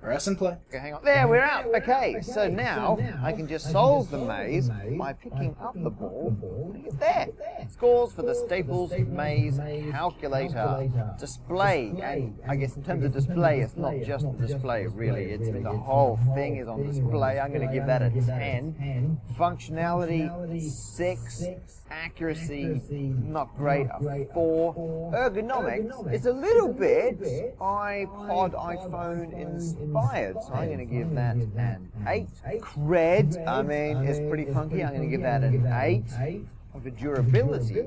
Press and play. Okay, hang on. There, we're out. Okay, so now I can just solve the maze by picking up the ball. Look at that. Scores for the Staples Maze Calculator. Display. And I guess in terms of display, it's not just the display, really. It's the whole thing is on display. I'm going to give that a 10. Functionality, 6. Accuracy, not great, a 4. Ergonomics, it's a little bit iPod, iPhone inspired. So I'm going to give that an 8. Cred, I mean, it's pretty funky. I'm going to give that an 8. For durability,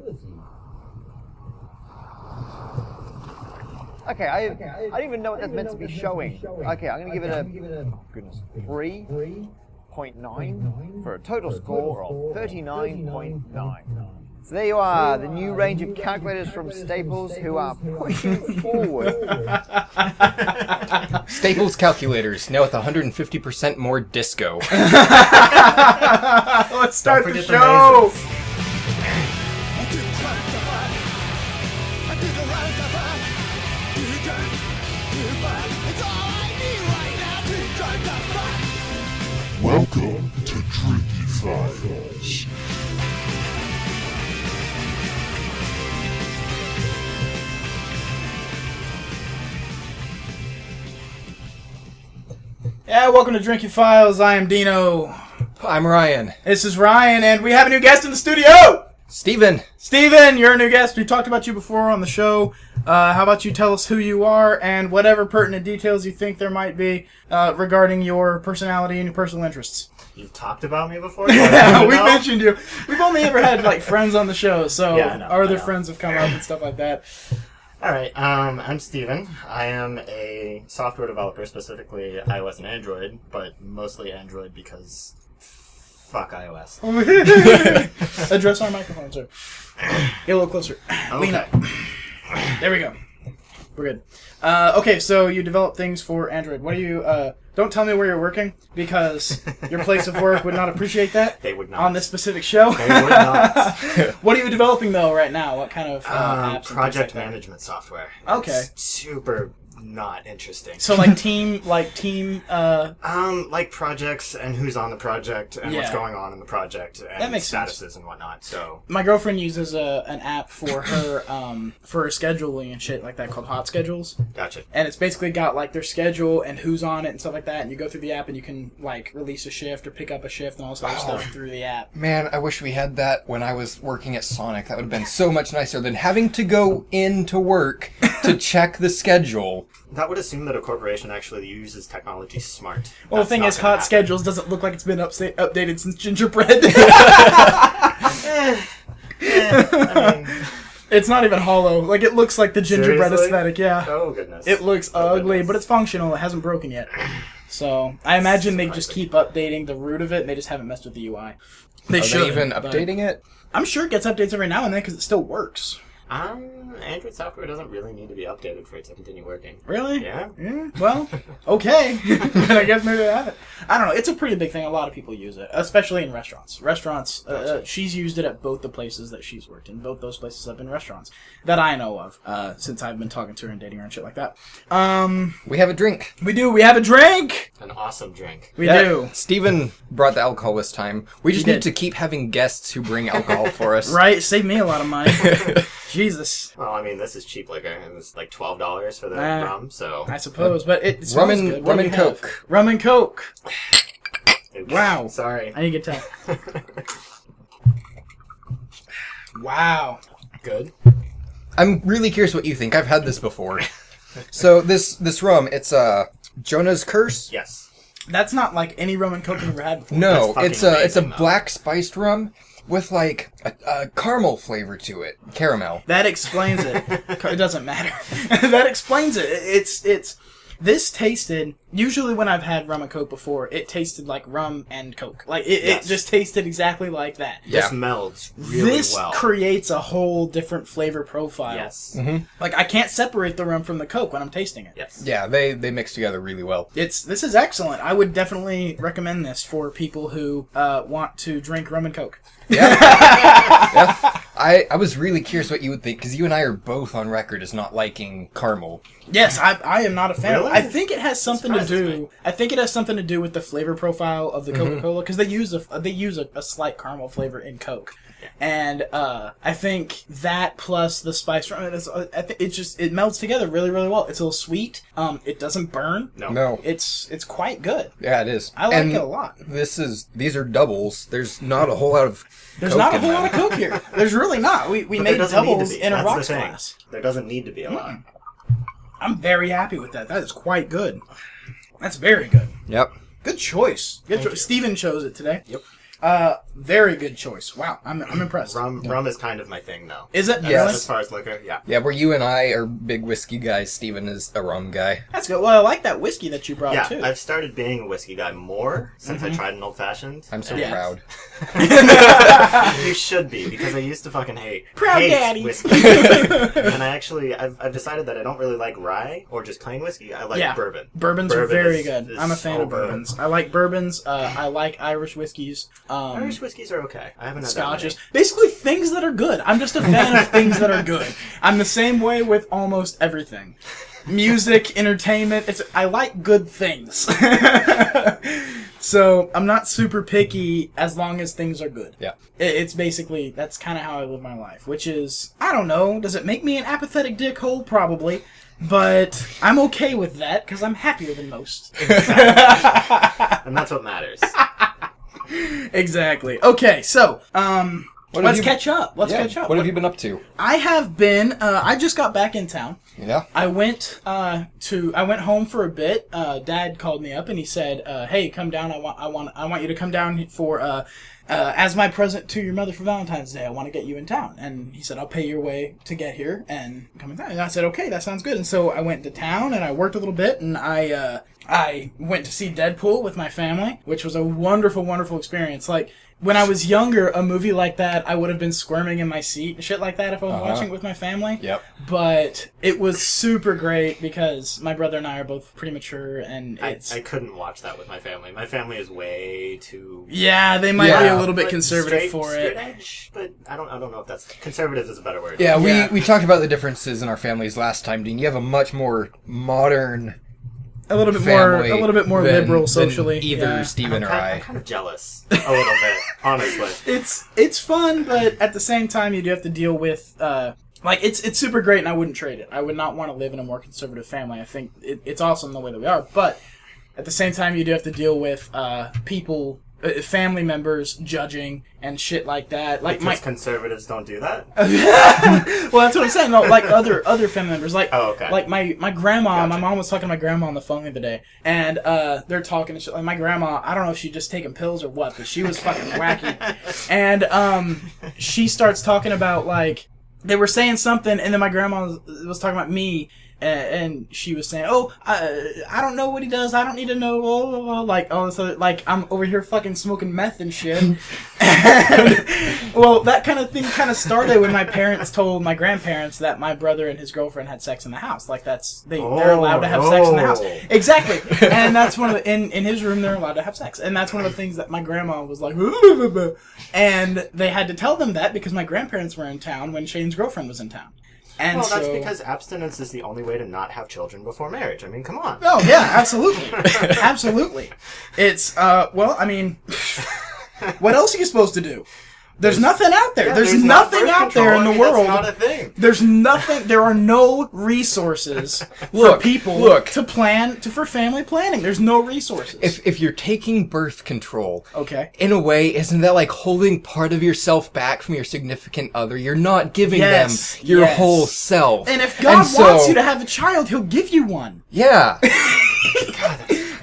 Okay, I, I don't even know what that's meant to be showing. Okay, I'm going to give it a goodness three point nine for a total score of thirty nine point nine. So there you are, the new range of calculators from Staples who are pushing forward. Staples calculators now with 150% more disco. Let's start Don't the forget the show. Welcome to Drinky Files. Yeah, welcome to Drinking Files. I am Dino. I'm Ryan. This is Ryan, and we have a new guest in the studio. Steven, Steven, you're a new guest. We talked about you before on the show. Uh, how about you tell us who you are and whatever pertinent details you think there might be uh, regarding your personality and your personal interests? You've talked about me before. Yeah, You we know? mentioned you. We've only ever had like friends on the show, so Yeah, I know, our I other know. friends have come up and stuff like that. All right. Um, I'm Steven. I am a software developer, specifically iOS and Android, but mostly Android because fuck iOS. Address our microphone, sir. Get a little closer. Lean Okay. up. There we go. We're good. Uh, okay, so you develop things for Android. What do you? Uh, don't tell me where you're working because your place of work would not appreciate that They would not. on this specific show. They would not. what are you developing though right now? What kind of uh, apps Um, and things project like that? management software. Okay. It's super not interesting. So like team, like team. Uh, Um, like projects and who's on the project and what's Yeah. going on in the project and That makes statuses sense. and whatnot. So my girlfriend uses a, an app for her um, for her scheduling and shit like that called Hot Schedules. gotcha. and it's basically got like their schedule and who's on it and stuff like that. And you go through the app and you can like release a shift or pick up a shift and all this other Oh. stuff through the app. man, I wish we had that when I was working at Sonic. That would have been so much nicer than having to go in to work to check the schedule. That would assume that a corporation actually uses technology smart. Well, That's the thing not is, gonna Hot happen. Schedules doesn't look like it's been upsa- updated since Gingerbread. Eh, I mean, it's not even hollow. Like it looks like the Gingerbread Seriously? aesthetic. Yeah, oh goodness. it looks Oh, ugly, goodness. but it's functional. It hasn't broken yet. So I imagine they just keep updating the root of it, and they just haven't messed with the UI. They Are should they even but updating it? I'm sure it gets updates every now and then because it still works. Um, Android software doesn't really need to be updated for it to continue working. Really? Yeah. Yeah, well, okay. I guess maybe I have it. I don't know. It's a pretty big thing. A lot of people use it, especially in restaurants. Restaurants. uh, Uh, she's used it at both the places that she's worked in. Both those places have been restaurants that I know of uh, since I've been talking to her and dating her and shit like that. Um, We have a drink. we do. We have a drink. An awesome drink. We do. Steven brought the alcohol this time. We just He need did. to keep having guests who bring alcohol for us. Right. Save me a lot of money. Jesus. Well, I mean, this is cheap liquor, and it's like twelve dollars for the Ah. rum. So I suppose, but it, it Rum smells and- good. What rum do and we have? Coke. Rum and Coke. Oops. Wow. Sorry. I need to tell. wow. Good. I'm really curious what you think. I've had this before. so this this rum, it's uh Jonah's Curse. Yes. That's not like any rum and coke I've ever had before. No, That's it's a fucking it's a amazing, though. black spiced rum with like a, a caramel flavor to it, caramel. That explains it. it doesn't matter. that explains it. It's it's this tasted usually when I've had rum and coke before, it tasted like rum and coke. Like it, Yes. it just tasted exactly like that. Yeah. This melds really this well. creates a whole different flavor profile. yes. Like I can't separate the rum from the coke when I'm tasting it. Yes. Yeah, they they mix together really well. It's this is excellent. I would definitely recommend this for people who uh, want to drink rum and coke. Yeah. yeah. I, I was really curious what you would think because you and I are both on record as not liking caramel. Yes, I, I am not a fan. Really? I think it has something to Surprises do. me. I think it has something to do with the flavor profile of the Mm-hmm. Coca Cola because they use a they use a, a slight caramel flavor in Coke, and uh, I think that plus the spice from it, is, I think it just it melds together really really well. It's a little sweet. Um, it doesn't burn. No. No. It's it's quite good. Yeah, it is. I like And it a lot. This is these are doubles. There's not a whole lot of. There's Coke not a in whole them. lot of Coke here. There's really not. We we But made there doesn't need to doubles be. in a That's the rocks thing. glass. Mm-hmm. There doesn't need to be a lot. I'm very happy with that. That is quite good. That's very good. Yep. Good choice. Good choice. Steven chose it today. Yep. Uh, very good choice. Wow, I'm, I'm impressed. Rum, rum is kind of my thing, though. Is it? Yes. As far as liquor, yeah. Yeah, where you and I are big whiskey guys. Steven is a rum guy. That's good. Well, I like that whiskey that you brought Yeah, Oh, too. Mm-hmm. I've started being a whiskey guy more since I tried an old fashioned. I'm so Yes. proud. you should be because I used to fucking hate Proud hate daddy. whiskey. and I actually I've, I've decided that I don't really like rye or just plain whiskey. I like yeah, bourbon. Bourbons are Bourbon very is- good. is I'm a fan so of bourbons. I like bourbons. Uh, I like Irish whiskeys. Um, Irish whiskeys are okay. I haven't had that many. scotches. Basically, things that are good. I'm just a fan of things that are good. I'm the same way with almost everything. Music, entertainment. It's I like good things. so I'm not super picky as long as things are good. Yeah. I- It's basically that's kind of how I live my life, which is I don't know. Does it make me an apathetic dickhole? Probably, but I'm okay with that because I'm happier than most. and that's what matters. exactly. Okay, so um, What have let's you- catch up. Let's Yeah. catch up. What have you been up to? I have been. Uh, I just got back in town. Yeah. I went uh, to. I went home for a bit. Uh, Dad called me up and he said, uh, "Hey, come down. I want. I want. I want you to come down for uh, uh, as my present to your mother for Valentine's Day. I want to get you in town." And he said, "I'll pay your way to get here and come in town." And I said, "Okay, that sounds good." And so I went to town and I worked a little bit and I. Uh, I went to see Deadpool with my family, which was a wonderful, wonderful experience. Like when I was younger, a movie like that, I would have been squirming in my seat and shit like that if I was watching it with my family. Yep. But it was super great because my brother and I are both pretty mature, and I, it's I couldn't watch that with my family. My family is way too yeah, they might be Yeah. a little bit like, conservative straight- for straight it. edge, but I don't I don't know if that's conservative is a better word. Yeah, we, Yeah. we talked about the differences in our families last time, Dean. You have a much more modern A little bit more, family. a little bit more than- liberal than socially. Either yeah. Steven or I'm, kind, I'm I. kind of jealous a little bit, honestly. it's it's fun, but at the same time, you do have to deal with uh, like it's it's super great, and I wouldn't trade it. I would not want to live in a more conservative family. I think it, it's awesome the way that we are, but at the same time, you do have to deal with uh, people, uh, family members judging and shit like that. Like my Because conservatives don't do that. well, that's what I'm saying. No, like other other family members, like Oh, okay. like my my grandma. My Gotcha. mom was talking to my grandma on the phone the other day, and uh, they're talking and shit. Like my grandma, I don't know if she just taking pills or what, but she was fucking wacky. And um, she starts talking about like they were saying something, and then my grandma was, was talking about me, and, and she was saying, "Oh, I, I don't know what he does. I don't need to know." Blah, blah, blah, like all this other, like I'm over here fucking smoking meth and shit. And- well, that kind of thing kind of started when my parents told my grandparents that my brother and his girlfriend had sex in the house. Like that's they they're Oh, allowed to have sex in the house. no. Exactly, and that's one of the in in his room they're allowed to have sex, and that's one of the things that my grandma was like, and they had to tell them that because my grandparents were in town when Shane's girlfriend was in town, and Well, so that's because abstinence is the only way to not have children before marriage. I mean, come on. oh yeah, absolutely, absolutely, it's uh well I mean, what else are you supposed to do? There's, nothing out there. Yeah, there's, not nothing birth out there in control. I the mean, world. That's not a thing. There's nothing. There are no resources for Look, people look. to plan to for family planning. There's no resources. If, if you're taking birth control, okay. in a way, isn't that like holding part of yourself back from your significant other? You're not giving Yes, them your yes. whole self. And if God so- wants you to have a child, He'll give you one. Yeah.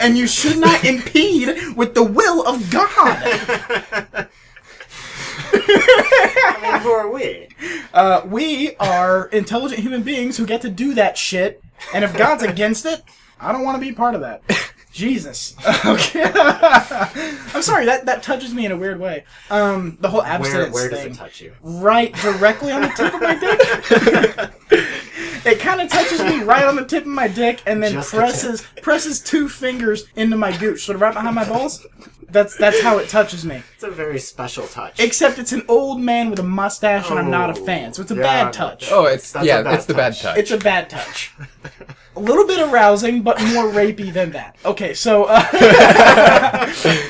And you should not impede with the will of God. I mean, who are we? Uh, we are intelligent human beings who get to do that shit. And if God's against it, I don't want to be part of that. Jesus. Okay. I'm sorry. That that touches me in a weird way. Um, the whole Where, abstinence where does thing. it touch you? right directly on the tip of my dick. It kind of touches me right on the tip of my dick, and then Just the presses presses two fingers into my gooch, sort of right behind my balls. That's that's how it touches me. It's a very special touch. Except it's an old man with a mustache, and I'm not a fan, so it's a Oh, yeah. bad touch. Oh, it's That's a yeah, bad it's the bad touch. touch. It's a bad touch. A little bit arousing, but more rapey than that. Okay, so uh,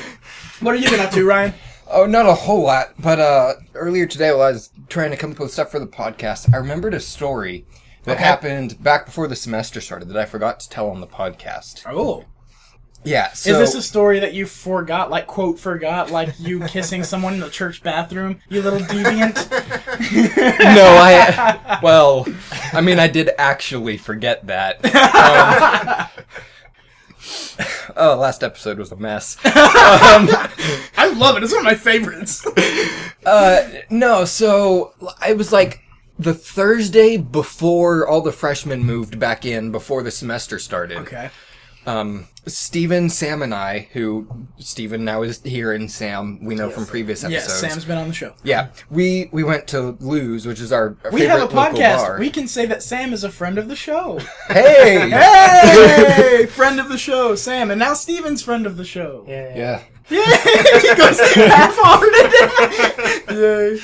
what are you been up to, Ryan? Oh, not a whole lot, but uh, earlier today while I was trying to come up with stuff for the podcast, I remembered a story that happened back before the semester started that I forgot to tell on the podcast. Oh, Yeah, so is this a story that you forgot? Like quote forgot? Like you kissing someone in the church bathroom? You little deviant. no? I well, I mean, I did actually forget that. Um, oh, last episode was a mess. I love it. It's one of my favorites. Uh, no, so it was like the Thursday before all the freshmen moved back in before the semester started. Okay. um, Steven, Sam, and I, who Steven now is here, and Sam we know from previous Yes, episodes. Sam's been on the show. yeah, we we went to Lou's, which is our We have a podcast. Bar. We can say that Sam is a friend of the show. Hey, Hey, friend of the show, Sam, and now Steven's friend of the show. Yeah. yeah. Yay! he goes half-hearted. Yay!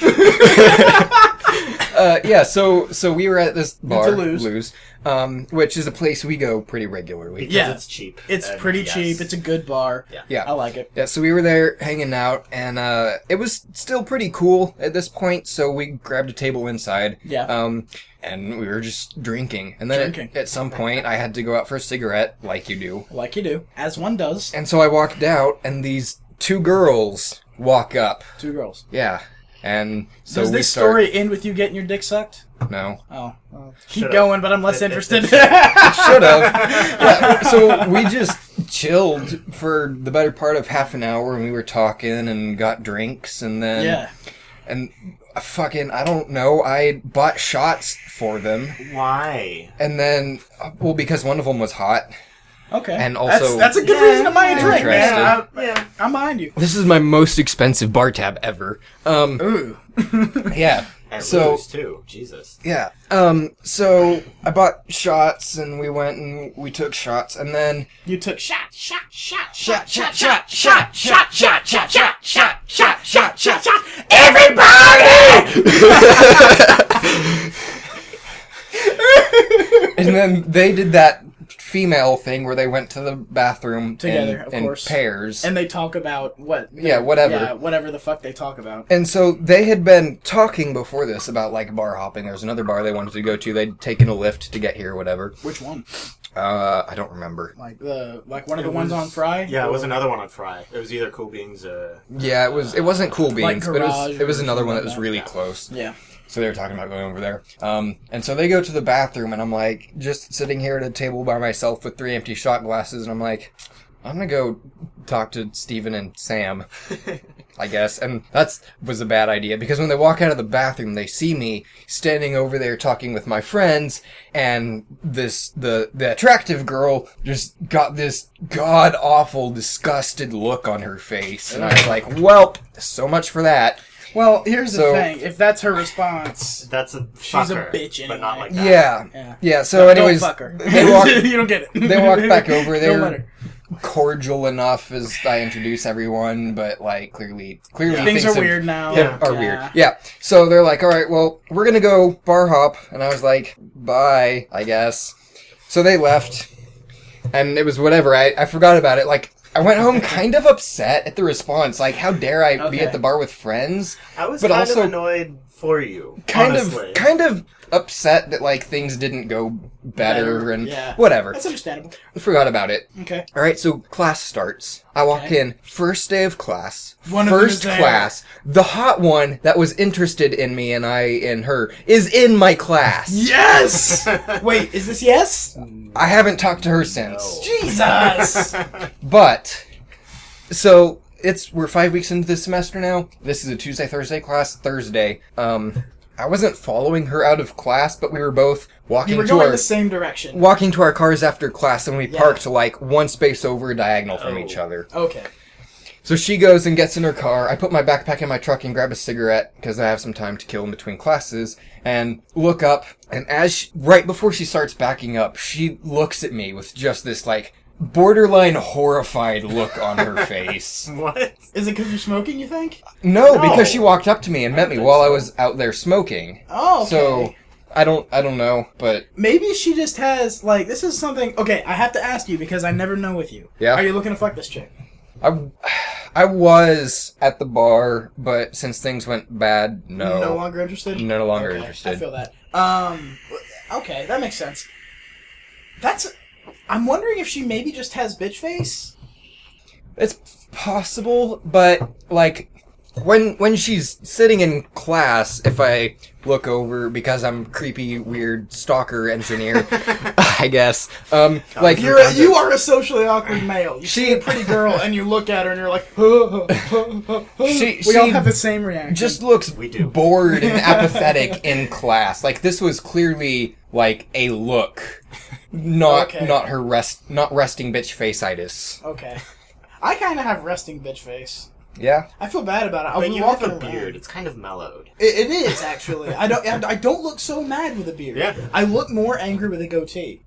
Uh, yeah, so so we were at this bar, to Lou's. um, which is a place we go pretty regularly. Because Yeah. it's cheap. It's and pretty yes. cheap. It's a good bar. Yeah. Yeah. I like it. Yeah, so we were there hanging out, and uh, it was still pretty cool at this point. So we grabbed a table inside, Yeah. um, and we were just drinking. And then Drinking. at, at some point, I had to go out for a cigarette, like you do. Like you do, as one does. And so I walked out, and these two girls walk up. Two girls. Yeah, and so Does we this start. story end with you getting your dick sucked? no, Oh, well, keep Should've. going, but I'm less It- it- interested. should have. yeah, so we just chilled for the better part of half an hour, and we were talking and got drinks, and then yeah. and fucking I don't know. I bought shots for them, Why? and then well because one of them was hot. Okay. And that's, also- that's a good Yeah, reason to buy a I'm drink, man. interested. I, Yeah. I'm behind you. This is my most expensive bar tab ever. Um, Ooh. yeah. At So- Lou's too. Jesus. Yeah. Um. So I bought shots, and we went and we took shots, and then You took shot, shot, shot, shot, shot, shot, shot, shot, shot, shot, shot, shot, shot, shot, shot, shot, shot, shot, shot, shot, shot, shot, shot, shot, shot, shot, shot, shot. shot. everybody. and then they did that female thing where they went to the bathroom Together, in, of in course. pairs. And they talk about what? Yeah, whatever. Yeah, whatever the fuck they talk about. And so they had been talking before this about like bar hopping. There was another bar they wanted to go to. They'd taken a lift to get here, whatever. Which one? Uh, I don't remember. Like the like one of It the ones was- on Fry? Yeah, it was Or- another one on Fry. It was either Cool Beans or. Yeah, it was. It wasn't Cool Like Beans, but it was. Garage It was or another one that something was like that. really close. Yeah. So they were talking about going over there. Um, and so they go to the bathroom, and I'm like just sitting here at a table by myself with three empty shot glasses, and I'm like, I'm gonna go talk to Steven and Sam, I guess. And that's was a bad idea because when they walk out of the bathroom, they see me standing over there talking with my friends, and this the the attractive girl just got this god awful disgusted look on her face, and I was like, Welp, so much for that. Well, here's So- the thing. If that's her response, That's a. She's a fucker, bitch But not anyway. like that. Yeah. Yeah. So, anyways, don't fuck her. they walk you don't get it. they walked back over. They Don't were let her. cordial enough as I introduce everyone, but like clearly, clearly Things are have- weird now. Yeah. Are weird. Yeah. So they're like, all right, well, we're gonna go bar hop, and I was like, bye, I guess. So they left, and it was whatever. I I forgot about it. Like. I went home kind of upset at the response. Like, how dare I be Okay. at the bar with friends? I was But kind also- of annoyed for you. Kind honestly. of, kind of upset that like things didn't go better, Better, and yeah. whatever. That's understandable. Forgot about it. Okay. All right, so class starts. I walk Okay. in, first day of class. One of them first is there. class. The hot one that was interested in me and I in her is in my class. Yes. Wait, is this yes? I haven't talked to her since. Jesus. But so it's we're 5 weeks into this semester now. This is a Tuesday Thursday class, Thursday. Um I wasn't following her out of class, but we were both walking you were to going our the same direction. walking to our cars after class and we Yeah. parked like one space over diagonal from Oh. each other. Okay. So she goes and gets in her car. I put my backpack in my truck and grab a cigarette because I have some time to kill in between classes and look up. And as she, right before she starts backing up, she looks at me with just this like borderline horrified look on her face. What? Is it because you're smoking? You think? No, No. because she walked up to me and met me while I was out there smoking. Oh, So okay. I don't I don't know, but Maybe she just has like this is something. Okay, I have to ask you because I never know with you. Yeah. Are you looking to fuck this chick? I I was at the bar, but since things went bad, no. No longer interested. No longer Okay, interested. I feel that. Um. Okay, that makes sense. That's. I'm wondering if she maybe just has bitch face. It's possible, but like when when she's sitting in class, if I look over because I'm creepy, weird stalker engineer, I guess. Um, like You're a, you are a socially awkward male. You She- see a pretty girl and you look at her and you're like, huh, huh, huh, huh. She- we all she have the same reaction. just looks We do. bored and apathetic in class. Like this was clearly like a look, not Okay. not her rest, not resting bitch faceitis. okay. I kind of have resting bitch face. Yeah, I feel bad about it. I'll But be you have walking a around. beard. It's kind of mellowed. It, it is actually. I don't. I don't look so mad with a beard. Yeah. I look more angry with a goatee.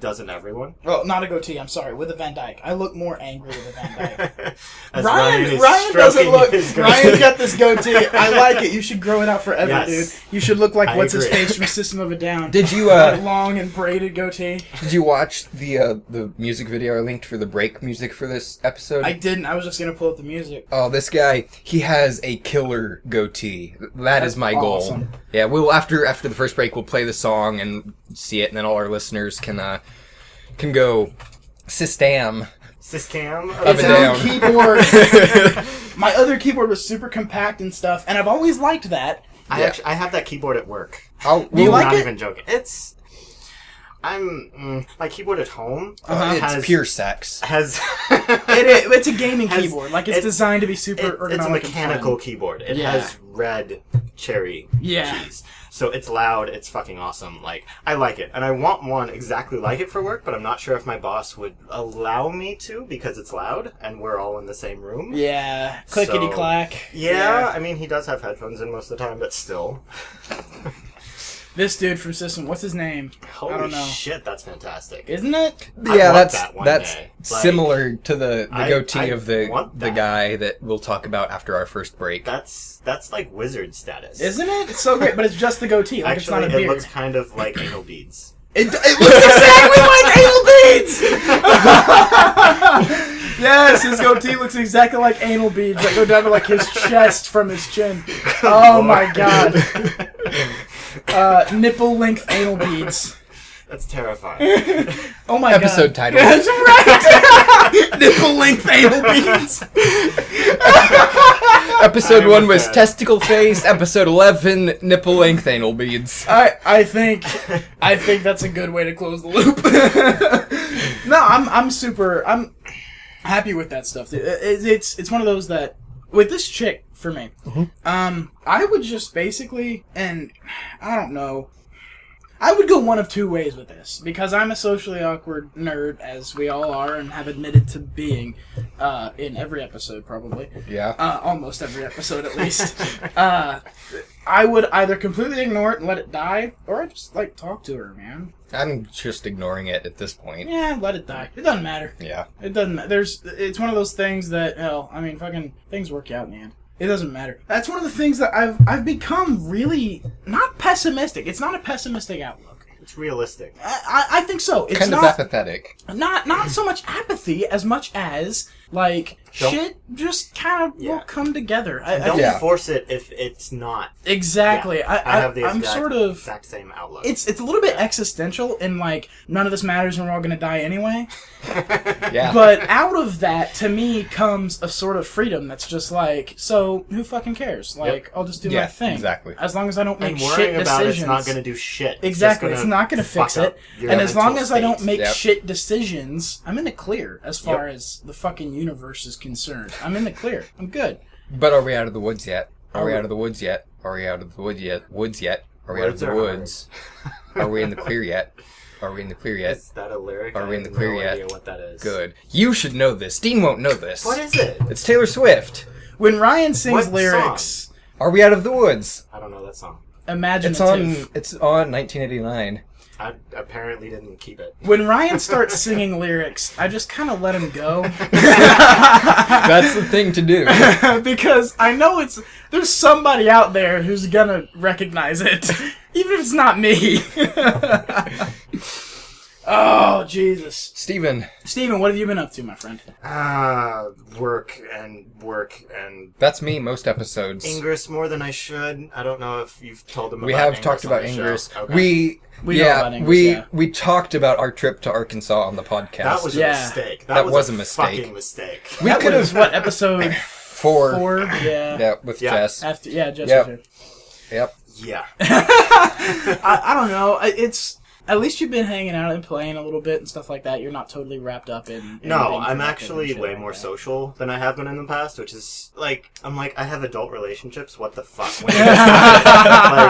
Doesn't everyone? Well, not a goatee. I'm sorry. With a Van Dyke, I look more angry with a Van Dyke. As Ryan, is Ryan, doesn't stroking look. his Ryan's goatee. got this goatee. I like it. You should grow it out forever, Yes. dude. You should look like I what's his agree. face from System of a Down. Did you, That uh, long and braided goatee? did you watch the uh, the music video I linked for the break music for this episode? I didn't. I was just gonna pull up the music. Oh, this guy, he has a killer goatee. That is That's my goal. awesome. Yeah, we'll after after the first break we'll play the song and see it and then all our listeners can uh can go systam. System. Up and down. Keyboard. My other keyboard was super compact and stuff, and I've always liked that. I, Yeah. actually, I have that keyboard at work. I'll, you we'll- like Not it? even joking. It's. I'm. Mm, my keyboard at home Uh-huh. it's has. pure sex. Has. It, i- it's a gaming Has- keyboard. Like it's it- designed to be super It- ergonomic. it's a and mechanical fun. keyboard. It Yeah. has red cherry Yeah. cheese. So it's loud, it's fucking awesome. Like I like it. And I want one exactly like it for work, but I'm not sure if my boss would allow me to because it's loud and we're all in the same room. Yeah. Clickety clack. Yeah, I mean he does have headphones in most of the time, but still. This dude from System. What's his name? Holy I don't know. shit, that's fantastic. Isn't it? I yeah, want that's that one that's day. Like, similar to the, the I- goatee I of the want the that. guy that we'll talk about after our first break. that's that's like wizard status. Isn't it? It's so great, but it's just the goatee. Like Actually, it's not a it beard. looks kind of like anal beads. It, it looks exactly like anal beads. yes, his goatee looks exactly like anal beads that go down to like his chest from his chin. Oh my god, uh, nipple length anal beads. That's terrifying. Oh my Episode god. title. That's right. nipple length anal beads. Episode I'm one a was fan. testicle face. Episode eleven, nipple length anal beads. I I think I think that's a good way to close the loop. no, I'm I'm super I'm happy with that stuff. It- it- it's it's one of those that with this chick for me. Um, I would just basically and I don't know. I would go one of two ways with this because I'm a socially awkward nerd, as we all are, and have admitted to being uh, in every episode, probably Yeah. uh, almost every episode at least. uh, I would either completely ignore it and let it die, or I just like talk to her, man. I'm just ignoring it at this point. Yeah, let it die. It doesn't matter. Yeah. It doesn't. ma- There's. It's one of those things that hell. I mean, fucking things work out, man. It doesn't matter. That's one of the things that I've I've become really not pessimistic. It's not a pessimistic outlook. it's realistic. I, I, I think so. It's Kind not of apathetic. not not so much apathy as much as like Don't- shit just kind of Yeah. will come together. I, I Don't think- Yeah. force it if it's not. exactly. Yeah, I, I, have the I'm exact, sort of exact same outlook. it's it's a little bit existential in like none of this matters and we're all gonna die anyway. Yeah. But out of that, to me, comes a sort of freedom that's just like, so who fucking cares? Like I'll just do Yeah, my thing. exactly. As long as I don't make and shit worrying about decisions. it's not going to do shit. It's exactly. just it's not gonna fuck fix up it. your And as long mental as I don't state. make Yep. shit decisions, I'm in the clear as far Yep. as the fucking universe is concerned. I'm in the clear. I'm good. But are we out of the woods yet? Are we Are we- out of the woods yet? Are we out of the woods yet? Woods yet? Are we out of Woods the are woods? Are we in the clear yet? Are we in the clear yet? Is that a lyric? Are I we in the have clear no yet? idea what that is. Good. You should know this. Dean won't know this. What is it? It's Taylor Swift. When Ryan sings What lyrics, Are we out of the woods? I don't know that song. imaginative. It's on. It's on 1989. I apparently didn't keep it. When Ryan starts singing lyrics, I just kind of let him go That's the thing to do. because I know it's there's somebody out there who's gonna recognize it, even if it's not me. oh Jesus, Steven, Steven, what have you been up to, my friend? Ah, work and work and that's me most episodes. Ingress more than I should. I don't know if you've told them. we about have Ingress talked on about the show. Ingress. Okay. We, We know yeah, about Ingress, we yeah. we talked about our trip to Arkansas on the podcast. that was Yeah. a mistake. That, That was, was a, a mistake. fucking mistake. we That could was have what episode four. four? Yeah. Yeah, with Yeah. Jess. After yeah, just Yep. after. Yep. yeah. I, I don't know. I- It's at least you've been hanging out and playing a little bit and stuff like that. You're not totally wrapped up in. in No, being I'm productive and actually shit way like more that. social than I have been in the past, which is like I'm like I have adult relationships. What the fuck? When did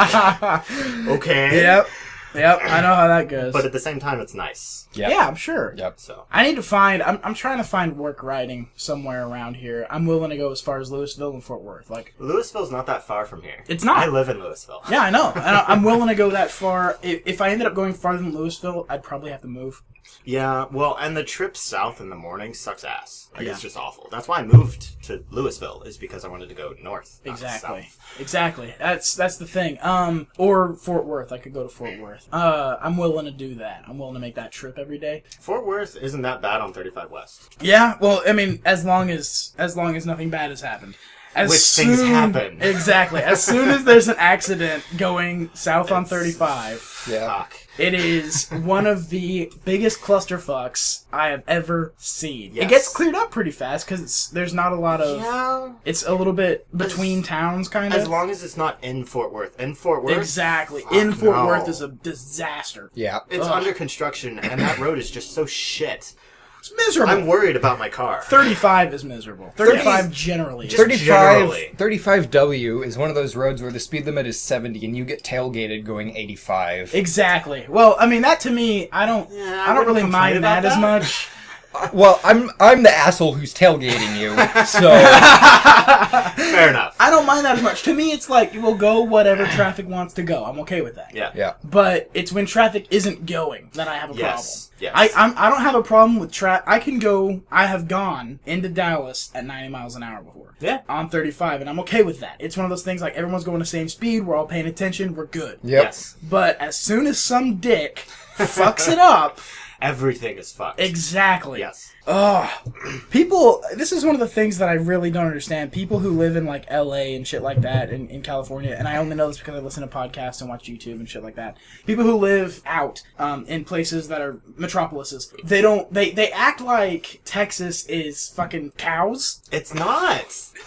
this start? Like, okay. Yep, yep. I know how that goes. But at the same time, it's nice. Yep. yeah, I'm sure. Yep. So I need to find. I'm, I'm trying to find work writing somewhere around here. I'm willing to go as far as Louisville and Fort Worth. Like, Louisville's not that far from here. It's not. I live in Louisville. yeah, I know. And I- I'm willing to go that far. If, if I ended up going farther than Louisville, I'd probably have to move. Yeah, well, and the trip south in the morning sucks ass. Like, Yeah. it's just awful. That's why I moved to Louisville, is because I wanted to go north. not Exactly. south. Exactly. That's that's the thing. Um, or Fort Worth. I could go to Fort Worth. Uh, I'm willing to do that. I'm willing to make that trip every day. Fort Worth isn't that bad on 35 West. Yeah. Well, I mean, as long as as long as nothing bad has happened. As Which things happen. Exactly. As soon as there's an accident going south on 35, Yeah. Fuck. It is one of the biggest clusterfucks I have ever seen. It Yes. gets cleared up pretty fast because there's not a lot of. Yeah. It's a little bit between towns, kind As of. long as it's not in Fort Worth. In Fort Worth, Exactly. Fuck In Fort no. Worth is a disaster. Yeah. it's Ugh. under construction, and that road is just so shit. It's miserable. I'm worried about my car. 35 is miserable. 35 generally. Is. Just- 35, Generally. 35W is one of those roads where the speed limit is 70 and you get tailgated going 85. Exactly. Well, I mean, that to me, I don't, Yeah, I I don't wouldn't really complain mind about that, as that. much. Well, I'm I'm the asshole who's tailgating you. So Fair enough. I don't mind that as much. To me, it's like, we'll go whatever traffic wants to go. I'm okay with that. Yeah. yeah. but it's when traffic isn't going that I have a Yes, problem. yes. I I'm, I don't have a problem with traffic. I can go. I have gone into Dallas at 90 miles an hour before. Yeah. On 35, and I'm okay with that. It's one of those things like everyone's going the same speed. We're all paying attention. We're good. Yep. Yes. But as soon as some dick fucks it up, Everything is fucked. exactly. Yes. People, this is one of the things that I really don't understand. People who live in like LA and shit like that in, in California, and I only know this because I listen to podcasts and watch YouTube and shit like that. People who live out um, in places that are metropolises, they don't, they, they act like Texas is fucking cows. It's not.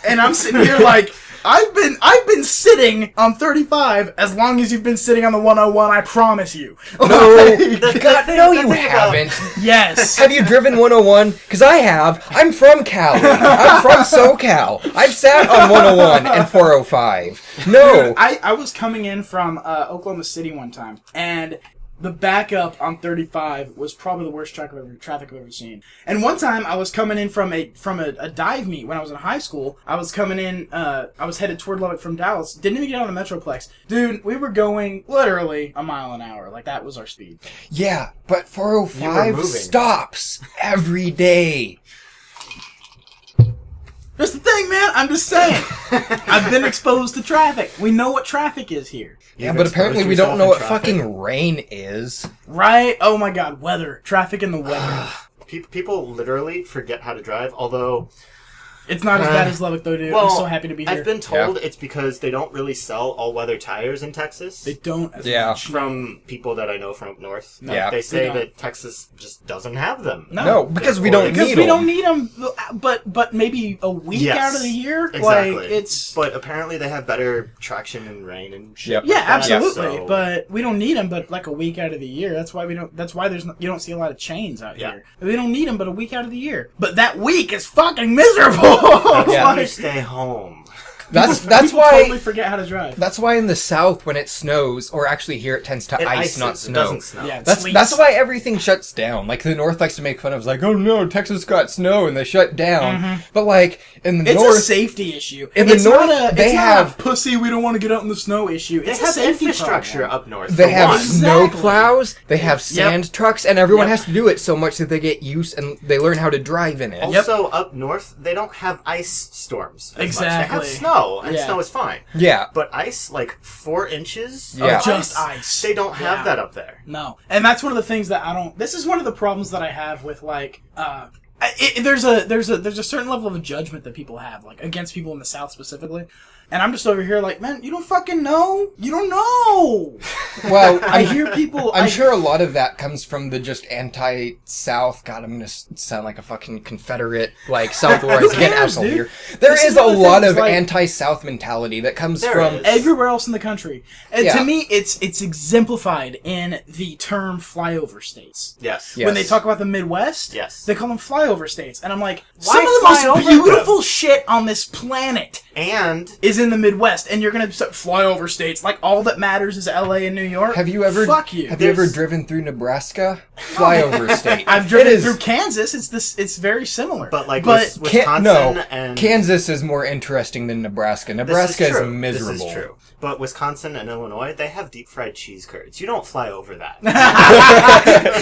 And I'm sitting here like, I've been, I've been sitting on 35 as long as you've been sitting on the 101, I promise you. No, the God, thing- no, the you thing about- haven't. yes. Have you driven 101? Because I have. I'm from Cali. I'm from SoCal. I've sat on 101 and 405. No. I, I was coming in from uh, Oklahoma City one time, and the backup on 35 was probably the worst track I've ever, traffic I've ever seen. And one time I was coming in from a from a, a dive meet when I was in high school. I was coming in, uh, I was headed toward Lubbock from Dallas. Didn't even get on the Metroplex. Dude, we were going literally a mile an hour. Like, that was our speed. yeah, but You were 405 moving. stops every day. That's the thing, man. I'm just saying. I've been exposed to traffic. We know what traffic is here. Yeah, but apparently exposed we yourself don't know in what traffic. fucking rain is. Right? Oh my god, weather. Traffic and the weather. Pe- People literally forget how to drive, although It's not as bad as Lubbock, though, dude. Well, I'm so happy to be here. I've been told it's because they don't really sell all weather tires in Texas. They don't as Yeah. much. from people that I know from up north, Yeah. they say don't. that Texas just doesn't have them. No, because we don't Oh. because need we them. don't need them. But but maybe a week Yes. out of the year, exactly. like it's but apparently they have better traction and rain and shit. Yep. yeah, like that, absolutely. so- But we don't need them. But like a week out of the year, that's why we don't. That's why there's no, you don't see a lot of chains out Yeah. here. We don't need them, but a week out of the year. But that week is fucking miserable. that's Like, when you stay home. That's that's People why totally forget how to drive. that's why in the South when it snows, or actually here it tends to It ice, ices, not It snow. doesn't snow. yeah, That's sleeps. that's why everything shuts down. Like the North likes to make fun of, like, oh no, Texas got snow and they shut down. But like in the Mm-hmm. It's North, a safety issue. In the it's north, not a, they it's have- not a pussy. We don't want to get out in the snow issue. They It's a have safety infrastructure problem. up north. they for have one. snow Exactly. plows, they have sand trucks, and everyone has to do it so much that they get used and they learn how to drive in Oh. it. Also, up north, they don't have ice storms. as much. Exactly. They have snow, and Yeah. snow is fine. Yeah. But ice, like four inches Yeah. of Just just ice. ice. They don't Yeah. have that up there. No, and that's one of the things that I don't. This is one of the problems that I have with like. Uh, I- it, there's a there's a there's a certain level of judgment that people have like against people in the South specifically, and I'm just over here like, man, you don't fucking know, you don't know. Well, I I'm, hear people. I'm I- sure a lot of that comes from the just anti-South. God, I'm gonna s- sound like a fucking Confederate, like South Lawrence. Get cares, out of dude? here. There This is is a one of the lot things, of like- anti-South mentality that comes There from. is. everywhere else in the country. And Yeah. to me, it's it's exemplified in the term flyover states. Yes. Yeah. When they Yes. talk about the Midwest, Yes. they call them flyover states, and I'm like, Why some of the most flyover them? beautiful shit on this planet And is in the Midwest, and you're gonna start flyover states. Like all that matters is L.A. and New York. Have you ever? Fuck you. Have you ever There's- driven through Nebraska? Flyover state. I've driven It is- through Kansas. It's this. It's very similar. But, like, but with- Can- Wisconsin no, and- Kansas is more interesting than Nebraska. Nebraska this is, is, true. miserable. This is true. But Wisconsin and Illinois, they have deep fried cheese curds. You don't fly over that.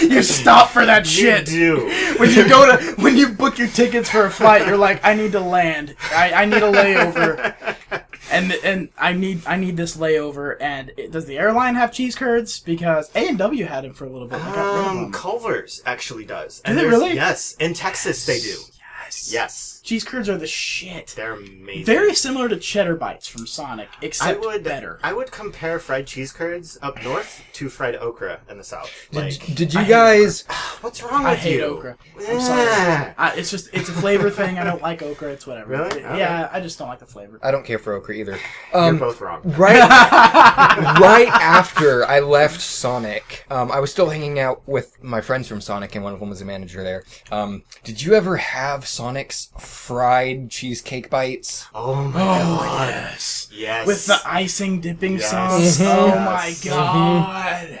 you stop for that shit. You do. When you go to when you book your tickets for a flight, you're like, I need to land. I, I need a layover. And and I need I need this layover. And it, does the airline have cheese curds? Because A and W had them for a little bit. and I got rid of Um, them. Culver's actually does. they there's- really? Yes. In Texas, they do. Yes. Yes. Cheese curds are the shit. They're amazing. Very similar to cheddar bites from Sonic, I except would better. I would compare fried cheese curds up north to fried okra in the south. Like, Did, did you I hate guys? what's wrong with I hate you? okra. I'm sorry. Yeah. I, it's just it's a flavor thing. I don't like okra. It's whatever. Really? Yeah, I just don't like the flavor. I don't care for okra either. You're Um, both wrong. right right after I left Sonic, um, I was still hanging out with my friends from Sonic, and one of them was a manager there. Um, did you ever have Sonic's fried cheesecake bites? Oh my god. Yes. Yes. With the icing dipping Yes. sauce. Mhm. Oh Yes. Mm-hmm. my god.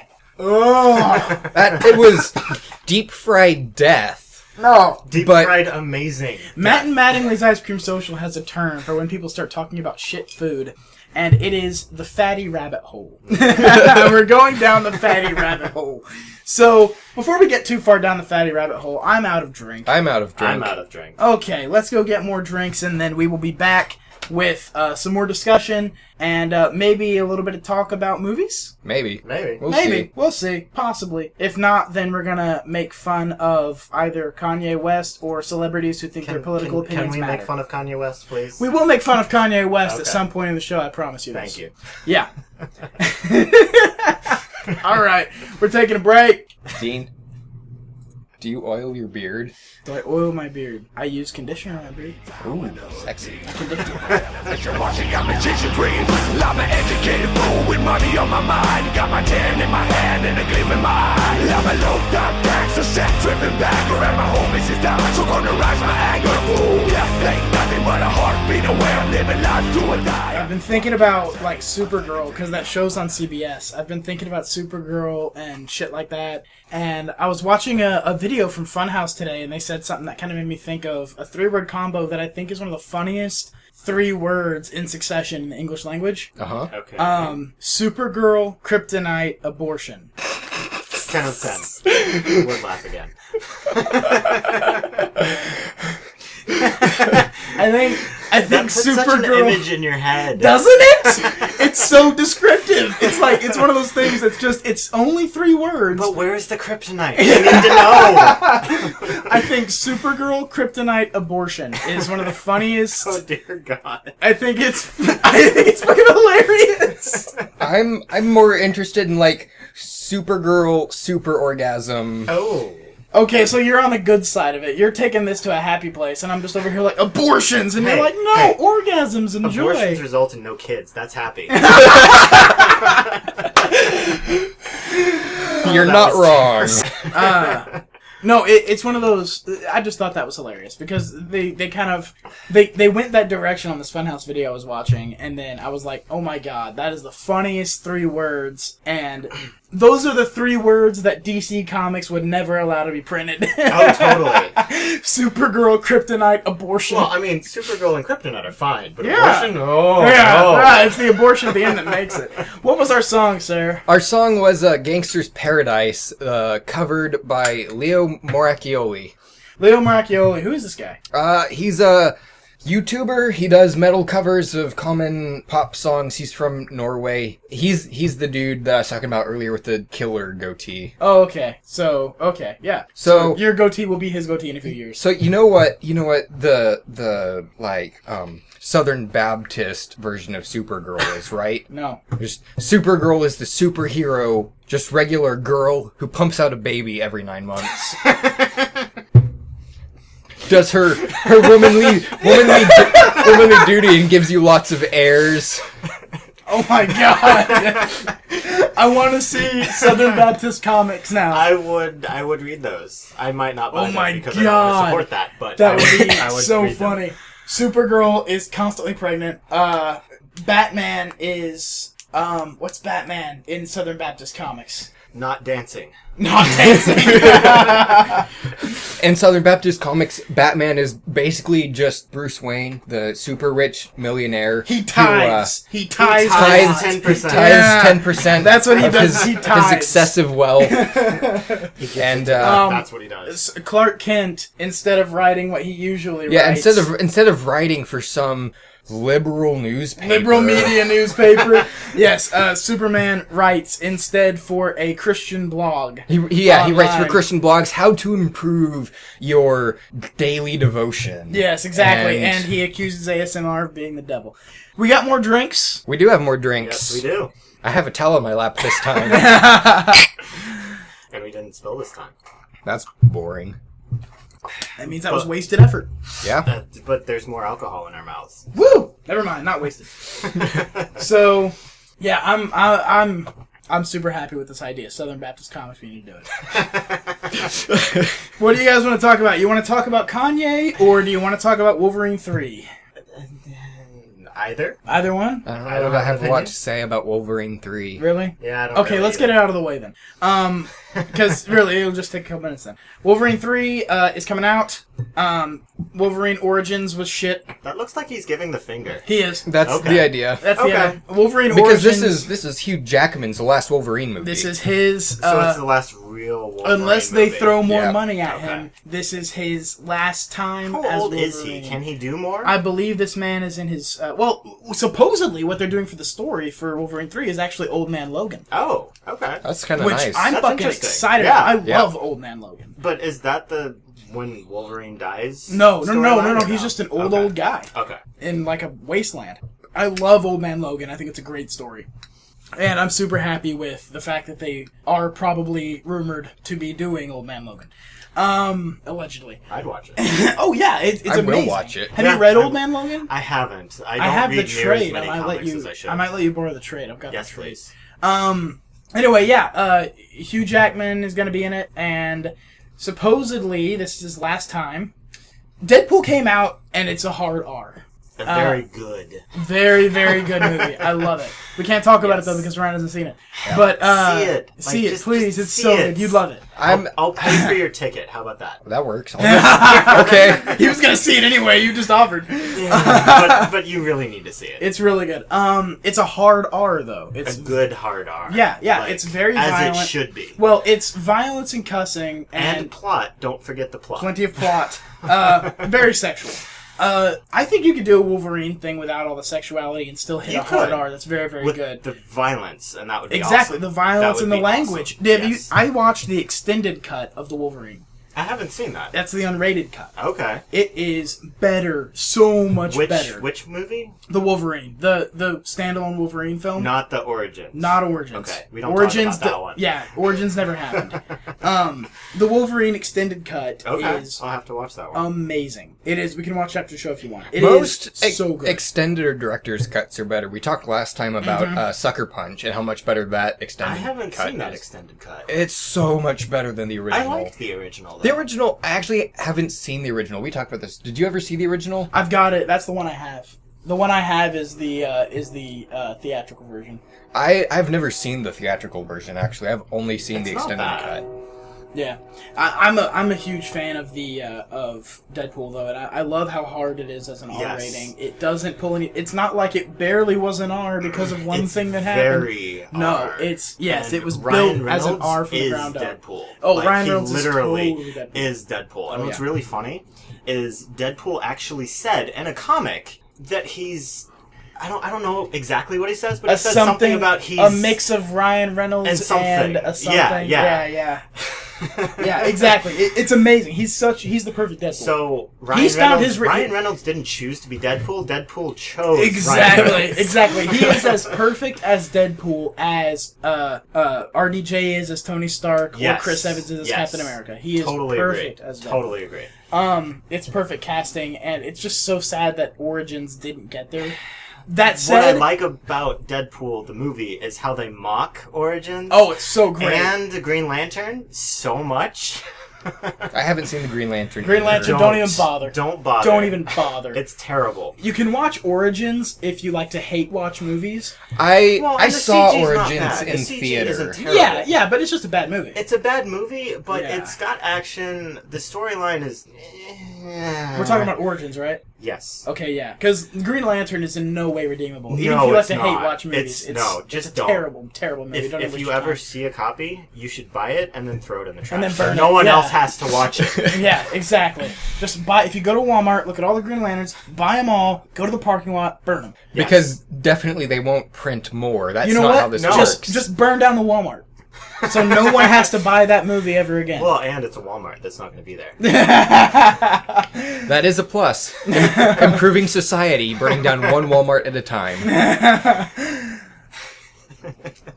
Oh That it was deep fried death. no. deep but- fried amazing. Matt and Mattingly's Ice Cream Social has a term for when people start talking about shit food, and it is the fatty rabbit hole. Mm-hmm. We're going down the fatty rabbit hole. So before we get too far down the fatty rabbit hole, I'm out of drink. I'm out of drink. I'm out of drink. Oh, Okay, let's go get more drinks, and then we will be back with uh, some more discussion and uh, maybe a little bit of talk about movies. Maybe. Maybe. We'll Maybe see. we'll see, possibly. If not, then we're gonna make fun of either Kanye West or celebrities who think their political can, opinions we matter. make fun of Kanye West, please? we will make fun of Kanye West at Okay. some point in the show. I promise you. Thank this. you. Yeah. All right, we're taking a break. Dean, do you oil your beard? Do I oil my beard? I use conditioner on my beard. Ooh, sexy. As you're watching, I'm a teacher green. I'm an educated fool with money on my mind. Got my tan in my hand and a gleam in my eye. I'm a low down gangster, set tripping back around my homies is down. So gonna rise my anger. Fool, death ain't nothing but a heartbeat away. I'm living life to a die. I've been thinking about like Supergirl because that show's on CBS. I've been thinking about Supergirl and shit like that. And I was watching a, a video from Funhouse today, and they said something that kind of made me think of a three word combo that I think is one of the funniest three words in succession in the English language. Uh huh. Okay. Um, Supergirl, Kryptonite, abortion. ten of ten. Word laugh again. I think I That think puts such an Supergirl. image in your head. doesn't it? It's so descriptive. It's like it's one of those things that's just it's only three words. But where is the kryptonite? I need to know. I think Supergirl Kryptonite Abortion is one of the funniest. oh dear God. I think it's I think it's fucking hilarious. I'm I'm more interested in like Supergirl super orgasm. Oh. Okay, so you're on the good side of it. You're taking this to a happy place, and I'm just over here like abortions, and Hey, you're like, no, hey. orgasms and Abortions joy. result in no kids. That's happy. You're that not was- wrong. No, it, it's one of those. I just thought that was hilarious because they, they kind of they, they went that direction on this Funhouse video I was watching, and then I was like, oh my god, that is the funniest three words, and those are the three words that DC Comics would never allow to be printed: Oh, totally. Supergirl, Kryptonite, abortion. well, I mean, Supergirl and Kryptonite are fine, but Yeah. abortion, oh, yeah, no. right, it's the abortion at the end that makes it. What was our song, sir? Our song was uh, "Gangster's Paradise," uh, covered by Leo Moracchioli. Leo Maracchioli. Who is this guy? Uh, he's a YouTuber. He does metal covers of common pop songs. He's from Norway. He's he's the dude that I was talking about earlier with the killer goatee. Oh, okay. So, okay, yeah. So- your goatee will be his goatee in a few years. So you know what you know what the the like um Southern Baptist version of Supergirl is, right? No. Just Supergirl is the superhero, just regular girl who pumps out a baby every nine months. Does her her womanly womanly du- womanly duty and gives you lots of airs. Oh my god! I want to see Southern Baptist comics now. I would, I would read those. I might not buy Oh them my because I don't God. want to support that, but I that would be I would so read them. funny. Supergirl is constantly pregnant. Uh, Batman is um, what's Batman in Southern Baptist comics? Not dancing. Not dancing. In Southern Baptist comics, Batman is basically just Bruce Wayne, the super rich millionaire. he who, uh, tithes. he tithes. tithes. a lot. 10%. Yeah. Tithes ten percent. That's what he does, His, he his tithes. excessive wealth. and uh, Um, That's what he does. S- Clark Kent, instead of writing what he usually yeah, writes, instead of instead of writing for some liberal newspaper, liberal media newspaper, yes, uh, Superman writes instead for a Christian blog. He, he- yeah, he writes for Online. Christian blogs how to improve your daily devotion. Yes, exactly. And, And- he accuses ASMR of being the devil. We got more drinks. We do have more drinks. Yes, we do, I have a towel on my lap this time. and we didn't spill this time. That's boring. That means that was wasted effort. Yeah. Uh, but there's more alcohol in our mouths. Woo! Never mind, not wasted. so, yeah, I'm I, I'm I'm super happy with this idea. Southern Baptist Comics, we need to do it. what do you guys want to talk about? You want to talk about Kanye, or do you want to talk about Wolverine three? Either. Either one. I don't know I don't if I have have a lot opinion. to say about Wolverine three. Really? Yeah. I don't Okay, really let's either. get it out of the way then. Um, because really, it'll just take a couple minutes then. Wolverine three uh, is coming out. Um, Wolverine Origins was shit. That looks like he's giving the finger. He is. That's Okay. the idea. That's Okay. the idea. Wolverine because Origins. this is this is Hugh Jackman's last Wolverine movie. this is his. So Uh, it's the last real. Wolverine unless they movie. throw more Yeah. money at Okay. him, this is his last time. How as old is he? Wolverine. Can he do more? I believe this man is in his. Uh, well, supposedly, what they're doing for the story for Wolverine three is actually Old Man Logan, oh, okay. That's kind of which nice. I'm That's fucking interesting. excited. Yeah. about. I Yeah. love Old Man Logan. But is that the when Wolverine dies? No, no, no, no, storyline no. or He's just an old, Okay. old guy Okay. in like a wasteland. I love Old Man Logan. I think it's a great story. And I'm super happy with the fact that they are probably rumored to be doing Old Man Logan. Um, allegedly. I'd watch it. Oh, yeah, it, it's I will amazing. watch it. Have Yeah, you read I- Old Man Logan? I haven't. I don't I have read the near as trade. many I might let comics you. as I should. I, might let you borrow the trade. I've got yes, the trade. please. Um. Anyway, yeah. Uh, Hugh Jackman is going to be in it, and supposedly this is his last time. Deadpool came out, and it's a hard R. A very Uh, good. Very, very good movie. I love it. We can't talk about it though because Ryan hasn't seen it. But uh, See it. Like, see it, just- please. just It's see so it. good. You'd love it. I'm I'll pay for your ticket. How about that? that works. I'll- okay. He was gonna see it anyway. You just offered. but, but you really need to see it. It's really good. Um, it's a hard R though. It's It's a good hard R. Yeah, yeah, it's very as it violent. should be. well, it's violence and cussing and, and plot. Don't forget the plot. plenty of plot. Uh, very sexual. Uh, I think you could do a Wolverine thing without all the sexuality and still hit You a hard could. R. That's very, very with good. the violence, and that would be exactly awesome. the That violence would and the be language. awesome. Have you- Yes. I watched the extended cut of the Wolverine. I haven't seen that. That's the unrated cut. Okay. It is better, so much Which better. which movie? The Wolverine, the the standalone Wolverine film, Not the origin. not Origins. Okay, we don't talk Origins. about that the- one. Yeah, Origins never happened. um, the Wolverine extended cut Okay. is um, I'll have to watch that one. amazing. It is. We can watch chapter show if you want. It is Most ex- so good. extended or director's cuts are better. We talked last time about uh, Sucker Punch and how much better that Mm-hmm. I extended haven't cut seen that is. extended cut. It's so much better than the I original. liked the original. the though. original. I actually haven't seen the original. We talked about this. Did you ever see the original? I've got it. That's the one I have. The one I have is the uh, is the uh, theatrical version. I I've never seen the theatrical version. Actually, I've only seen the It's not extended bad. cut. Yeah, I, I'm a I'm a huge fan of the uh, of Deadpool though, and I, I love how hard it is as an R Yes. rating. It doesn't pull any. It's not like it barely was an R because of one It's thing that happened. very No, R. it's- yes, And it was Ryan built as an Reynolds R from the is ground up. Deadpool. Oh, Like, Ryan he Reynolds is literally totally Deadpool. is Deadpool. And Oh, what's yeah. really funny is Deadpool actually said in a comic that he's I don't I don't know exactly what he says, but A he says something, about he's a mix of Ryan Reynolds and and, something. a Yeah, something. yeah. yeah, yeah. Yeah, exactly. It, it's amazing. He's such he's the perfect Deadpool. So Ryan He's Reynolds, found his re- Ryan Reynolds didn't choose to be Deadpool. Deadpool chose Ryan Exactly, Reynolds. exactly. He is as perfect as Deadpool as uh, uh, RDJ is as Tony Stark Yes. or Chris Evans is as Yes. Captain America. He is Totally perfect agree. as Deadpool. Totally agree. Um, it's perfect casting, and it's just so sad that Origins didn't get there. That said, what I like about Deadpool the movie is how they mock origins. oh, it's so great. and the Green Lantern so much. I haven't seen the Green Lantern. Green either. Lantern- So don't even bother. Don't bother. Don't even bother. It's terrible. you can watch Origins if you like to hate watch movies. I Well, I and the saw CG 's not Origins bad. The in CG theater. isn't Terrible. Yeah, yeah, but it's just a bad movie. It's a bad movie, but Yeah. it's got action. The storyline is. We're We're talking about Origins, right? yes. Okay, yeah, because Green Lantern is in no way redeemable. Even No, if you like it's to not. hate watch movies, It's- it's, no, just it's a don't. terrible, terrible movie. If, don't if waste you your ever time. see a copy, you should buy it and then throw it in the trash. And then burn no it. one Yeah. else has to watch it. yeah, exactly. Just buy. If you go to Walmart, look at all the Green Lanterns, buy them all, go to the parking lot, burn them. Because definitely they won't print more. That's You know not what? how this No. Just, works. just burn down the Walmart, so no one has to buy that movie ever again. well, and it's a Walmart. That's not going to be there. That is a plus. Improving society, burning down one Walmart at a time.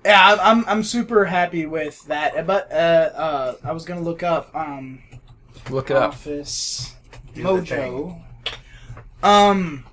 Yeah, I'm, I'm, I'm super happy with that. But uh, uh, I was gonna look up um, Look it up. Office Do the Mojo. thing. Um,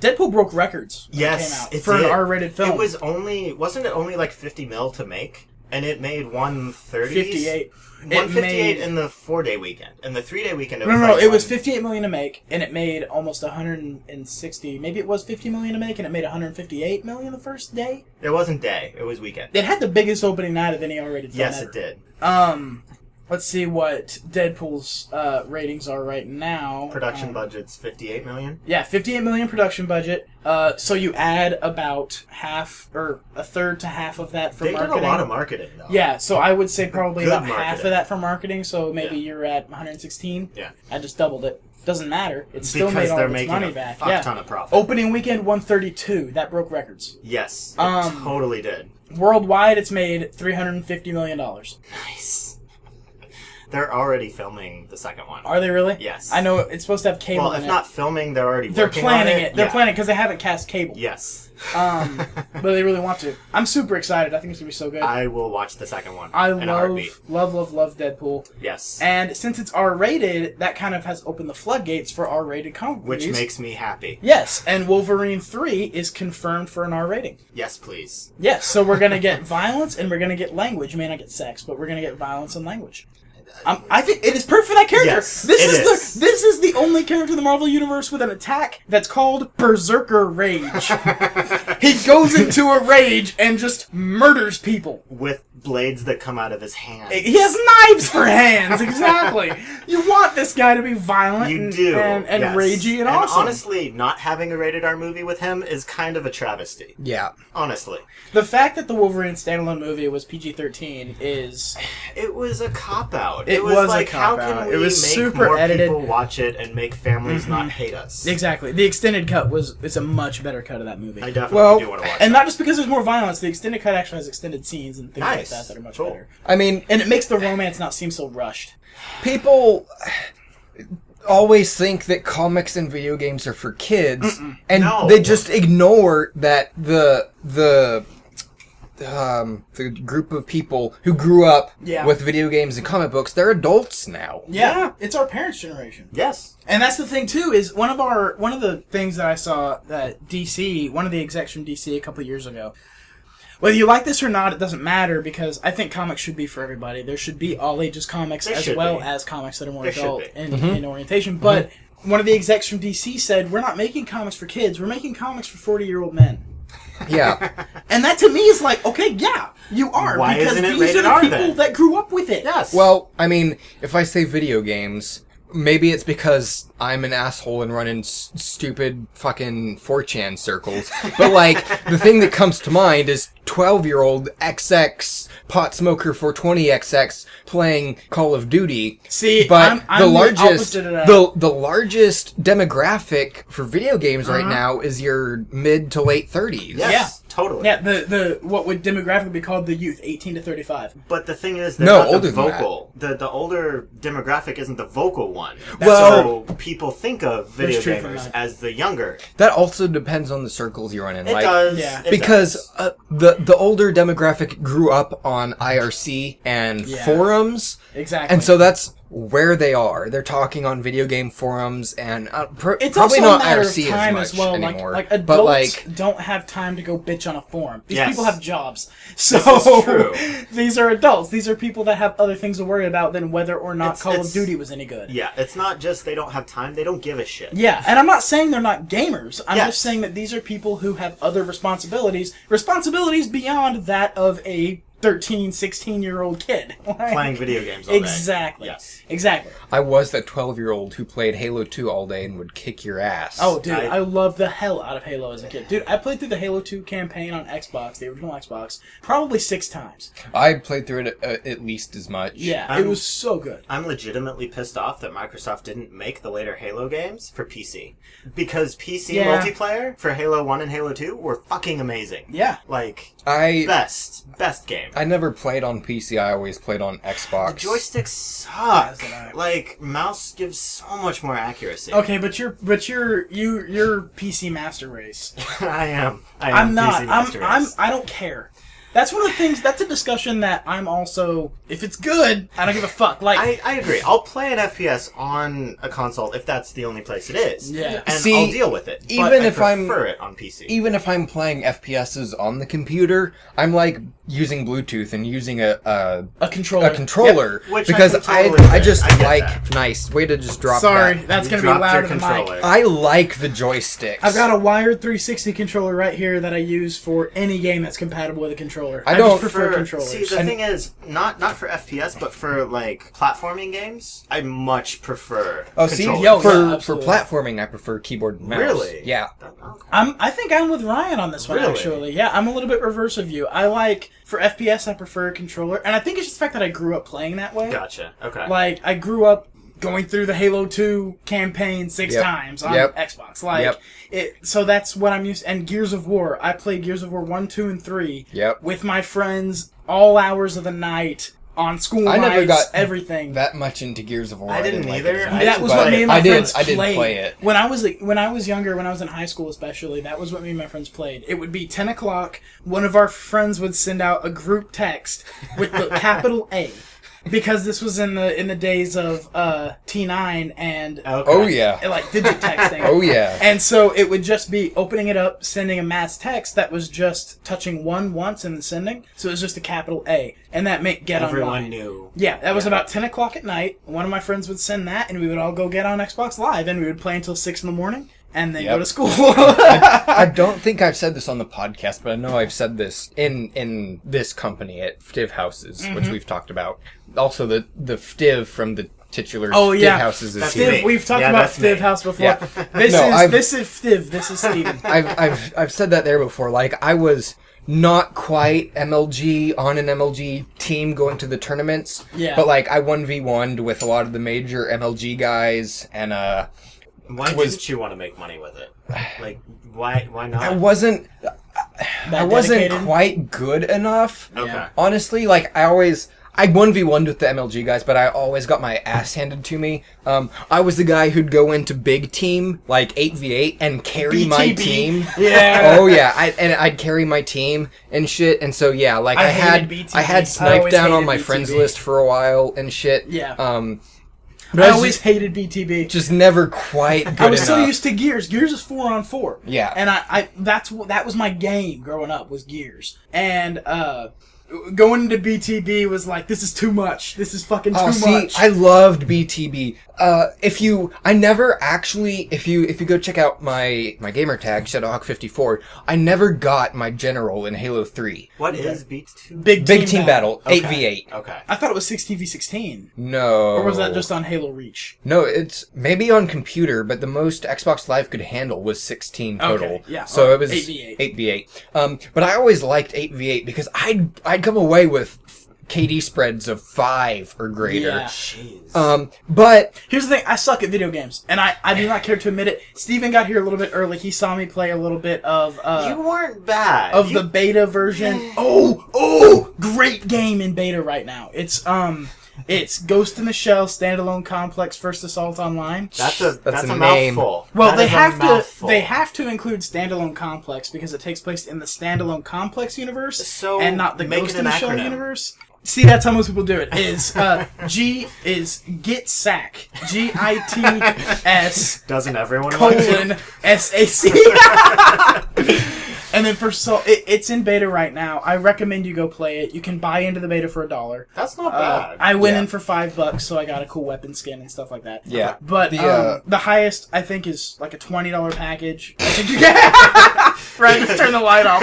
Deadpool broke records. when it Yes, came out it for did. an R-rated film. It was only wasn't it only like fifty mil to make, and it made one thirty. 58. It One fifty eight made- in the four day weekend, and the three day weekend. It No, was no, like no. It was one- 58 million to make, and it made almost 160. Maybe it was 50 million to make, and it made 158 million the first day. It wasn't day. It was weekend. It had the biggest opening night of any R-rated film. yes, it ever. did. Um, let's see what Deadpool's uh, ratings are right now. Production Um, budget's fifty eight million. Yeah, 58 million production budget. Uh, so you add about half or a third to half of that for They marketing. did a lot of marketing though. Yeah, so I would say probably Good about half marketing. of that for marketing. So maybe Yeah. you're at 116. Yeah. I just doubled it. Doesn't matter. It's still Because made all they're of its making money a back. fuck yeah. Oh. ton of profit. Opening weekend 132. That broke records. Yes, it Um, totally did. Worldwide, it's made 350 million dollars. Nice. They're already filming the second one. Are they really? Yes. I know it's supposed to have cable. well, in if it. not filming, they're already. they're working planning on it. They're Yeah. planning because they haven't cast cable. Yes, Um, but they really want to. I'm super excited. I think it's gonna be so good. I will watch the second one. I in a love, heartbeat. love, love, love Deadpool. Yes. And since it's R rated, that kind of has opened the floodgates for R rated comic which movies. makes me happy. Yes, and Wolverine 3 is confirmed for an R rating. Yes, please. Yes, so we're going to get violence and we're going to get language. May not get sex, but we're going to get violence and language. Um, I think it is perfect for that character. Yes, this it is is. the this is the only character in the Marvel universe with an attack that's called Berserker Rage. he goes into a rage and just murders people. With blades that come out of his hand. He has knives for hands. Exactly. you want this guy to be violent you and, do. and, and yes. ragey and, awesome. honestly, not having a rated R movie with him is kind of a travesty. Yeah. Honestly. the fact that the Wolverine standalone movie was PG thirteen is It was a cop out. It was, was a like, how cop-out. can we It was make super more edited. Mm-hmm. people watch it and make families not hate us? exactly the extended cut was it's a much better cut of that movie. I definitely Well, do want to watch and that. not just because there's more violence, the extended cut actually has extended scenes and things Nice. like that that are much Cool. better. I mean, And it makes the romance not seem so rushed. people always think that comics and video games are for kids and No. they just ignore that the the um, the group of people who grew up Yeah. with video games and comic books, they're adults now. Yeah, it's our parents' generation. Yes. And that's the thing too is one of our one of the things that I saw that DC one of the execs from DC a couple years ago. Whether you like this or not, it doesn't matter because I think comics should be for everybody. There should be all ages comics There as should well be. as comics that are more There should adult be. Mm-hmm. in, in orientation. But one of the execs from DC said, "We're not making comics for kids. We're making comics for forty year old men." Yeah. And that to me is like, okay, yeah, you are Why because isn't it these are rated the R people then? that grew up with it. Yes. well, I mean, if I say video games, maybe it's because I'm an asshole and run in s- stupid fucking 4chan circles. But like, the thing that comes to mind is 12 year old XX pot smoker 420XX playing Call of Duty. See, but I'm- I'm the the largest, opposite of that. the the largest demographic for video games Uh-huh. right now is your mid to late 30s. yes. Totally. Yeah, the the what would demographically be called the youth, eighteen to thirty five. But the thing is, they're No, not the older than that. vocal. The the older demographic isn't the vocal one. Well- so people think of video There's truth in gamers that. as the younger. That also depends on the circles you run in. It like, does. yeah. it because does. uh, the the older demographic grew up on IRC and Yeah. forums, Exactly. and so that's where they are. They're talking on video game forums and uh, pr- it's probably also not a matter of IRC time as much well. anymore. Like, like adults but like, don't have time to go bitch on a forum. These Yes. people have jobs, so is true. these are adults. These are people that have other things to worry about than whether or not It's- Call of it's- Duty was any good. yeah, it's not just they don't have time; they don't give a shit. Yeah, and I'm not saying they're not gamers. I'm Yes. just saying that these are people who have other responsibilities, responsibilities beyond that of a 13, 16 year old kid. Like- Playing video games all day. Exactly. Yes. Exactly. I was that twelve year old who played Halo Two all day and would kick your ass. Oh, dude, I, I- love the hell out of Halo as a kid. Dude, I played through the Halo 2 campaign on Xbox, the original Xbox, probably six times. I played through it uh, at least as much. Yeah, it I'm- was so good. I'm legitimately pissed off that Microsoft didn't make the later Halo games for PC because PC Yeah. multiplayer for Halo One and Halo Two were fucking amazing. Yeah. like I best best game. I never played on PC. I always played on Xbox. Joysticks suck. That's what I- Like mouse gives so much more accuracy. Okay, but you're but you're you you're PC master race. I am. I am I'm not. PC I'm, Master I'm. Race. I don't care. That's one of the things. That's a discussion that I'm also. If it's good, I don't give a fuck. Like I, I agree. I'll play an FPS on a console if that's the only place it is. Yeah. and See, I'll deal with it. even but I if I'm- prefer it on PC. even if I'm playing FPSs on the computer, I'm like using Bluetooth and using a a, a controller. a controller Yep, which I because can I totally I get. just I get like that. nice way to just drop. Sorry, that. that's gonna You be dropped your louder than controller. mic. I like the joysticks. I've got a wired 360 controller right here that I use for any game that's compatible with a controller. I, don't- just prefer for- controllers. See, the thing is, not not for FPS, but for like platforming games, I much prefer. Oh, see, controllers. Yo, for yeah, for absolutely. platforming, I prefer keyboard and mouse. Really? Yeah. I'm, I think I'm with Ryan on this one, Really? actually. Yeah, I'm a little bit reverse of you. I like, for FPS, I prefer a controller. And I think it's just the fact that I grew up playing that way. Gotcha. Okay. Like, I grew up going through the Halo 2 campaign six Yep. times on Yep. Xbox. Like, Yep. it, so that's what I'm used And Gears of War. I played Gears of War 1, 2, and 3 Yep. with my friends all hours of the night on school I nights, never got everything. that much into Gears of War. I didn't like either. it as I much, that didn't was but what me and my I didn't, friends I didn't played. play it. When I was when I was younger, when I was in high school especially, that was what me and my friends played. It would be ten o'clock. One of our friends would send out a group text with the capital A, because this was in the in the days of uh, T nine and Okay. Oh yeah. like digit texting. Oh yeah. And so it would just be opening it up, sending a mass text that was just touching one once and then sending. So it was just a capital A, and that meant get online. Everyone knew. Yeah, that was about 10 o'clock at night. One of my friends would send that, and we would all go get on Xbox Live, and we would play until 6 in the morning, and then go Yep. to school. I don't think I've said this on the podcast, but I know I've said this in in this company at Ftiv Houses, Mm-hmm. which we've talked about. Also, the the Ftiv from the titular Oh, Ftiv yeah. Houses is That's here. me. Stiv, we've talked Yeah, about that's me. Stiv House before. Yeah. This, No, is, I've- this is Stiv. This is Steven. I've I've I've said that there before. Like I was not quite MLG on an MLG team going to the tournaments. Yeah. But like I one v one with a lot of the major MLG guys, and uh, Why Was- didn't you want to make money with it? Like, why? Why not? I wasn't That I wasn't dedicated. Oh, quite good enough. Okay. Honestly, like I always I one v one with the MLG guys, but I always got my ass handed to me. Um, I was the guy who'd go into big team like eight v eight and carry my BTB. team. Yeah. Oh yeah, I, and I'd carry my team and shit. And so yeah, like I I, hated had BTB. I I had Snipe always down hated on my friends BTB. list for a while and shit. Yeah. Um, I but I, was always just, hated BTB. just never quite good I was enough. so used to Gears. Gears is four on four. Yeah. and I, I that's wh- that was my game growing up was Gears, and uh, going into BTB was like this is too much. This is fucking too Oh, see, much. I loved BTB. Uh, if you, I never actually, if you, if you go check out my my gamer tag Shadowhawk54, I never got my general in Halo 3. What is beat two? big Big team battle, Okay. 8v8. Okay. I thought it was sixteen v sixteen, No, or was that just on Halo Reach? No, it's maybe on computer, but the most Xbox Live could handle was 16 total. Okay, yeah, So or it was 8v8. 8v8. Um, but I always liked 8v8 because I'd I'd come away with KD spreads of 5 or greater. Yeah. Jeez. Um, but Here's the thing: I suck at video games, and I I do not care to admit it. Steven got here a little bit early. He saw me play a little bit of uh, you weren't bad. of You- the beta version. Oh, oh, great game in beta right now. It's um, it's Ghost in the Shell standalone complex first assault online. That's a that's, a a, name. mouthful. Well, That they is a have to mouthful. they have to include standalone complex because it takes place in the standalone complex universe So, and not the make Ghost it in the an Shell acronym. universe. See, that's how most people do it. Is uh, G is get sack G I T S Doesn't everyone want to? colon S A C. And then for so it, it's in beta right now. I recommend you go play it. You can buy into the beta for a dollar. That's not Uh, bad. I went Yeah. in for five bucks, so I got a cool weapon skin and stuff like that. Yeah. but The, um, uh, the highest I think is like a twenty dollar package. I think you get right. Just turn the light off.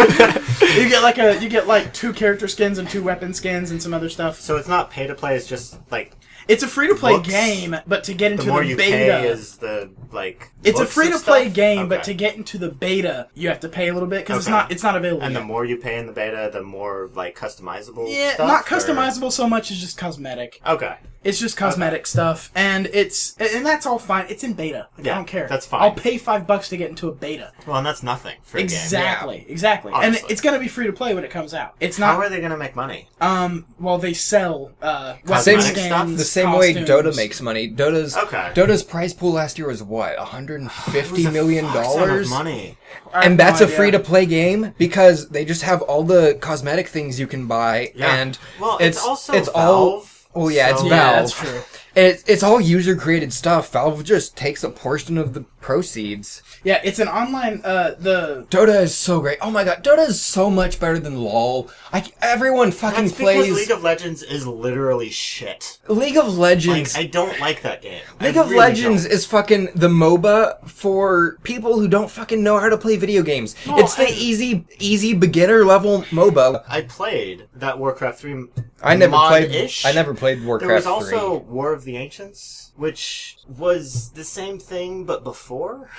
you get like a you get like two character skins and two weapon skins and some other stuff. so it's not pay to play. It's just like It's a free to play Looks- game, but to get into the the, more you beta, pay is the like. It's a looks free to of play stuff? game, but to Okay. get into the beta, you have to pay a little bit because it's Okay. not it's not available. and the yet. more you pay in the beta, the more like customizable. yeah, stuff, not or- customizable so much. It's just cosmetic. Okay. It's just cosmetic stuff, and it's and that's all fine. It's in beta. Like, I Yeah, don't care. that's fine. I'll pay five bucks to get into a beta. Well, and that's nothing for a game. Exactly, exactly. And Honestly. it's gonna be free to play when it comes out. It's How not. are they going to make money? Um. Well, they sell uh weapon Same- skins, stuff? the same way Dota costumes. makes money. Dota's Okay. Dota's prize pool last year was what, 150 million Fuck ton of dollars? money. I have And no that's a idea. free to play game because they just have all the cosmetic things you can buy Yeah. and Well, it's also Valve, all Oh yeah, it's so- Valve. Yeah, that's true. And it's, it's all user created stuff. Valve just takes a portion of the proceeds. Yeah, it's an online. Uh, the Dota is so great. Oh my god, Dota is so much better than LoL. I, everyone fucking That's plays because League of Legends is literally shit. League of Legends. Like, I don't like that game. I League of really Legends don't. is fucking the MOBA for people who don't fucking know how to play video games. it's the and- easy, easy beginner level MOBA. I played that Warcraft three. I never played. mod-ish. I never played Warcraft There was three. also War of the Ancients, which was the same thing but before.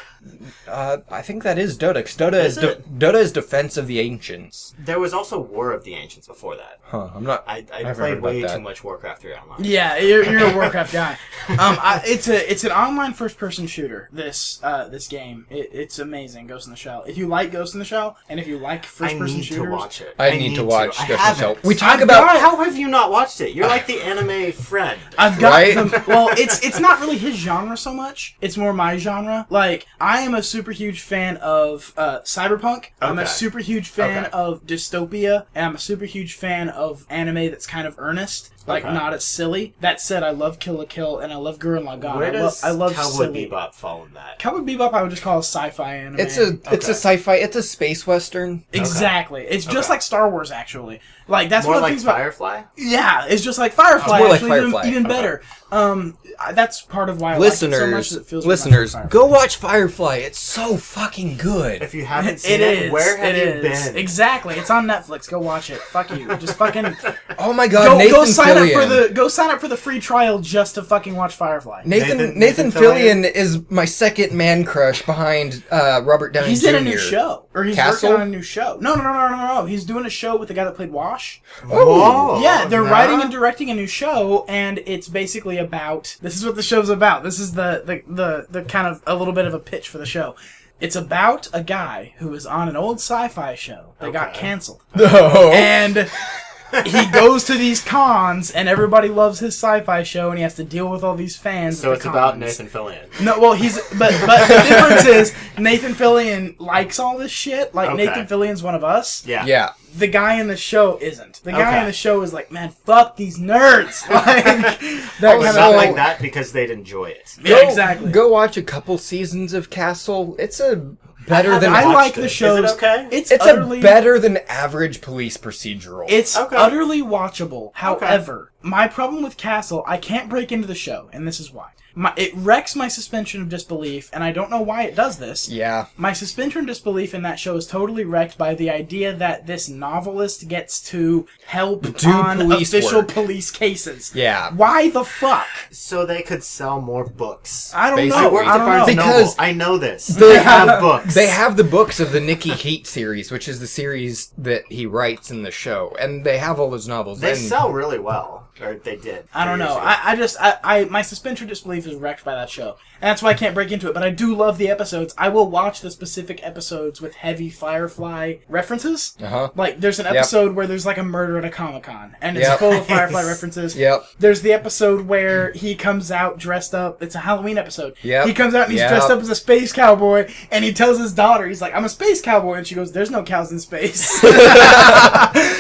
Uh, I think that is Dota. 'cause Dota is, Is de- it? Dota is Defense of the Ancients. There was also War of the Ancients before that. Huh? I'm not. I, I've I heard played about way that. too much Warcraft 3 online. Yeah, you're, you're a Warcraft guy. Um, I, it's a it's an online first person shooter. This uh, this game it, it's amazing. Ghost in the Shell. If you like Ghost in the Shell, and if you like first I person need shooters, to watch it. I need to watch I Ghost in the haven't. Shell. We talk I've about- got- how have you not watched it? You're like the anime friend. I've got Right? them. Well, it's it's not really his genre so much. It's more my genre. Like I am a super huge fan of uh, cyberpunk. I'm a Okay. super huge fan Okay. of dystopia, and I'm a super huge fan of anime that's kind of earnest, like Okay. not as silly. That said, I love Kill la Kill and I love Gurren Lagann. Where I, lo- does I love Cowboy silly. Bebop fall in that? Cowboy Bebop, I would just call a sci-fi anime. It's a. It's Okay. a sci-fi. It's a space western. exactly. It's just Okay. like Star Wars, actually. Like that's More one of the like things about Firefly? yeah, it's just like Firefly. It's more like actually, even- Firefly. even, Okay. better. Um, I- that's part of why I like it so much. Listeners, is It feels much like listeners, Firefly. go watch Firefly. It's so fucking good. If you haven't It seen it, is. where have it you is. been? Exactly. It's on Netflix. Go watch it. Fuck you. Just fucking oh my god, go, Nathan go sign Fillion. up for the go sign up for the free trial just to fucking watch Firefly. Nathan Nathan, Nathan- Nathan Fillion, is my second man crush behind uh, Robert Downey He's Jr. in a new show, or he's Castle? working on a new show. No, no, no, no, no, no. He's doing a show with the guy that played Wash. Oh, Whoa, yeah, they're Oh, nah. writing and directing a new show, and it's basically about this is what the show's about. This is the the the, the kind of a little bit of a pitch for the show. It's about a guy who was on an old sci-fi show that got canceled, No. and he goes to these cons, and everybody loves his sci-fi show, and he has to deal with all these fans. So at it's the about cons. Nathan Fillion. No, well, he's but but the difference is Nathan Fillion likes all this shit. Like Okay. Nathan Fillion's one of us. Yeah. Yeah. The guy in the show isn't. The guy Okay. in the show is like, man, fuck these nerds. Like that But kind not of like that because they'd enjoy it. Yeah, exactly. Oh, Go watch a couple seasons of Castle. It's a better than I like it. the shows. okay? It's, It's utterly, a better than average police procedural. It's Okay. utterly watchable. However, my problem with Castle, I can't break into the show, and this is why. My, it wrecks my suspension of disbelief, and I don't know why it does this. yeah. My suspension of disbelief in that show is totally wrecked by the idea that this novelist gets to help Do on police official work. police cases. Yeah. Why the fuck? So they could sell more books. I don't know. Basically, I don't know. Barnes and Noble. Because- I know this. They have books. They have the books of the Nikki Heat series, which is the series that he writes in the show, and they have all those novels. They and sell really well, or they did. I don't three years know. ago. I, I just I, I my suspension of disbelief is wrecked by that show, and that's why I can't break into it. But I do love the episodes. I will watch the specific episodes with heavy Firefly references. Uh-huh. Like there's an episode where there's like a murder at a comic con, and it's Yep. full of Firefly references. Yep. There's the episode where he comes out dressed up. It's a Halloween episode. Yep. He comes out and he's Yep. dressed up as a space cowboy, and he tells his daughter, he's like, "I'm a space cowboy," and she goes, "There's no cows in space."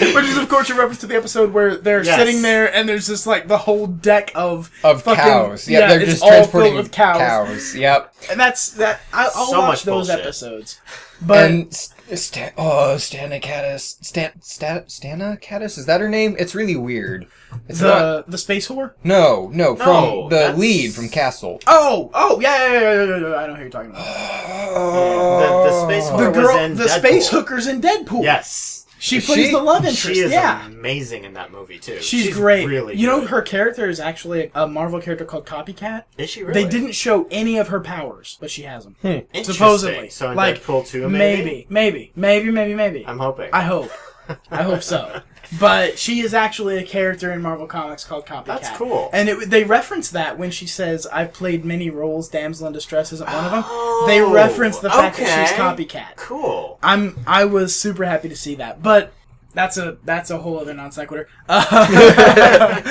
Which is, of course, a reference to the episode where they're Yes. sitting there and there's just like the whole deck of of cows. Yeah, they're it's just all transporting filled with cows. cows. Yep. and that's that. I, I'll So watch much those bullshit. episones, but and St- Stan- oh, Stana Caddis, Stan, Stan, Stana Caddis, is that her name? It's really weird. It's the not. the space whore. No, no, from No, the that's- lead from Castle. Oh, oh, yeah, yeah, yeah, yeah, yeah, yeah, I know who you're talking about. Oh. The, the space The whore was girl, in the Deadpool. space hookers in Deadpool. Yes, she Is plays she? the love interest. she is yeah, amazing in that movie too. she's, great. Really, you know good. her character is actually a, a Marvel character called Copycat. Is she really? Hmm. They didn't show any of her powers, but she has them. Interesting. Supposedly, So in like Deadpool two, maybe? maybe, maybe, maybe, maybe. I'm hoping. I hope. I hope so. But she is actually a character in Marvel Comics called Copycat. That's cool. And it, they reference that when she says, "I've played many roles. Damsel in distress isn't one of them." They reference the fact that she's Oh, okay. copycat. cool. I'm I was super happy to see that, but that's a that's a whole other non sequitur. Uh,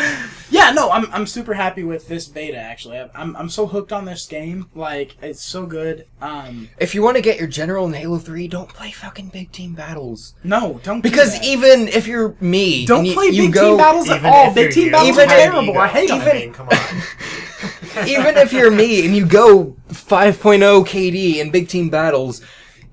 yeah, no, I'm I'm super happy with this beta. Actually, I'm- I'm I'm so hooked on this game. Like it's so good. Um, If you want to get your general in Halo 3, don't play fucking big team battles. no, don't do Because that. even if you're me, don't and you, play you big go, team battles at Even all. if Big you're team you, battles Even are I have terrible. ego. I hate I them. mean, come on. even if you're me and you go 5.0 KD in big team battles,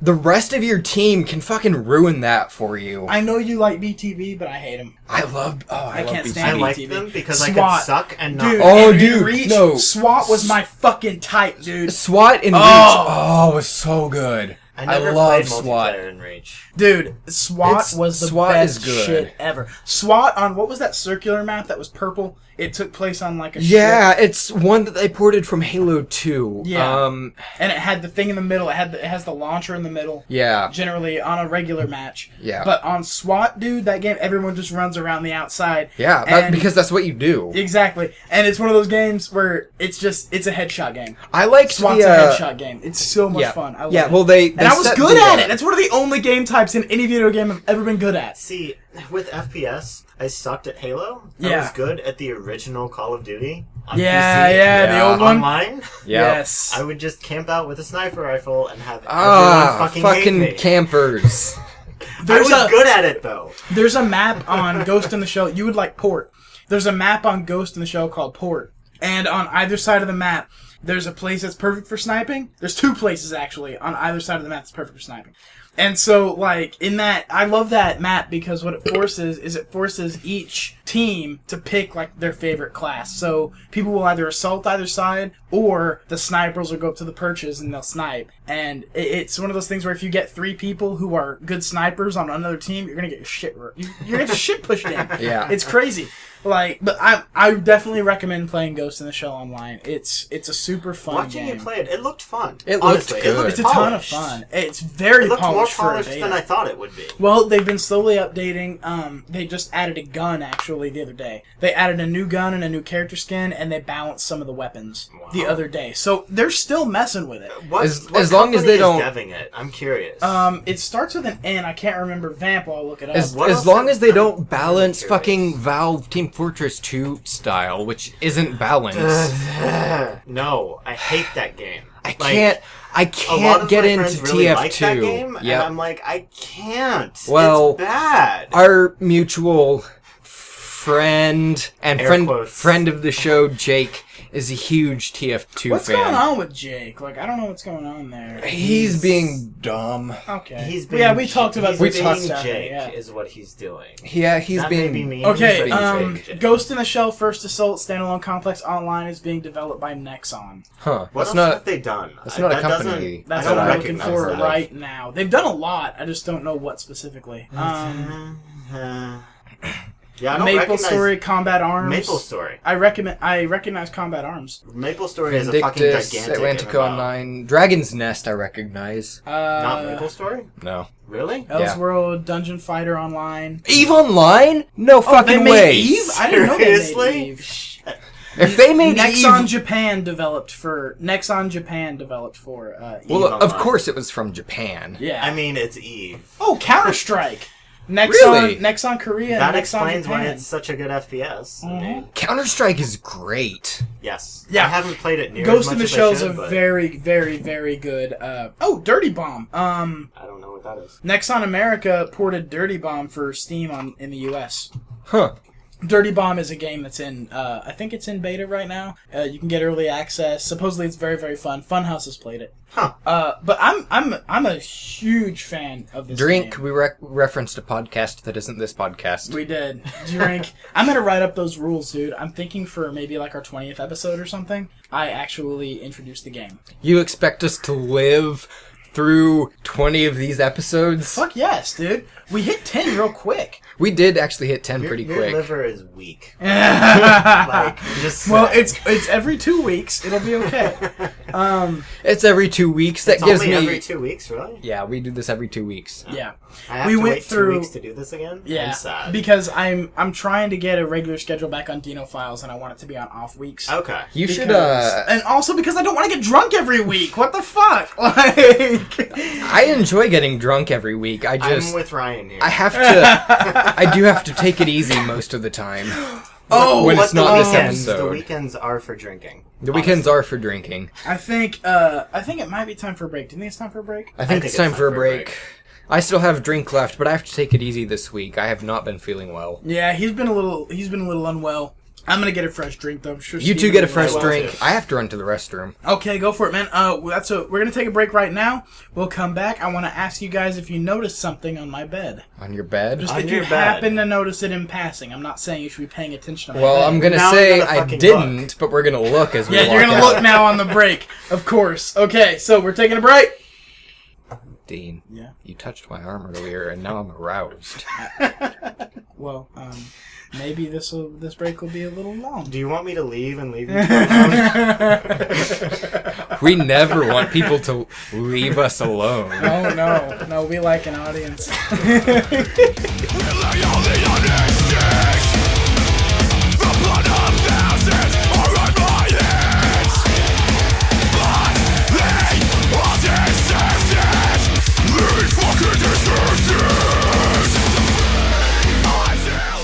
the rest of your team can fucking ruin that for you. I, I know you like BTV, but I hate them. love. Oh, I, I love can't BTV. stand I like TV. them because I SWAT. could suck and not. Dude, Oh, and in dude, Reach, no. SWAT was my fucking type, dude. SWAT in Reach. Oh, it was so good. I, I never love played SWAT. multiplayer in Reach. Dude, SWAT It's- was the SWAT best is good. shit ever. SWAT on what was that circular map that was purple? It took place on like a Yeah, ship, it's one that they ported from Halo 2. Yeah. Um, and it had the thing in the middle. It had the, it has the launcher in the middle. yeah. Generally on a regular match. Yeah. But on SWAT, dude, that game everyone just runs around the outside. Yeah, that, and- because that's what you do. exactly, and it's one of those games where it's just it's a headshot game. I liked SWAT's the. a uh, headshot game. It's so much yeah. fun. I love Yeah, it. well, they- and they I was set good the, at uh, it. That's one of the only game types in any video game I've ever been good at. See, with FPS, I sucked at Halo. I Yeah. was good at the original Call of Duty on Yeah, PC. yeah, the Yeah. old one. Online, Yeah. Yes. I would just camp out with a sniper rifle and have Ah, everyone fucking, fucking, hate me. campers. I There's was a- good at it though. There's a map on Ghost in the Shell. You would like Port. There's a map on Ghost in the Shell called Port. And on either side of the map, there's a place that's perfect for sniping. There's two places actually on either side of the map that's perfect for sniping. And so, like, in that, I love that map because what it forces is it forces each team to pick, like, their favorite class. So people will either assault either side or the snipers will go up to the perches and they'll snipe. And it, it's one of those things where if you get three people who are good snipers on another team, you're going to get your shit, ro- you- you're going to shit pushed in. Yeah. It's crazy. Like, but I, I definitely recommend playing Ghost in the Shell online. It's, it's a super fun Watching game. you play it, it looked fun. It looked Honestly, good. It looked it's a ton of polished. fun. It's very It looked more polished, polished for a than beta. I thought it would be. Well, they've been slowly updating. Um, they just added a gun actually the other day. They added a new gun and a new character skin, and they balanced some of the weapons the other day. So they're still messing with it. What, As- what as long as they don't. Uh, Is deving it. I'm curious. Um, it starts with an N. I can't remember Vamp. I'll look it up. As, What as else long have- as they I'm don't balance curious. fucking Valve Team Fortress 2 style, which isn't balanced. no, I hate that game. I Like, can't. I A lot can't of get my into friends really TF2. like that game, and Yep. I'm like, I can't. Well, it's bad. Our mutual friend and Air friend quotes. friend of the show, Jake, is a huge TF2 what's fan. going on with Jake? Like, I don't know what's going on there. He's being dumb. okay. He's yeah, being- we talked about he's this We being last time, talked- Jake yeah. is what he's doing. Yeah, he's that being may be mean. Okay, but he's um, being Jake. Ghost in the Shell First Assault standalone complex online is being developed by Nexon. Huh? What that's else have not. they done? that's not a that company. doesn't- That's I what don't I'm looking recognize for that. right now. They've done a lot. I just don't know what specifically. Um, Uh, yeah, I don't Maple recognize Story, Combat Arms. Maple Story. I recommend. I recognize Combat Arms. Maple Story is a fucking Vindictus, gigantic Atlantic MMO. Online, Dragon's Nest. I recognize. Uh, Not Maple Story? No. Really? Oh, Yeah. Elseworld, Dungeon Fighter Online. Eve Online? Oh, No Oh, they fucking made way. Eve? I didn't know they Seriously? made Eve. If they made Nexon Eve, Japan developed for Nexon Japan developed for uh, Eve. Well, well, of Online. course it was from Japan. yeah. I mean, it's Eve. oh, Counter Strike. Nexon, Really? Nexon Korea, That and Nexon explains Japan. Mm-hmm. why it's such a good FPS. I mean, Counter Strike is great. Yes. Yeah. I haven't played it near Ghost as in much the as I Shell is should, a but very, very, very good. Uh, oh, Dirty Bomb. Um, I don't know what that is. Nexon America ported Dirty Bomb for Steam on in the U.S. Huh? Dirty Bomb is a game that's in, uh, I think it's in beta right now. Uh, you can get early access. Supposedly, it's very, very fun. Funhouse has played it. Huh. Uh, but I'm, I'm, I'm a huge fan of this. Drink. game. We re- referenced a podcast that isn't this podcast. We did drink. I'm gonna write up those rules, dude. I'm thinking for maybe like our 20th episode or something. I actually introduced the game. you expect us to live through twenty of these episodes? Fuck yes, dude. We hit 10 real quick. We did actually hit ten Your- pretty your quick. liver is weak. well, Like, just saying. it's it's every two weeks. It'll be okay. It's every two weeks. That It's gives only me. every two weeks, really. yeah, we do this every two weeks. Yeah, I have We to went wait through- two weeks to do this again. yeah. I'm sad. Because I'm I'm trying to get a regular schedule back on Dino Files, and I want it to be on off weeks. okay. You should. Because- uh... and also because I don't want to get drunk every week. What the fuck? Like, I enjoy getting drunk every week. I just. I'm with Ryan here. I have to. I do have to take it easy most of the time. oh, When But it's not the this weekends, The episode. weekends are for drinking. The weekends are for drinking. I think uh, I think it might be time for a break. Do you think it's time for a break? I think, it's time for a break. I still have drink left, but I have to take it easy this week. I have not been feeling well. Yeah, he's been a little he's been a little unwell. I'm gonna get a fresh drink though. I'm sure You two Steven get a will fresh as well. drink. I have to run to the restroom. Okay, go for it, man. Uh, well, that's a, we're gonna take a break right now. We'll come back. I want to ask you guys if you noticed something on my bed. On your bed? Just On if your you bed. happen to notice it in passing. I'm not saying you should be paying attention to my Well, bed. I'm gonna Now I'm say gonna I fucking didn't, but we're gonna look as we yeah, walk you're gonna out. look now on the break, of course. Okay, so we're taking a break. Dean, Yeah. you touched my arm earlier, and now I'm aroused. Well, um, maybe this will this break will be a little long. Do you want me to leave and leave you alone? we never want people to leave us alone. Oh no, no, we like an audience.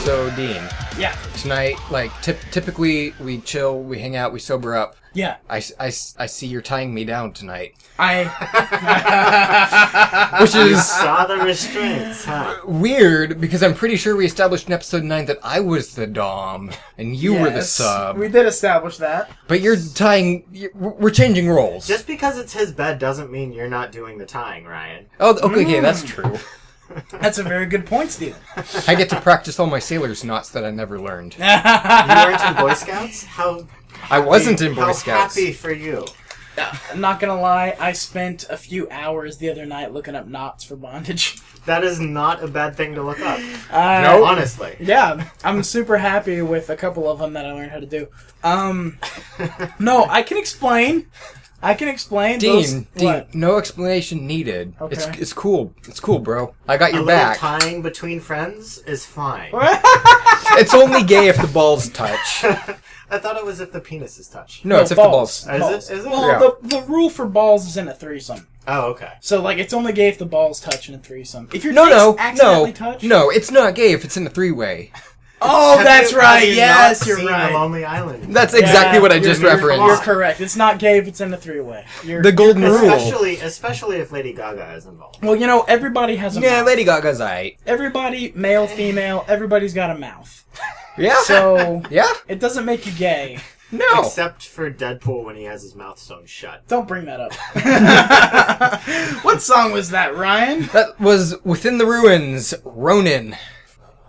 So, Dean, Yeah, tonight, like, tip typically we chill, we hang out, we sober up. yeah. I, s- I s- I see you're tying me down tonight, I Uh, which is Saw the restraints, huh? weird because I'm pretty sure we established in episode nine that I was the dom and you were the Yes, sub. We did establish that. But you're tying. you we're changing roles. Just because it's his bed doesn't mean you're not doing the tying, Ryan. oh, okay, okay, Mm. that's true. That's a very good point, Steven. I get to practice all my sailor's knots that I never learned. You weren't in Boy Scouts? How I wasn't in how Boy Scouts. happy for you. I'm not gonna lie, I spent a few hours the other night looking up knots for bondage. That is not a bad thing to look up. No. Honestly. Yeah, I'm super happy with a couple of them that I learned how to do. Um, no, I can explain. I can explain. Dean, those, Dean, what? no explanation needed. It's Okay. it's cool. It's cool, bro. I got A your little back. tying between friends is fine. It's only gay if the balls touch. I thought it was if the penises touch. No, No, it's if balls. the balls. Is Balls. it? Is it? Well, Yeah. the, the rule for balls is in a threesome. Oh, okay. So like it's only gay if the balls touch in a threesome. If your No, dicks no, accidentally no, touch, no. It's not gay if it's in a three-way. Oh, Have that's you- have right. you yes, not you're seen The right. Lonely Island. That's exactly what I you're- just you're- You're referenced. correct. It's not gay if it's in a three-way. You're, The golden rule. especially, especially if Lady Gaga is involved. well, you know, everybody has a Yeah, mouth. Lady Gaga's aight. Everybody, male, female, everybody's got a mouth. Yeah. So yeah. it doesn't make you gay. No. Except for Deadpool when he has his mouth sewn shut. Don't bring that up. what song was that, Ryan? that was within the ruins. Ronin.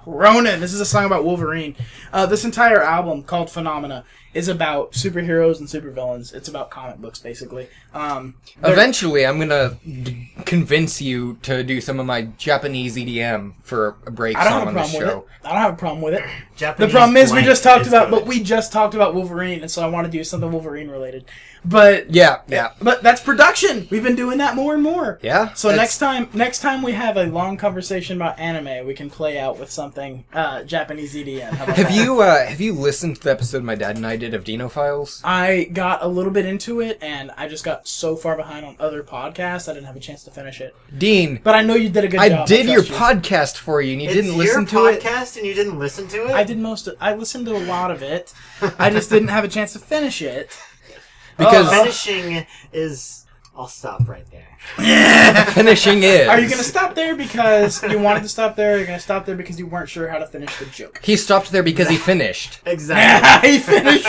Ronin. This is a song about Wolverine. Uh, this entire album, called Phenomena, is about superheroes and supervillains. It's about comic books, basically. Um, they're- Eventually, I'm gonna d- convince you to do some of my Japanese EDM for a break I don't have song a on this problem with show. it. I don't have a problem with it. The Japanese problem is we blank just talked is about, but good. we just talked about Wolverine, and so I want to do something Wolverine related. But Yeah, yeah, but that's production. We've been doing that more and more. yeah. So It's- next time, next time we have a long conversation about anime, we can play out with something uh, Japanese EDM. How about have that? you uh, have you listened to the episode my dad and I did of Dino Files? I got a little bit into it, and I just got so far behind on other podcasts, I didn't have a chance to finish it. Dean, But I know you did a good job. I did your trust you. podcast for you, and you It's didn't your listen to it. podcast and you didn't listen to it. I did most. Of, I listened to a lot of it. I just didn't have a chance to finish it. Oh, Because Finishing is. I'll stop right there. finishing is. Are you going to stop there because you wanted to stop there? Or you're going to stop there because you weren't sure how to finish the joke. He stopped there because he finished. Exactly. he finished.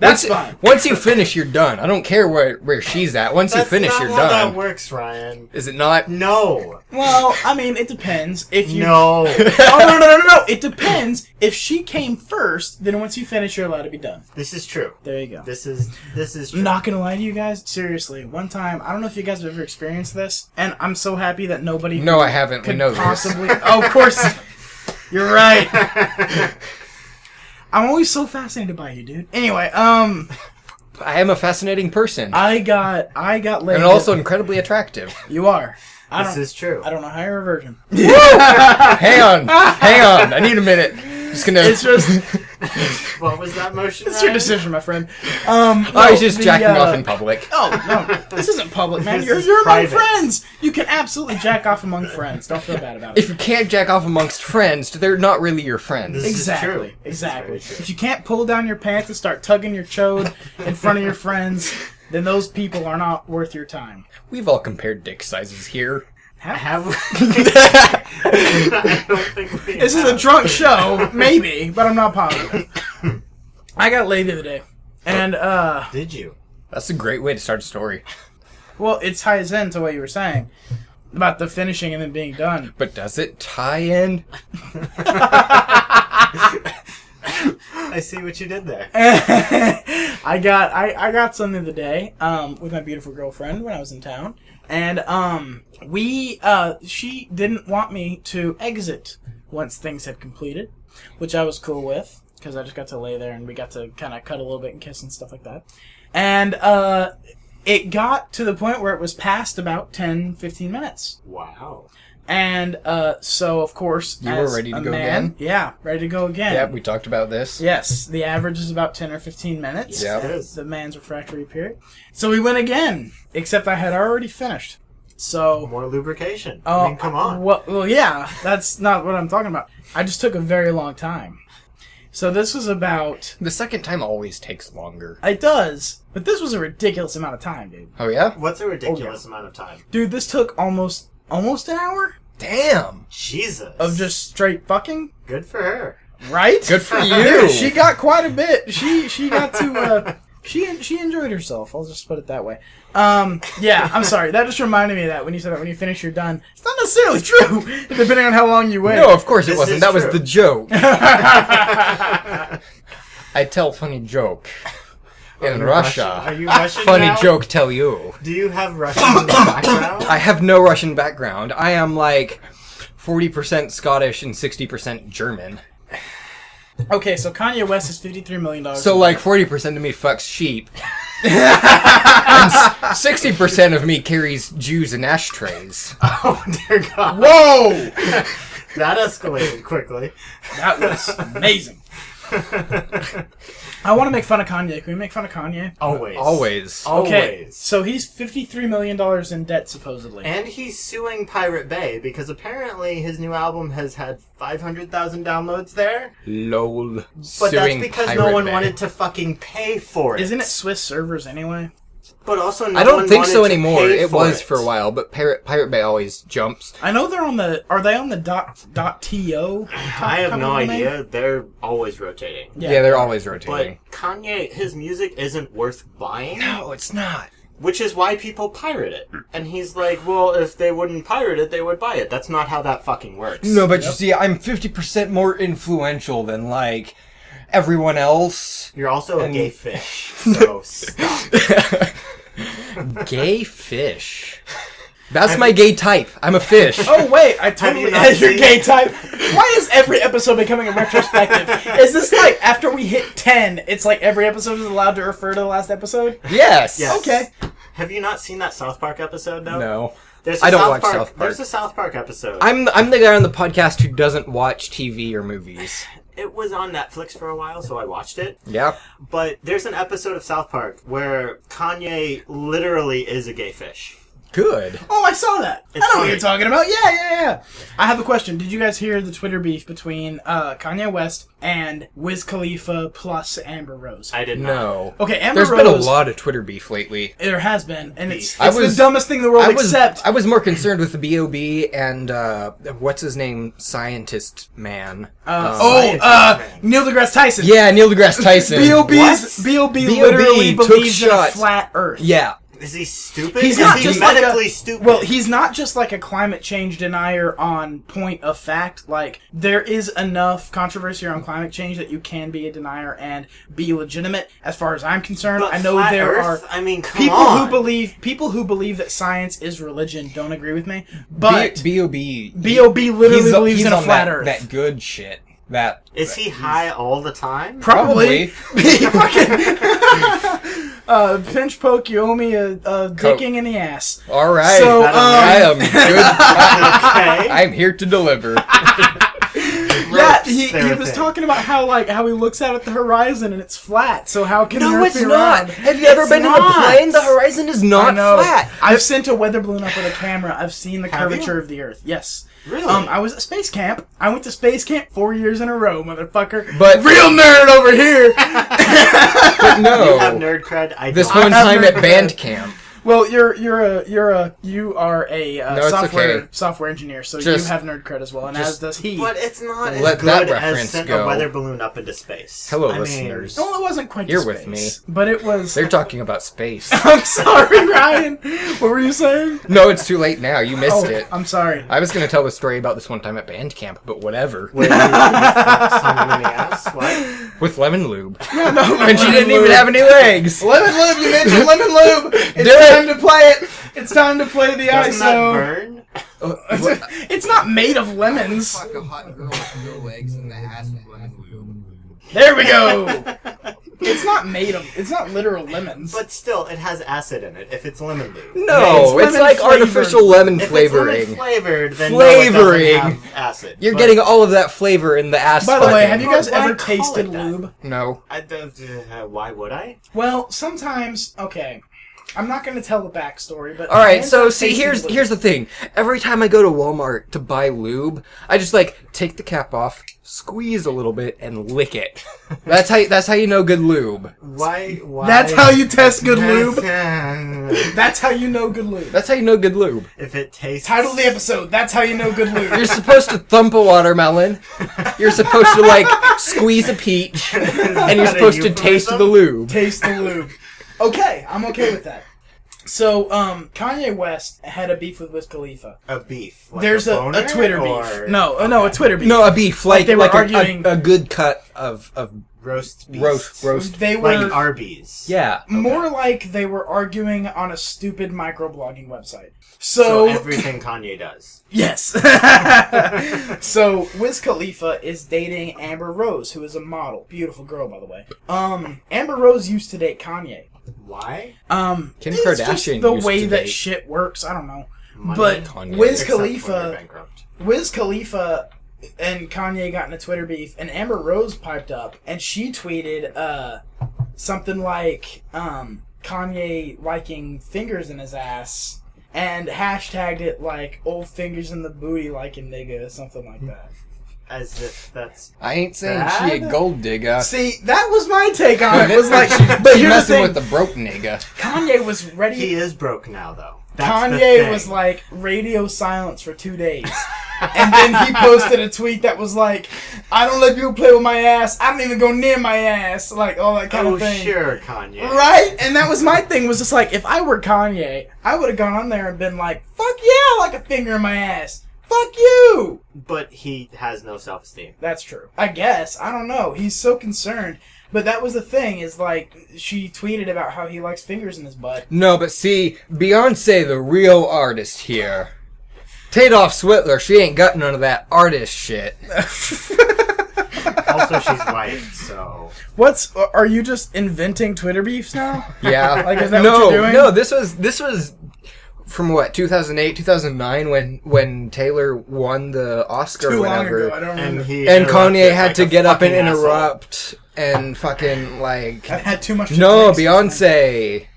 That's once, fine. Once you finish, you're done. I don't care where where she's at. Once That's you finish, not you're how done. That works, Ryan. Is it not? No. Well, I mean, it depends. If you No. Oh no, no no no no! It depends. If she came first, then once you finish, you're allowed to be done. this is true. There you go. This is this is true. I'm not gonna lie to you guys. Seriously, one time I don't know if you guys have ever experienced this, and I'm so happy that nobody. No, I haven't. We could know this. possibly. oh, of course. You're right. I'm always so fascinated by you, dude. Anyway, um, I am a fascinating person, I got I got laid. and also incredibly attractive. you are. I This don't. is true. I don't know how you're a virgin. hang on, hang on. I need a minute. Just gonna. It's just What was that motion? it's your Ryan? decision, my friend. Um, I was Oh, just no, the, jacking uh, off in public. Oh no, this isn't public, man. This You're, is you're among private. friends. You can absolutely jack off among friends. Don't feel bad about it. If you can't jack off amongst friends, they're not really your friends. This is true. exactly, This is exactly. very true. If you can't pull down your pants and start tugging your chode in front of your friends, then those people are not worth your time. We've all compared dick sizes here. Have we? I don't think we This is a have. drunk show, maybe, but I'm not positive. I got laid the other day, and uh, Did you? That's a great way to start a story, well, it ties into what you were saying about the finishing and then being done. but does it tie in? I see what you did there. I got I, I got some the other day um, with my beautiful girlfriend when I was in town, and um, we uh, she didn't want me to exit once things had completed, which I was cool with because I just got to lay there and we got to kind of cut a little bit and kiss and stuff like that, and uh, it got to the point where it was past about 10, 15 minutes. Wow. And uh, so, of course, You were as ready to a go again? Yeah, ready to go again. Yeah, we talked about this. Yes, the average is about 10 or 15 minutes. Yeah. It is. The man's refractory period. So we went again, except I had already finished. So. More lubrication. Oh, I mean, come on. Well, well, yeah, that's not what I'm talking about. I just took a very long time. So this was about. The second time always takes longer. It does, but this was a ridiculous amount of time, dude. Oh yeah? What's a Oh, ridiculous amount of time? Dude, this took almost almost an hour Damn. Jesus. of just straight fucking, Good for her. right? Good for you. Dude, she got quite a bit. She she got to uh, she she enjoyed herself. I'll just put it that way. Um, yeah, I'm sorry. That just reminded me of that when you said that when you finish, you're done. It's not necessarily true, depending on how long you wait. no, of course it This wasn't. is That was true. the joke. I tell funny joke. In Are Russia, you Russian? funny now? joke tell you. Do you have Russian in the background? I have no Russian background. I am like 40% Scottish and 60% German. Okay, so Kanye West is 53 million dollars. So like 40% of me fucks sheep. and s- 60% of me carries Jews in ashtrays. Oh dear God! whoa, That escalated quickly. that was amazing. I want to make fun of Kanye. Can we make fun of Kanye? Always. Always. Okay. Always. So he's $53 million in debt, supposedly. And he's suing Pirate Bay because apparently his new album has had 500,000 downloads there. Lol. But that's because no one wanted to fucking pay for it. Isn't it Swiss servers anyway? But also, no I don't one think wanted so to anymore. pay It was for a it. while, but Pirate Pirate Bay always jumps. I know they're on the. Are they on the dot dot to? I have no company? idea. They're always rotating. Yeah. Yeah, they're always rotating. But Kanye, his music isn't worth buying, no, it's not. which is why people pirate it. And he's like, well, if they wouldn't pirate it, they would buy it. That's not how that fucking works. No, but you see, I'm 50% more influential than like everyone else. You're also a gay fish, so stop. gay fish. That's my gay type. I'm a fish. Oh wait, I you totally not had your seen- gay type. Why is every episode becoming a retrospective? is this like after we hit ten, it's like every episode is allowed to refer to the last episode? Yes. Yes. Okay. Have you not seen that South Park episode, though? No. There's a I don't South watch Park, South Park. There's a South Park episode. I'm I'm the guy on the podcast who doesn't watch TV or movies. It was on Netflix for a while, so I watched it. Yeah. But there's an episode of South Park where Kanye literally is a gay fish. Good. Oh, I saw that. It's I know what funny. you're talking about. Yeah, yeah, yeah. I have a question. Did you guys hear the Twitter beef between uh, Kanye West and Wiz Khalifa plus Amber Rose? I did not. No. okay, Amber There's Rose. been Oh, a lot of Twitter beef lately. There has been, and it's, it's Beef. I was- the dumbest thing in the world. I was except I was more concerned with the B.O.B. and uh, what's his name, scientist man. Um, oh, uh, Neil deGrasse Tyson. yeah, Neil deGrasse Tyson. B.O.B.'s, What? B.O.B. B.O.B. literally took believes in a shots. flat Earth. Yeah, Is he stupid? He's is not he just like medically a- stupid? Well, he's not just like a climate change denier on point of fact. Like, there is enough controversy around climate change that you can be a denier and be legitimate. As far as I'm concerned, But I know flat there Earth? are I mean, come people on. who believe people who believe that science is religion don't agree with me. But B- B.O.B. B.O.B. literally he's- believes he's in a on flat that, Earth. That good shit. That Is he high all the time? probably, uh, pinch poke you owe me a, a dicking in the ass. All right. So, um, That- I am good. okay. I'm here to deliver. Yeah, Ropes, he, they're he a was thing. talking about how like how he looks out at the horizon and it's flat. So how can the No, Earth it's be not. round? Have you ever It's been not. in a plane? The horizon is I not know. flat. I've sent a weather balloon up with a camera. I've seen the Have you? curvature of the Earth. Yes. Hmm. Really? Um, I was at space camp. I went to space camp four years in a row, motherfucker. But- real nerd over here. But You have no, nerd cred. I Oh. this don't. one time at nerd band camp, well, you're you're a you're a you are a uh, No, it's software okay. software engineer, so Just- you have nerd cred as well, and as just- does he. But it's not as Let that good as reference sent a go. weather balloon up into space. Hello, I mean, listeners. well, it wasn't quite. to You're with space, But it was. they're talking about space. I'm sorry, Ryan. What were you saying? No, it's too late now. You Oh, missed it. I'm sorry. I was going to tell the story about this one time at band camp, but whatever. Wait, you fucked someone in the ass? What? With lemon lube. no, and she didn't even have any legs. Lemon Lube, you mentioned Lemon Lube. It's it. time to play it. It's time to play the Doesn't that ISO. burn? Uh, It's not made of lemons. a hot girl with no legs and the ass with lemon lube. There we go. It's not made of. It's not literal lemons. But still, it has acid in it. If it's lemon lube. No, It's it's, lemon like flavored. artificial lemon If flavoring. it's lemon flavored, then flavoring. Flavoring. doesn't have acid. You're But getting all of that flavor in the ass. by the way, fucking- have you guys Why ever call it tasted that? lube? No. I don't- uh, why would I? Well, sometimes. Okay, I'm not going to tell the backstory, but All I right, ended so up see, tasting here's lube. here's the thing. Every time I go to Walmart to buy lube, I just like take the cap off, squeeze a little bit, and lick it. That's how that's how you know good lube. Why? Why? That's how you test good lube. lube. That's how you know good lube. That's how you know good lube. If it tastes. Title of the episode. That's how you know good You're lube. supposed to thump a watermelon. You're supposed to like squeeze a peach, and you're that a supposed to taste euphemism? the lube. Taste the lube. Okay, I'm okay with that. So, um, Kanye West had a beef with Wiz Khalifa. a beef. Like There's a, a boner, Twitter or beef. No, uh, no, a Twitter beef. No, a beef like Like they were like a- a, arguing- a, good cut of of roast beef. roast roast. they were Like Arby's. Yeah. more like they were arguing on a stupid microblogging website. So, So everything Kanye does. yes. so Wiz Khalifa is dating Amber Rose, who is a model, beautiful girl by the way. Um, Amber Rose used to date Kanye. Why? Um, Kim it's just Kardashian the used way to that date. shit works. I don't know. Money. But Kanye. Wiz Except when you're Khalifa, bankrupt. Wiz Khalifa and Kanye got into Twitter beef, and Amber Rose piped up, and she tweeted uh, something like um, Kanye liking fingers in his ass, and hashtagged it like old fingers in the booty like a nigga, or something like that. As if that's I ain't saying she a Bad? gold digger. See, that was my take on it. Was like, but But here's the messing thing: with the broke nigga. Kanye was ready. he is broke now though. That's the Kanye thing. was like radio silence for two days. and then he posted a tweet that was like, I don't let people play with my ass. I don't even go near my ass. Like, all that kind "Oh of thing. sure, Kanye." Right? And that was my thing, was just like, if I were Kanye, I would have gone on there and been like, fuck yeah, like a finger in my ass. Fuck you. But he has no self-esteem. That's true. I guess. I don't know. He's so concerned. But that was the thing, is like, she tweeted about how he likes fingers in his butt. No, but see, Beyonce, the real artist here. Tadoff Switler, she ain't got none of that artist shit. Also, she's white, so What's. Are you just inventing Twitter beefs now? Yeah, Like, is that no, what you're doing? no. This was this was from what 2008, 2009 when when Taylor won the Oscar. too long whenever, ago. I don't and remember. he and interrupted Kanye had like to a get up and fucking asshole. interrupt and fucking like I've had too much. To no drink since then. Beyonce.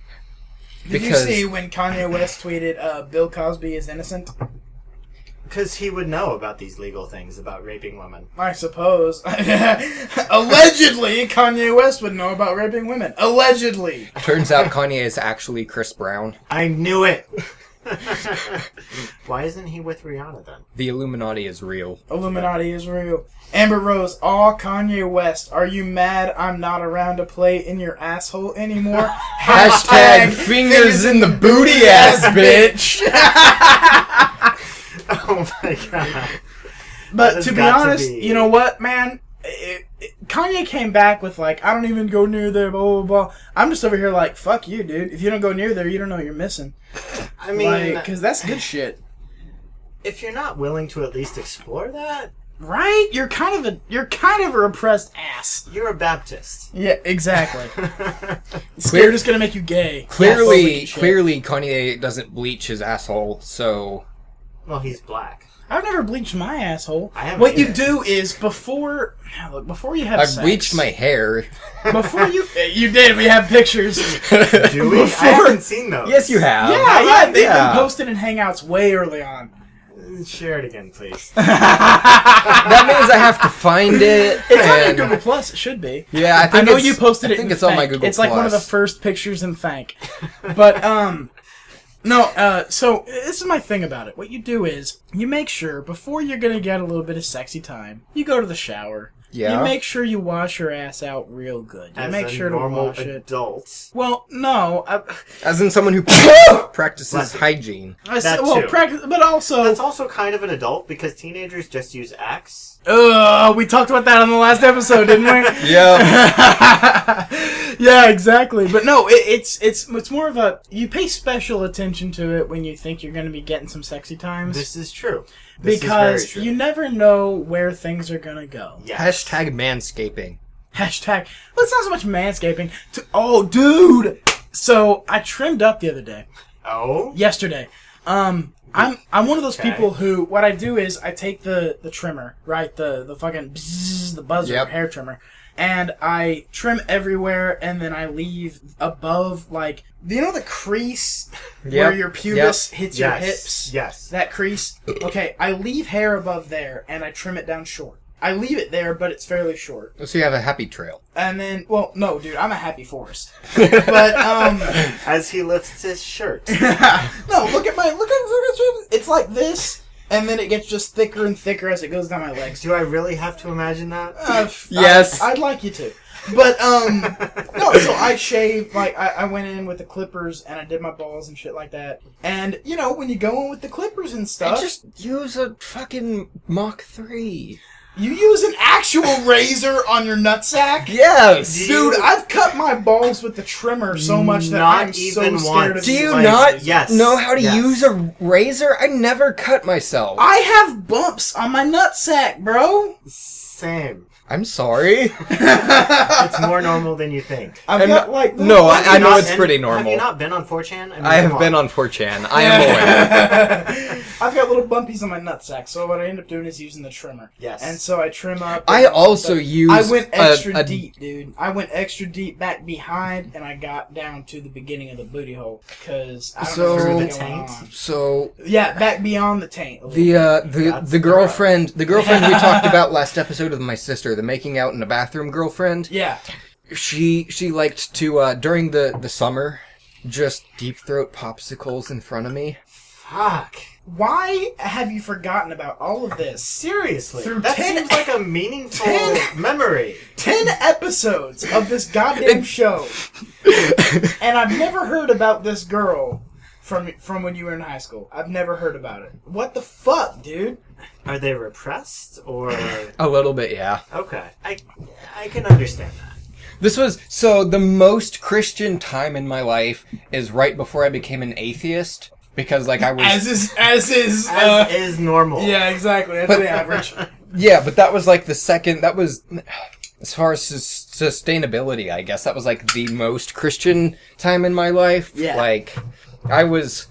Did because- you see when Kanye West tweeted, uh, "Bill Cosby is innocent"? Because he would know about these legal things about raping women. I suppose. Allegedly, Kanye West would know about raping women. Allegedly. Turns out Kanye is actually Chris Brown. I knew it! Why isn't he with Rihanna then? The Illuminati is real. Illuminati is real. Amber Rose, all Kanye West. Are you mad I'm not around to play in your asshole anymore? Hashtag fingers in the booty ass bitch. Oh my god. But has to be got to honest, be- you know what, man? It, it, Kanye came back with like, I don't even go near there, blah blah blah. I'm just over here like, fuck you, dude. If you don't go near there, you don't know what you're missing. I Like, mean, cause that's good shit, if you're not willing to at least explore that, right? You're kind of a, you're kind of a repressed ass. you're a Baptist. Yeah, exactly. We're just gonna make you gay. Clearly, Homophobic shit. clearly Kanye doesn't bleach his asshole, so Well, he's black. I've never bleached my asshole. I haven't what you either. do is before, look, before you have I sex, bleached my hair. before you, you did. We have pictures. Do we? I haven't seen those. yes, you have. yeah, yeah, they've Oh, yeah. been posted in Hangouts way early on. Share it again, please. That means I have to find it. It's on your and- Google Plus. It should be. Yeah, I I, think know it's- you posted it. I think in it's on my Thank. Google. It's like one of the Plus. first pictures in Thank. But um, no. Uh, so this is my thing about it. What you do is you make sure before you're gonna get a little bit of sexy time, you go to the shower. Yeah. You make sure you wash your ass out real good. You As make a sure to normal wash it. adult. Well, no. I, As in someone who practices Bless you. hygiene. I s- That well, too. practice, but also, That's also kind of an adult because teenagers just use Axe. Ugh, we talked about that on the last episode, didn't we? Yeah. yeah, exactly. But no, it, it's it's it's more of a you pay special attention to it when you think you're going to be getting some sexy times This is true. This is because very true. you never know where things are going to go. Yes. Hashtag manscaping. Hashtag. Well, it's not so much manscaping. To, oh, dude. So I trimmed up the other day. Oh. yesterday. Um, I'm I'm one of those Okay. people who what I do is I take the the trimmer, right? The the fucking bzzz, the buzzer Yep. hair trimmer. And I trim everywhere, and then I leave above, like, do you know the crease where Yep. your pubis hits Yes. your hips? Yes. That crease? Okay, I leave hair above there, and I trim it down short. I leave it there, but it's fairly short. So you have a happy trail. And then, well, no, dude, I'm a happy forest. but, um, As he lifts his shirt. No, look at my look at look at it's like this, and then it gets just thicker and thicker as it goes down my legs. Do I really have to imagine that? Uh, f- Yes. I, would like you to, but um, no. So I shaved like I, I went in with the clippers and I did my balls and shit like that. And you know when you go in with the clippers and stuff, just use a fucking Mach 3. you use an actual razor on your nutsack. Yes! Do Dude, you- I've cut my balls with the trimmer so much that Not I'm so even scared once. of Do you Like, not yes, know how to yes. use a razor? I never cut myself. I have bumps on my nutsack, bro. Same. I'm sorry. It's more normal than you think. I've And- got like no, I, I Have you know not it's been- pretty Have you normal. not been on 4chan? mean, I have come been on 4chan. I am aware. I've got little bumpies on my nutsack, so what I end up doing is using the trimmer. Yes. And so I trim up. I also use. I went a- extra a- deep, dude. I went extra deep back behind, and I got down to the beginning of the booty hole because I don't So- know Through what the was going taint? on. So Yeah, back beyond the taint. a the little. uh, the That's the the girlfriend the girlfriend we talked about last episode with my sister the making out in a bathroom girlfriend yeah, she she liked to uh, during the the summer just deep throat popsicles in front of me Fuck. why have you forgotten about all of this? Seriously. Through that 10 seems like a meaningful Ten- memory. Ten episodes of this goddamn show, and I've never heard about this girl from from when you were in high school. I've never heard about it. What the fuck, dude? Are they repressed or a little bit yeah okay? I I can understand that. This was so the most Christian time in my life is right before I became an atheist because like I was As is as is. As uh, is normal. yeah, exactly. That's the average. yeah, but that was like the second that was as far as sus- sustainability, I guess that was like the most Christian time in my life. Yeah. like I was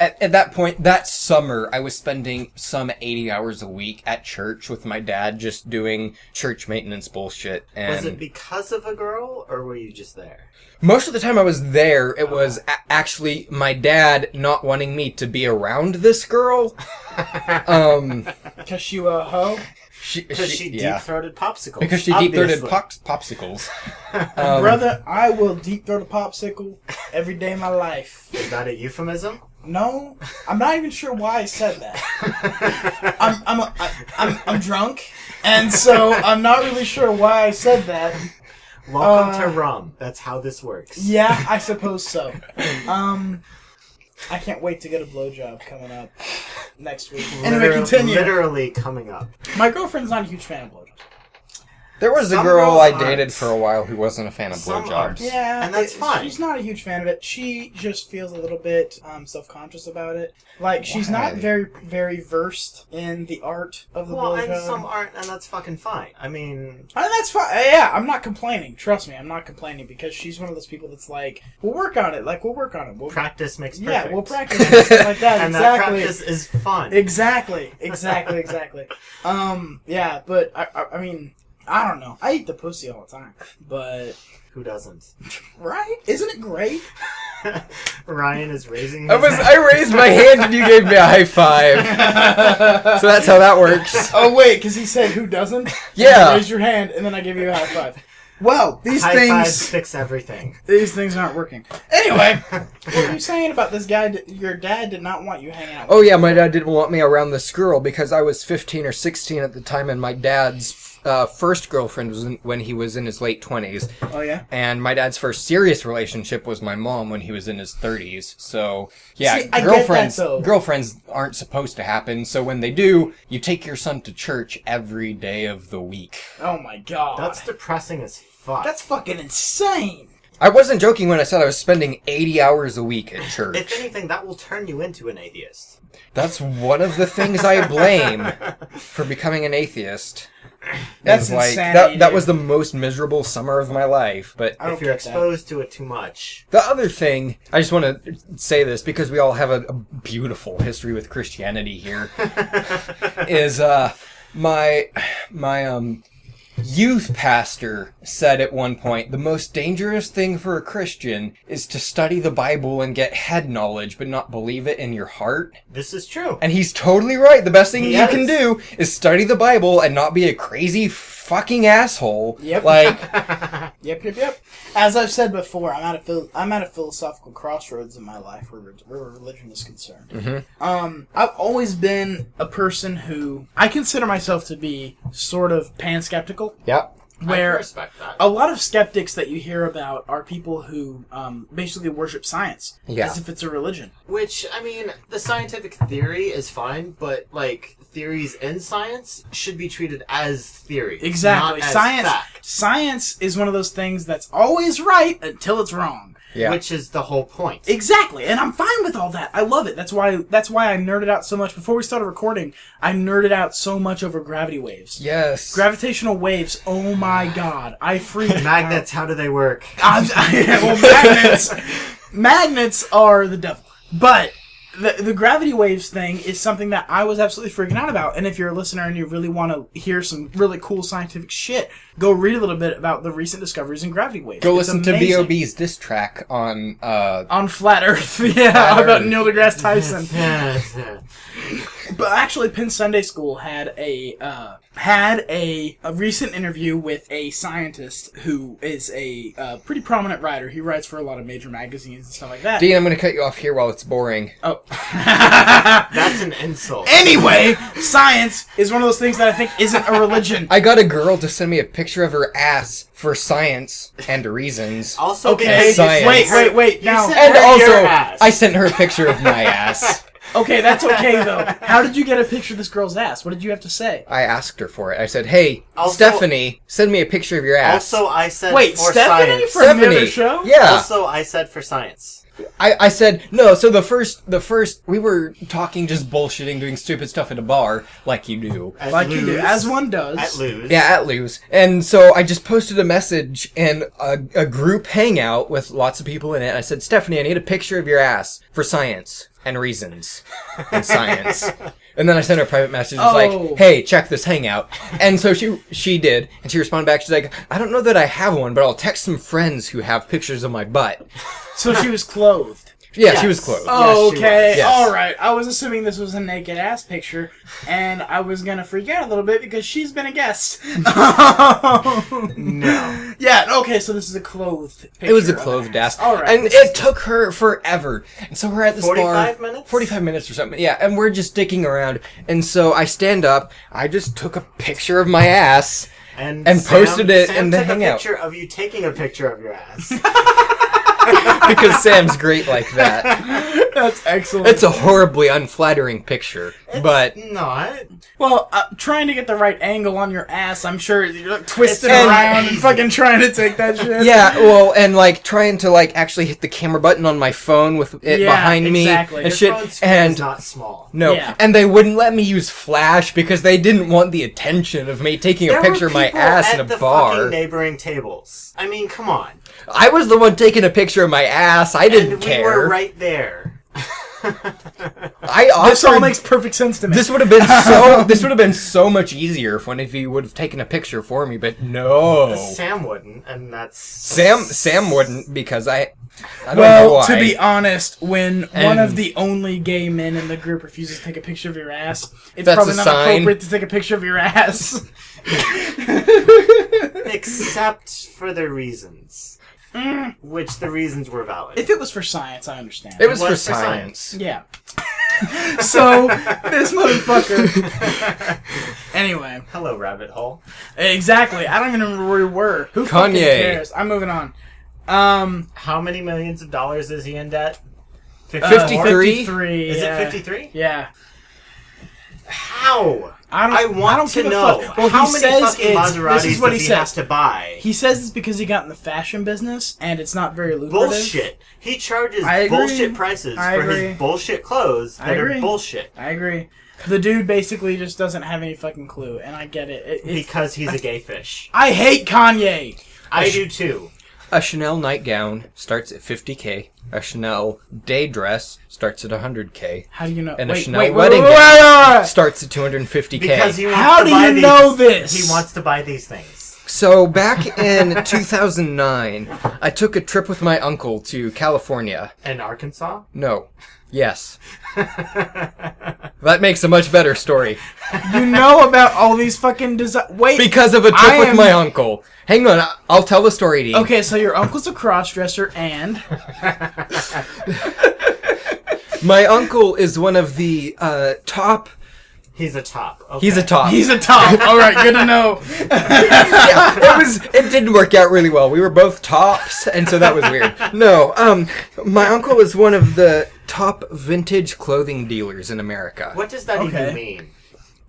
at, at that point that summer I was spending some 80 hours a week at church with my dad just doing church maintenance bullshit and Was it because of a girl or were you just there? Most of the time I was there, it was a- actually my dad not wanting me to be around this girl. um, Cause you a hoe. she, Because she- she yeah. deep throated popsicles. because she deep throated obviously. pop- popsicles. Um, Brother, I will deep throat a popsicle every day of my life. Is that a euphemism? No, I'm not even sure why I said that. I'm I'm a, I, I'm I'm drunk, and so I'm not really sure why I said that. Welcome Uh, to rum. That's how this works. Yeah, I suppose so. Um, I can't wait to get a blowjob coming up next week. anyway, Liter- continue. Literally coming up. My girlfriend's not a huge fan of blowjobs. There was a Some girl girls I aren't. dated for a while who wasn't a fan of Some blowjobs. aren't. Yeah, And that's it- fine. She's not a huge fan of it. She just feels a little bit um, self-conscious about it. Like she's not Why? very, very versed in the art of the Well, and blowjob. some aren't, and that's fucking fine. I mean, And that's fine. Uh, Yeah, I'm not complaining. Trust me, I'm not complaining because she's one of those people that's like, we'll work on it. Like we'll work on it. We'll practice makes perfect. yeah, we'll practice and stuff like that. And that exactly. practice is fun. Exactly, exactly, exactly. um, yeah, but I, I, I mean, I don't know. I eat the pussy all the time, but Who doesn't? right? Isn't it great? Ryan is raising. His I was hand. I raised my hand and you gave me a high five. so that's how that works. Oh wait, because he said who doesn't? And Yeah. you Raise your hand, and then I give you a high five. Well, these High fives things fix everything. these things aren't working. Anyway, what were you saying about this guy? That your dad did not want you hanging out. With Oh yeah, my dad didn't want me around this girl because I was 15 or 16 at the time, and my dad's uh, first girlfriend was in, when he was in his late 20s, oh yeah. and my dad's first serious relationship was my mom when he was in his 30s. So yeah, See, I get that, girlfriends though. girlfriends aren't supposed to happen. So when they do, you take your son to church every day of the week. Oh my god. That's That's depressing as fuck. that's fucking insane. I wasn't joking when I said I was spending 80 hours a week at if church. anything, that will turn you into an atheist. That's one of the things I blame for becoming an atheist. That's Is, like insanity, that, that dude. was the most miserable summer of my life. But I don't If you're get that. exposed to it too much, the other thing, I just want to say this because we all have a, a beautiful history with Christianity here. is uh, my my um youth pastor said at one point the most dangerous thing for a Christian is to study the Bible and get head knowledge but not believe it in your heart. this is true. And he's totally right. The best thing He you is. can do is study the Bible and not be a crazy fucking asshole. Yep. Like Yep, yep, yep. As I've said before, I'm at a phil- I'm at a philosophical crossroads in my life where, re- where religion is concerned. Um, I've always been a person who I consider myself to be sort of pan skeptical. Yep. I where Oh. can respect that. a lot of skeptics that you hear about are people who um, basically worship science Yeah. as if it's a religion. Which, I mean, the scientific theory is fine, but, like, theories in science should be treated as theory. Exactly. Not as Science. fact, Science is one of those things that's always right until it's wrong. Yeah. Which is the whole point. Exactly, and I'm fine with all that. I love it. That's why. That's why I nerded out so much before we started recording. I nerded out so much over gravity waves. yes. Gravitational waves. Oh my god! I freaked out. Magnets, how do they work? I'm, well, magnets, magnets are the devil. But the, the gravity waves thing is something that I was absolutely freaking out about. And if you're a listener and you really want to hear some really cool scientific shit, go read a little bit about the recent discoveries in gravity waves. Go It's listen to amazing. B.O.B.'s diss track on. Uh, On Flat Earth, yeah, Flat about Earth. Neil deGrasse Tyson. That's But actually, Penn Sunday School had a uh, had a, a recent interview with a scientist who is a uh, pretty prominent writer. He writes for a lot of major magazines and stuff like that. Dean, I'm going to cut you off here while it's boring. oh. an insult. anyway, science is one of those things that I think isn't a religion. I got a girl to send me a picture of her ass for science and reasons. Also, Okay. because you Science. said Wait, her- wait, wait, you now- said and her- also, your ass. I sent her a picture of my ass. Okay, that's okay though. How did you get a picture of this girl's ass? What did you have to say? I asked her for it. I said, "Hey, Also- Stephanie, send me a picture of your ass." Also, I said Wait, for Stephanie science. from the other show? Yeah. Also, I said for science. I, I said no. So the first, the first, we were talking, just bullshitting, doing stupid stuff at a bar, like you do. At Like you do, Lou's- as one does. At Lou's. Yeah, at Lou's. And so I just posted a message in a, a group hangout with lots of people in it. I said, Stephanie, I need a picture of your ass for science and reasons and science. and then I sent her a private message. It was Oh. like, hey, check this hangout. And so she she did. And she responded back. She's like, I don't know that I have one, but I'll text some friends who have pictures of my butt. So she was clothed. Yeah, she was close. Oh, Yes, she okay, was. Yes. all right. I was assuming this was a naked ass picture, and I was gonna freak out a little bit because she's been a guest. No. yeah. Okay. So this is a clothed. picture It was a of an closed ass. All right. And it took her forever. And so we're at this 45 bar. minutes? 45 minutes or something. Yeah. And we're just dicking around. And so I stand up. I just took a picture of my ass. And, And Sam- posted it Sam in the took a hangout. picture of you taking a picture of your ass. Because Sam's great like that. That's excellent. It's a horribly unflattering picture. But. Not. Well, uh, trying to get the right angle on your ass, I'm sure you're like, twisting And- around and fucking trying to take that shit. Yeah, well, and like trying to like actually hit the camera button on my phone with it Yeah, behind me exactly. and Your Phone shit. screen And is not small. no, Yeah. and they wouldn't let me use flash because they didn't want the attention of me taking There a were picture of my people ass at in a the bar. fucking neighboring tables. I mean, come on. I was the one taking a picture of my ass. I didn't and we care. were right there. I offered, This all makes perfect sense to me. This would have been so. this would have been so much easier if one of you would have taken a picture for me, but no. Sam wouldn't, and that's Oh. Sam Sam wouldn't because I. I don't know well, why. to be honest, when one And- of the only gay men in the group refuses to take a picture of your ass, it's That's probably a not sign. appropriate to take a picture of your ass. except for the reasons, which the reasons were valid. if it was for science, I understand. it Mm. was It for was for science. yeah. so this motherfucker. anyway, Hello, rabbit hole. exactly. I don't even remember where we were. Who fucking Kanye. cares? I'm moving on. Um, How many millions of dollars is he in debt? uh, 53? 53, Is yeah. it fifty-three? Yeah. How? I don't. I want don't to give a know fuck. Well, how he many says fucking it's- Maseratis this is what does he he, says. have to buy. He says it's because he got in the fashion business and it's not very lucrative. bullshit. He charges I agree. bullshit prices I for agree. his bullshit clothes I that are agree. bullshit I agree. The dude basically just doesn't have any fucking clue, and I get it. it, it because he's a gay fish. I hate Kanye. I do too. A Chanel nightgown starts at 50k. A Chanel day dress starts at 100k. How do you know? And a wait, Chanel wait, wedding wait, wait, wait, wait, wait. Starts at 250k. Because he wants How to do buy you these- know this? He wants to buy these things. So back in 2009, I took a trip with my uncle to California. In Arkansas? No. Yes. that makes a much better story. You know about all these fucking design. Wait. Because of a trip I with am- my uncle. Hang on, I- I'll tell the story to you. okay, so your uncle's a crossdresser, and My uncle is one of the uh, top. He's a top. Okay. He's a top. He's a top. All right, good to know. yeah, it was. It did work out really well. We were both tops, and so that was weird. No, um, my uncle is one of the top vintage clothing dealers in America. What does that Okay. even mean?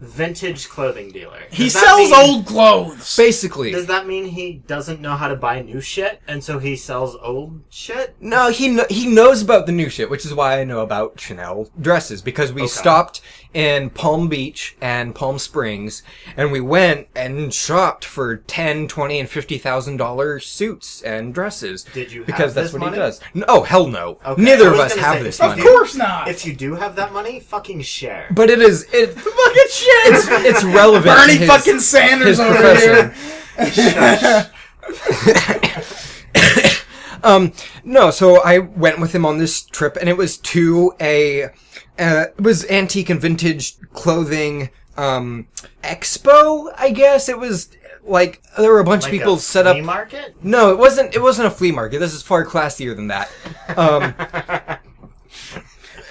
Vintage clothing dealer. He Does that sells mean- old clothes. Basically, Does that mean he doesn't know how to buy new shit, and so he sells old shit? No, he kn- he knows about the new shit, which is why I know about Chanel dresses because we stopped in Palm Beach and Palm Springs and we went and shopped for 10, 20 and 50,000 dollar suits and dresses. Did you have Because that's this what money? he does. No, oh, hell no. Okay, I Neither of was us gonna have say, this if of money. you- course not. If you do have that money, fucking share. But it is it fucking shit. It's, it's relevant. to Bernie his- fucking Sanders his over profession. here. Um, no, so I went with him on this trip, and it was to a, uh, it was antique and vintage clothing, um, expo, I guess. It was like, there were a bunch Like of people a set flea up. market. No, it wasn't. It wasn't a flea market. This is far classier than that. Um,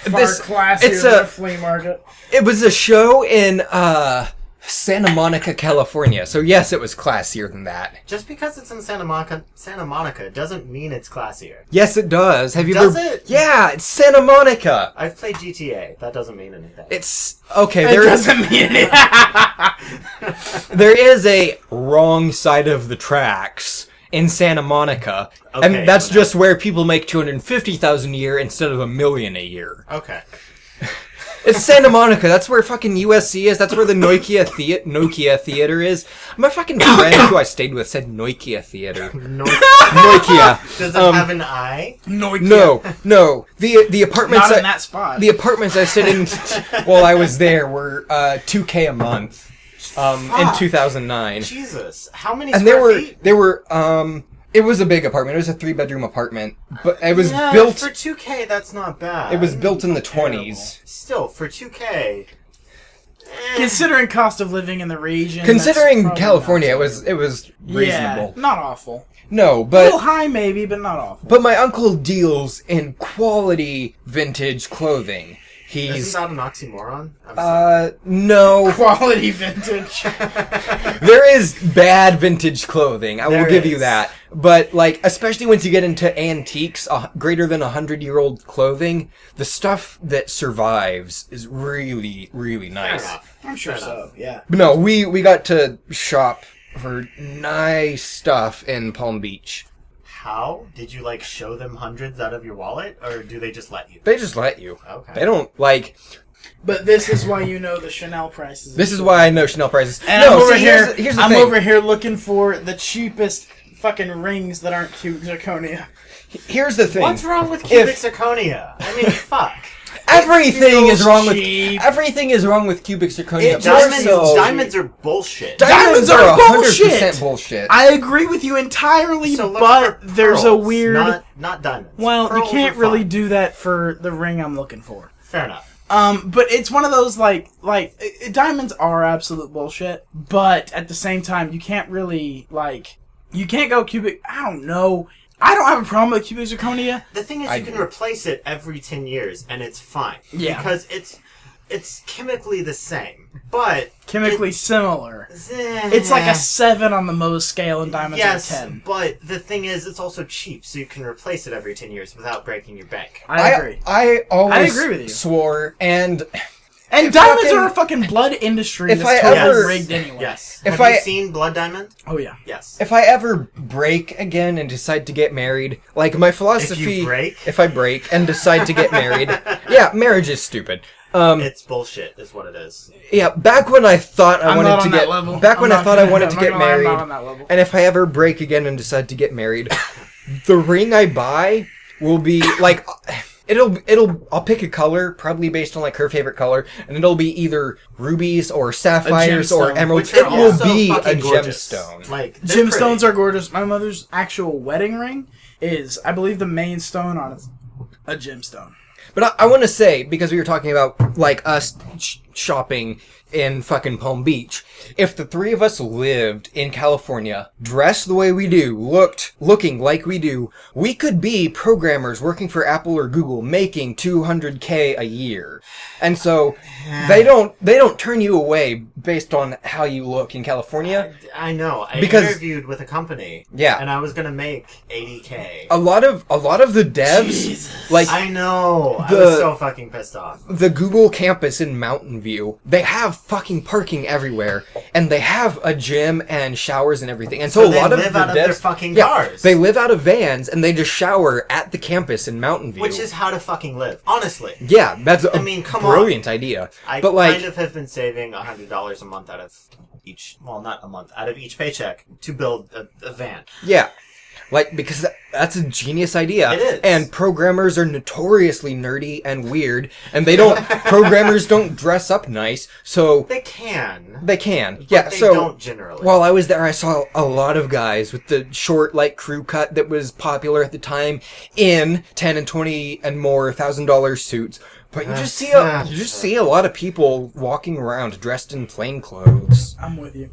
Far this- classier it's than a- a flea market. it was a show in uh, Santa Monica, California. So yes, it was classier than that. Just because it's in Santa Monica, Santa Monica doesn't mean it's classier. Yes, it does. Have you Does ever? it? Yeah, it's Santa Monica. I've played GTA. That doesn't mean anything. It's okay. It There is. doesn't mean it. There is a wrong side of the tracks in Santa Monica, Okay, and that's whatever. just where people make two hundred fifty thousand a year instead of a million a year. okay. It's Santa Monica. That's where fucking USC is. That's where the Nokia Thea- Nokia Theater is. My fucking friend who I stayed with said Nokia Theater. No, Nokia. does it have an eye? No, it No, no. The the can't. apartments not I, in that spot. the apartments I stayed in while I was there were uh, two k a month um, in Fuck. two thousand nine. Jesus, how many and square there were feet? there were um it was a big apartment it was a three bedroom apartment but it was Yeah, built for 2K. That's not bad. it was built in the 20s still for 2K. considering cost of living in the region. that's considering probably california not it was it was reasonable Yeah, not awful. no A but little high maybe, but not awful. but my uncle deals in quality vintage clothing Is he's that an oxymoron? I'm sorry. uh no Quality vintage. there is bad vintage clothing. I There will give you is. that. But like, especially once you get into antiques, uh, greater than a hundred year old clothing, the stuff that survives is really, really Fair nice. enough. I'm sure so. Yeah. But no, we we got to shop for nice stuff in Palm Beach. How did you like show them hundreds out of your wallet, or do they just let you? They just let you. Okay. They don't like. But this is why you know the Chanel prices. This is why I know Chanel prices. And no, I'm over see, here. Here's, the- here's the I'm thing. over here looking for the cheapest fucking rings that aren't cute zirconia. Here's the thing. What's wrong with cubic If- zirconia? I mean, fuck. everything is feels wrong with cheap. everything is wrong with cubic zirconia. It more Diamonds, so- diamonds are bullshit. Diamonds are a bullshit. bullshit. I agree with you entirely, So look but for there's a pearls, weird. Not, not diamonds. well, Pearls you can't are really fine. do that for the ring I'm looking for. Fair enough. Um, but it's one of those like like i- i- diamonds are absolute bullshit. But at the same time, you can't really like you can't go cubic. I don't know. I don't have a problem with cubic zirconia. The thing is, you can do. replace it every ten years, and it's fine. Yeah. Because it's it's chemically the same, but Chemically similar. it's, It's like a seven on the Mohs scale, and diamonds yes. are a ten. But the thing is, it's also cheap, so you can replace it every ten years without breaking your bank. I agree. I, I always I agree with you. swore, and and diamonds fucking- are a fucking blood industry if that's I totally ever- rigged anyway. Yes. If Have I- you seen Blood Diamond? Oh yeah. Yes. if I ever break again and decide to get married, like my philosophy, break? if I break and decide to get married, yeah, marriage is stupid. Um, it's bullshit, is what it is. yeah, back when I thought I I'm not wanted on to that get level. back I'm when I not thought I gonna- wanted I'm to not get gonna lie, I'm married, not on that level. and if I ever break again and decide to get married, the ring I buy will be like it'll it'll I'll pick a color probably based on like her favorite color, and it'll be either rubies or sapphires or gemstone, emeralds. which are It will also be a fucking gorgeous. gemstone. Like Gemstones are gorgeous. My mother's actual wedding ring is, I believe, the main stone on it's a gemstone. But I, I want to say because we were talking about like us sh- shopping in fucking Palm Beach. If the three of us lived in California, dressed the way we do, looked looking like we do, we could be programmers working for Apple or Google making 200k a year. And so they don't they don't turn you away based on how you look in California. I know. I Because- interviewed with a company. Yeah. And I was gonna make 80k. A lot of a lot of the devs like I know. I The- was so fucking pissed off. the Google campus in Mountain View, they have fucking parking everywhere, and they have a gym and showers and everything. And so, So a they lot live of the out of their devs- fucking yeah, cars. They live out of vans and they just shower at the campus in Mountain View. Which is how to fucking live, honestly. yeah, that's a I mean, come on. brilliant idea. I but like, kind of have been saving hundred dollars a month out of each. Well, not a month out of each paycheck to build a, a van. yeah. Like because that, that's a genius idea, It is. and programmers are notoriously nerdy and weird, and they don't. programmers don't dress up nice, so They can. They can, yeah. they so don't generally. While I was there, I saw a lot of guys with the short, like crew cut that was popular at the time in ten and twenty and more thousand dollar suits. But you just see a you just see a lot of people walking around dressed in plain clothes. I'm with you.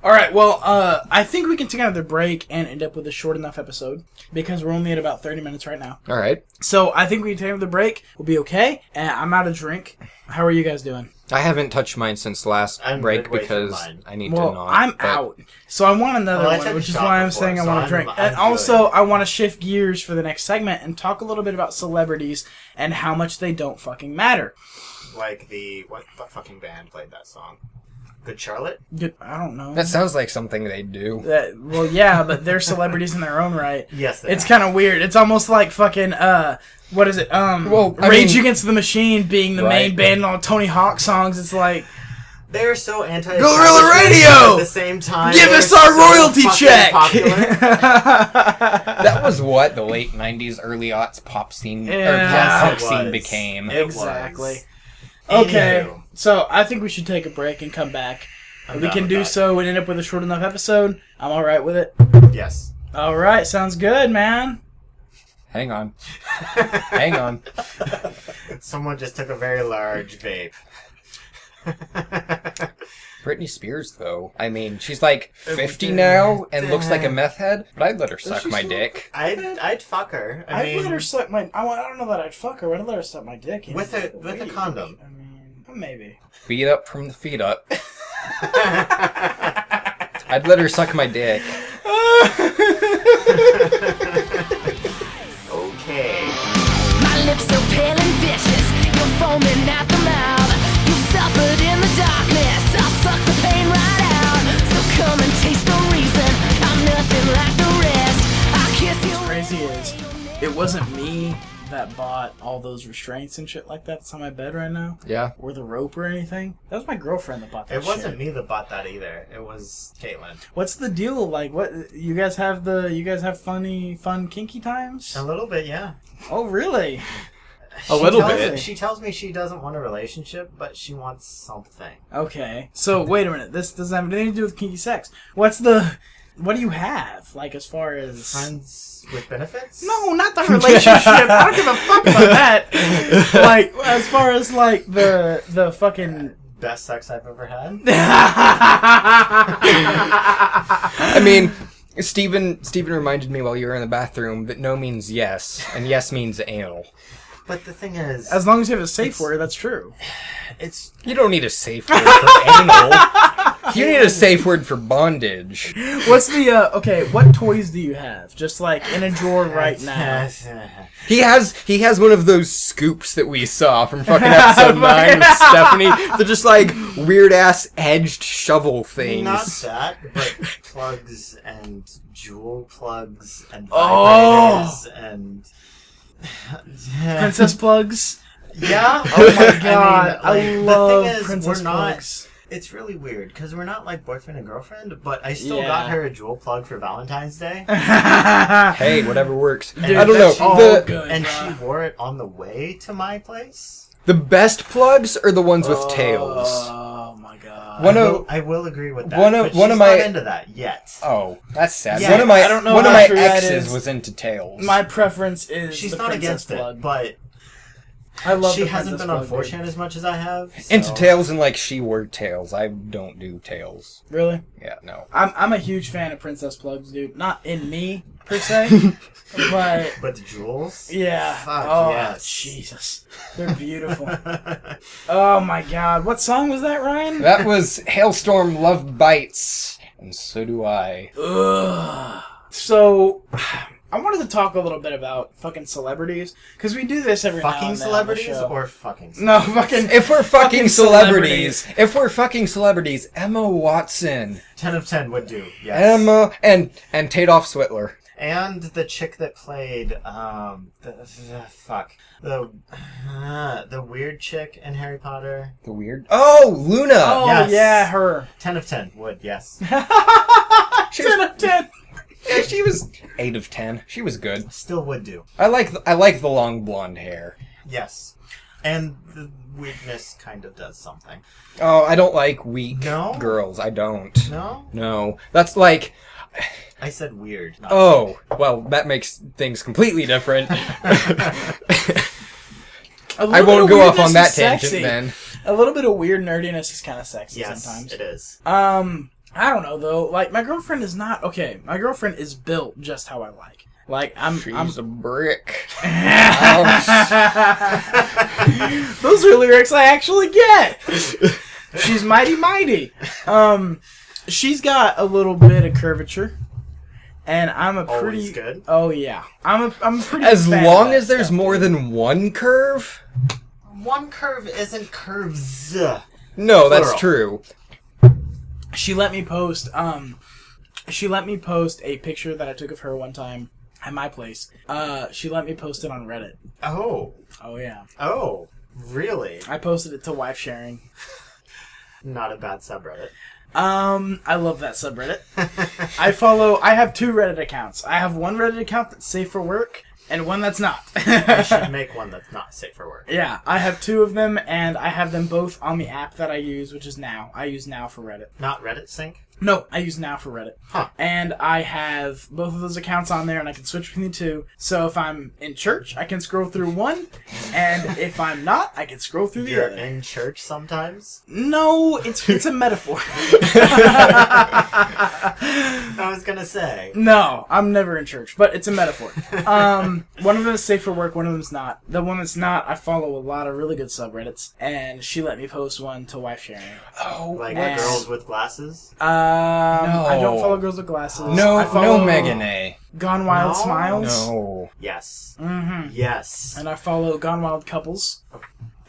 All right, well, uh, I think we can take another break and end up with a short enough episode because we're only at about 30 minutes right now. All right, So I think we can take another break. We'll be okay. And I'm out of drink. How are you guys doing? I haven't touched mine since last I'm break midway through because mine. I need Well, to not. I'm but- out, so I want another Well, I took one, a which is shot why I'm before, saying I so want I'm- to drink. I'm and good. also, I want to shift gears for the next segment and talk a little bit about celebrities and how much they don't fucking matter. Like the what the fucking band played that song? Good Charlotte. Good- I don't know. That sounds like something they do. That- well, yeah, but they're celebrities in their own right. Yes, they it's are. kind of weird. It's almost like fucking uh, what is it? Um, Well, I Rage mean- Against the Machine being the main Right. band on Tony Hawk songs. It's like They're so anti. Guerrilla Radio! At the same time, Give they're us our so royalty fucking check! Popular. That was what the late '90s, early aughts pop scene Yeah. or pop It punk scene was. became. It was. Exactly. Okay, Anywho, so I think we should take a break and come back. I'm we down can with do that. so and end up with a short enough episode. I'm all right with it. Yes. All right, sounds good, man. Hang on, hang on. Someone just took a very large vape. Britney Spears, though. I mean, she's like 50 damn. now and looks like a meth head, but I'd let her suck she my still- dick. I'd, I'd fuck her. I I'd mean, let her suck my. I, want- I don't know that I'd fuck her. I'd let her suck my dick. you With know, a- for with a week. condom. I mean, maybe. Feet up from the feet up. I'd let her suck my dick. okay. My lips are pale and vicious. You're foaming at the mouth. You've suffered in the darkness. I'll suck the pain right out. So come and taste the reason. I'm nothing like the rest. I kiss you. Crazy is, it wasn't me that bought all those restraints and shit like that that's on my bed right now, Yeah. or the rope or anything. That was my girlfriend that bought that. It wasn't shit. me that bought that either. It was Caitlin. What's the deal? Like, what you guys have the you guys have funny, fun, kinky times? A little bit, yeah. Oh, really? A little tells, bit. She tells me she doesn't want a relationship, but she wants something. Okay. So wait a minute. This doesn't have anything to do with kinky sex. What's the what do you have? Like as far as Friends with benefits? No, not the relationship. I don't give a fuck about that. like as far as like the the fucking Best sex I've ever had. I mean, Steven, Steven reminded me while you were in the bathroom that no means yes, and yes means anal. But the thing is, as long as you have a safe word, that's true. it's You don't need a safe word for anal. You need a safe word for bondage. What's the uh okay, what toys do you have? Just like in a drawer right now. He has he has one of those scoops that we saw from fucking episode nine with Stephanie. They're just like weird ass edged shovel things. Not that, but plugs and jewel plugs and vibrators Oh. and Princess plugs. yeah. Oh my God, I, I mean, like, love the thing is, princess we're not. plugs. It's really weird because we're not like boyfriend and girlfriend, but I still Yeah. got her a jewel plug for Valentine's Day, Hey, whatever works. Dude, I don't know. that's all The, good. and bruh. she wore it on the way to my place. the best plugs are the ones with tails. Oh my god. One I of will, I will agree with that. one of- but one she's of not my- into that yet. oh, that's sad. Yeah, one of my I don't know one of how my true that exes is. was into tails. My preference is she's the not princess against plug. it, but I love. she the hasn't Princess been on Bride, 4chan as much as I have. So. Into tails and like she were tails. I don't do tails. dude. Really, Yeah, no. I'm I'm a huge fan of Princess Plugs, dude. Not in me per se, but But the jewels? yeah. Fuck, oh yes. Jesus, they're beautiful. oh my God, what song was that, Ryan? That was Hailstorm Love Bites. And so do I. Ugh. So, I wanted to talk a little bit about fucking celebrities because we do this every now Fucking and then on the celebrities show. or fucking no fucking. If we're fucking, Fucking celebrities, if we're fucking celebrities, Emma Watson, 10 of 10 would do. Yes. Emma, and and Tadoff Switler. and the chick that played um the, the fuck the uh, the weird chick in Harry Potter. The weird. Oh, Luna. Oh Yes. yeah, her. 10 of 10 would. Yes. she Ten was, of ten. yeah, she was eight of ten. She was good. Still would do. I like the, I like the long blonde hair. Yes. And the weirdness kind of does something. Oh, I don't like weak No? girls. I don't. No? No, that's like I said weird. Not oh well, that makes things completely different. A I little bit won't of go off weirdness on that is tangent sexy. then. A little bit of weird nerdiness is kind of sexy Yes, sometimes. it is. Um, I don't know though. Like my girlfriend is not okay. My girlfriend is built just how I like. Like I'm. I'm She's a brick. Ouch. those are lyrics I actually get. she's mighty mighty. Um, she's got a little bit of curvature, and I'm a pretty Always good. Oh yeah, I'm a I'm a pretty. As fan of long that as there's stuff, more dude. than one curve. One curve isn't curves. No, that's Plural. true. she let me post um she let me post a picture that I took of her one time at my place. Uh, she let me post it on Reddit. Oh. Oh yeah, Oh. Really? I posted it to wife sharing. Not a bad subreddit. Um, I love that subreddit. I follow. I have two Reddit accounts. I have one Reddit account that's safe for work and one that's not. I should make one that's not safe for work. yeah, I have two of them, and I have them both on the app that I use, which is Now. I use Now for Reddit. Not Reddit sync? No, I use Now for Reddit. Huh. And I have both of those accounts on there, and I can switch between the two. So if I'm in church, I can scroll through one, and if I'm not, I can scroll through the You're other. in church sometimes? No, it's it's a metaphor. I was gonna say. No, I'm never in church, but it's a metaphor. Um, one of them is safe for work, one of them's not. The one that's not, I follow a lot of really good subreddits, and she let me post one to wife sharing. Oh, Like Yes. girls with glasses? Um, I don't No. follow girls with glasses. no, I follow no, Megan A. Gone Wild No. Smiles. No. Yes. Mm-hmm. Yes. And I follow Gone Wild Couples.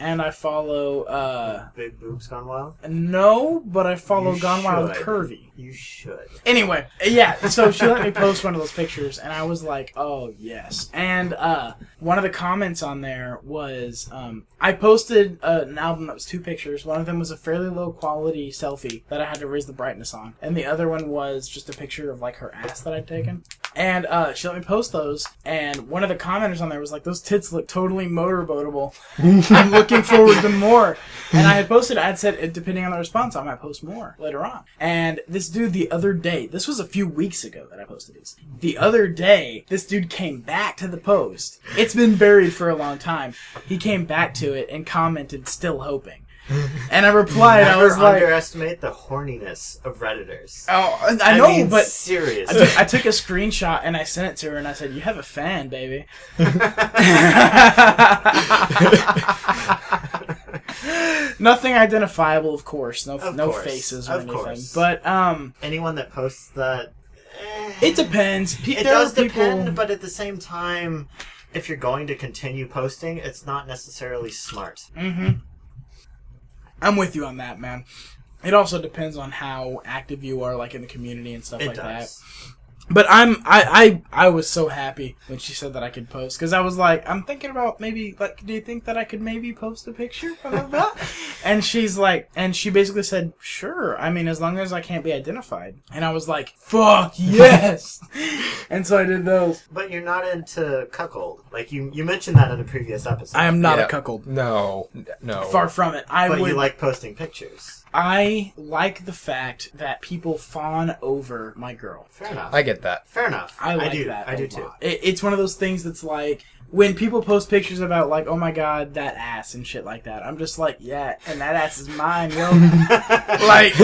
And I follow, uh, Big boobs gone wild? no, but I follow You Gone Wild should. Curvy. You should. Anyway, yeah, so she let me post one of those pictures, and I was like, oh, yes. And uh, one of the comments on there was um, I posted uh, an album that was two pictures. One of them was a fairly low quality selfie that I had to raise the brightness on, and the other one was just a picture of like her ass that I'd taken. And uh, she let me post those, and one of the commenters on there was like, those tits look totally motorboatable. I'm looking forward to more. And I had posted, I had said, "It- depending on the response, I might post more later on. And this dude the other day, this was a few weeks ago that I posted these. The other day, this dude came back to the post. It's been buried for a long time. He came back to it and commented, still hoping. And I replied, I Never was like, underestimate the horniness of Redditors. oh, I know, mean, but I seriously. took, I took a screenshot and I sent it to her and I said, "You have a fan, baby." Nothing identifiable, of course. No, Of no course, faces or of anything. course. But um, Anyone that posts that, eh, it depends. Pe- it there does are people, depend. But at the same time, if you're going to continue posting, it's not necessarily smart. Mm, I'm with you on that, man. It also depends on how active you are, like in the community and stuff It like that. does. But I'm I, I I was so happy when she said that I could post because I was like I'm thinking about maybe like do you think that I could maybe post a picture blah, blah, blah. and she's like and she basically said sure I mean as long as I can't be identified and I was like fuck yes and so I did those But you're not into cuckold. Like you, you mentioned that in a previous episode. I am not Yeah. a cuckold No. No. far from it I but would you like posting pictures. I like the fact that people fawn over my girl Fair enough. I get that. Fair enough. I like do. that I a do lot. too. It, it's one of those things that's like when people post pictures about like, oh my god, that ass and shit like that, I'm just like, yeah, and that ass is mine, yo. like,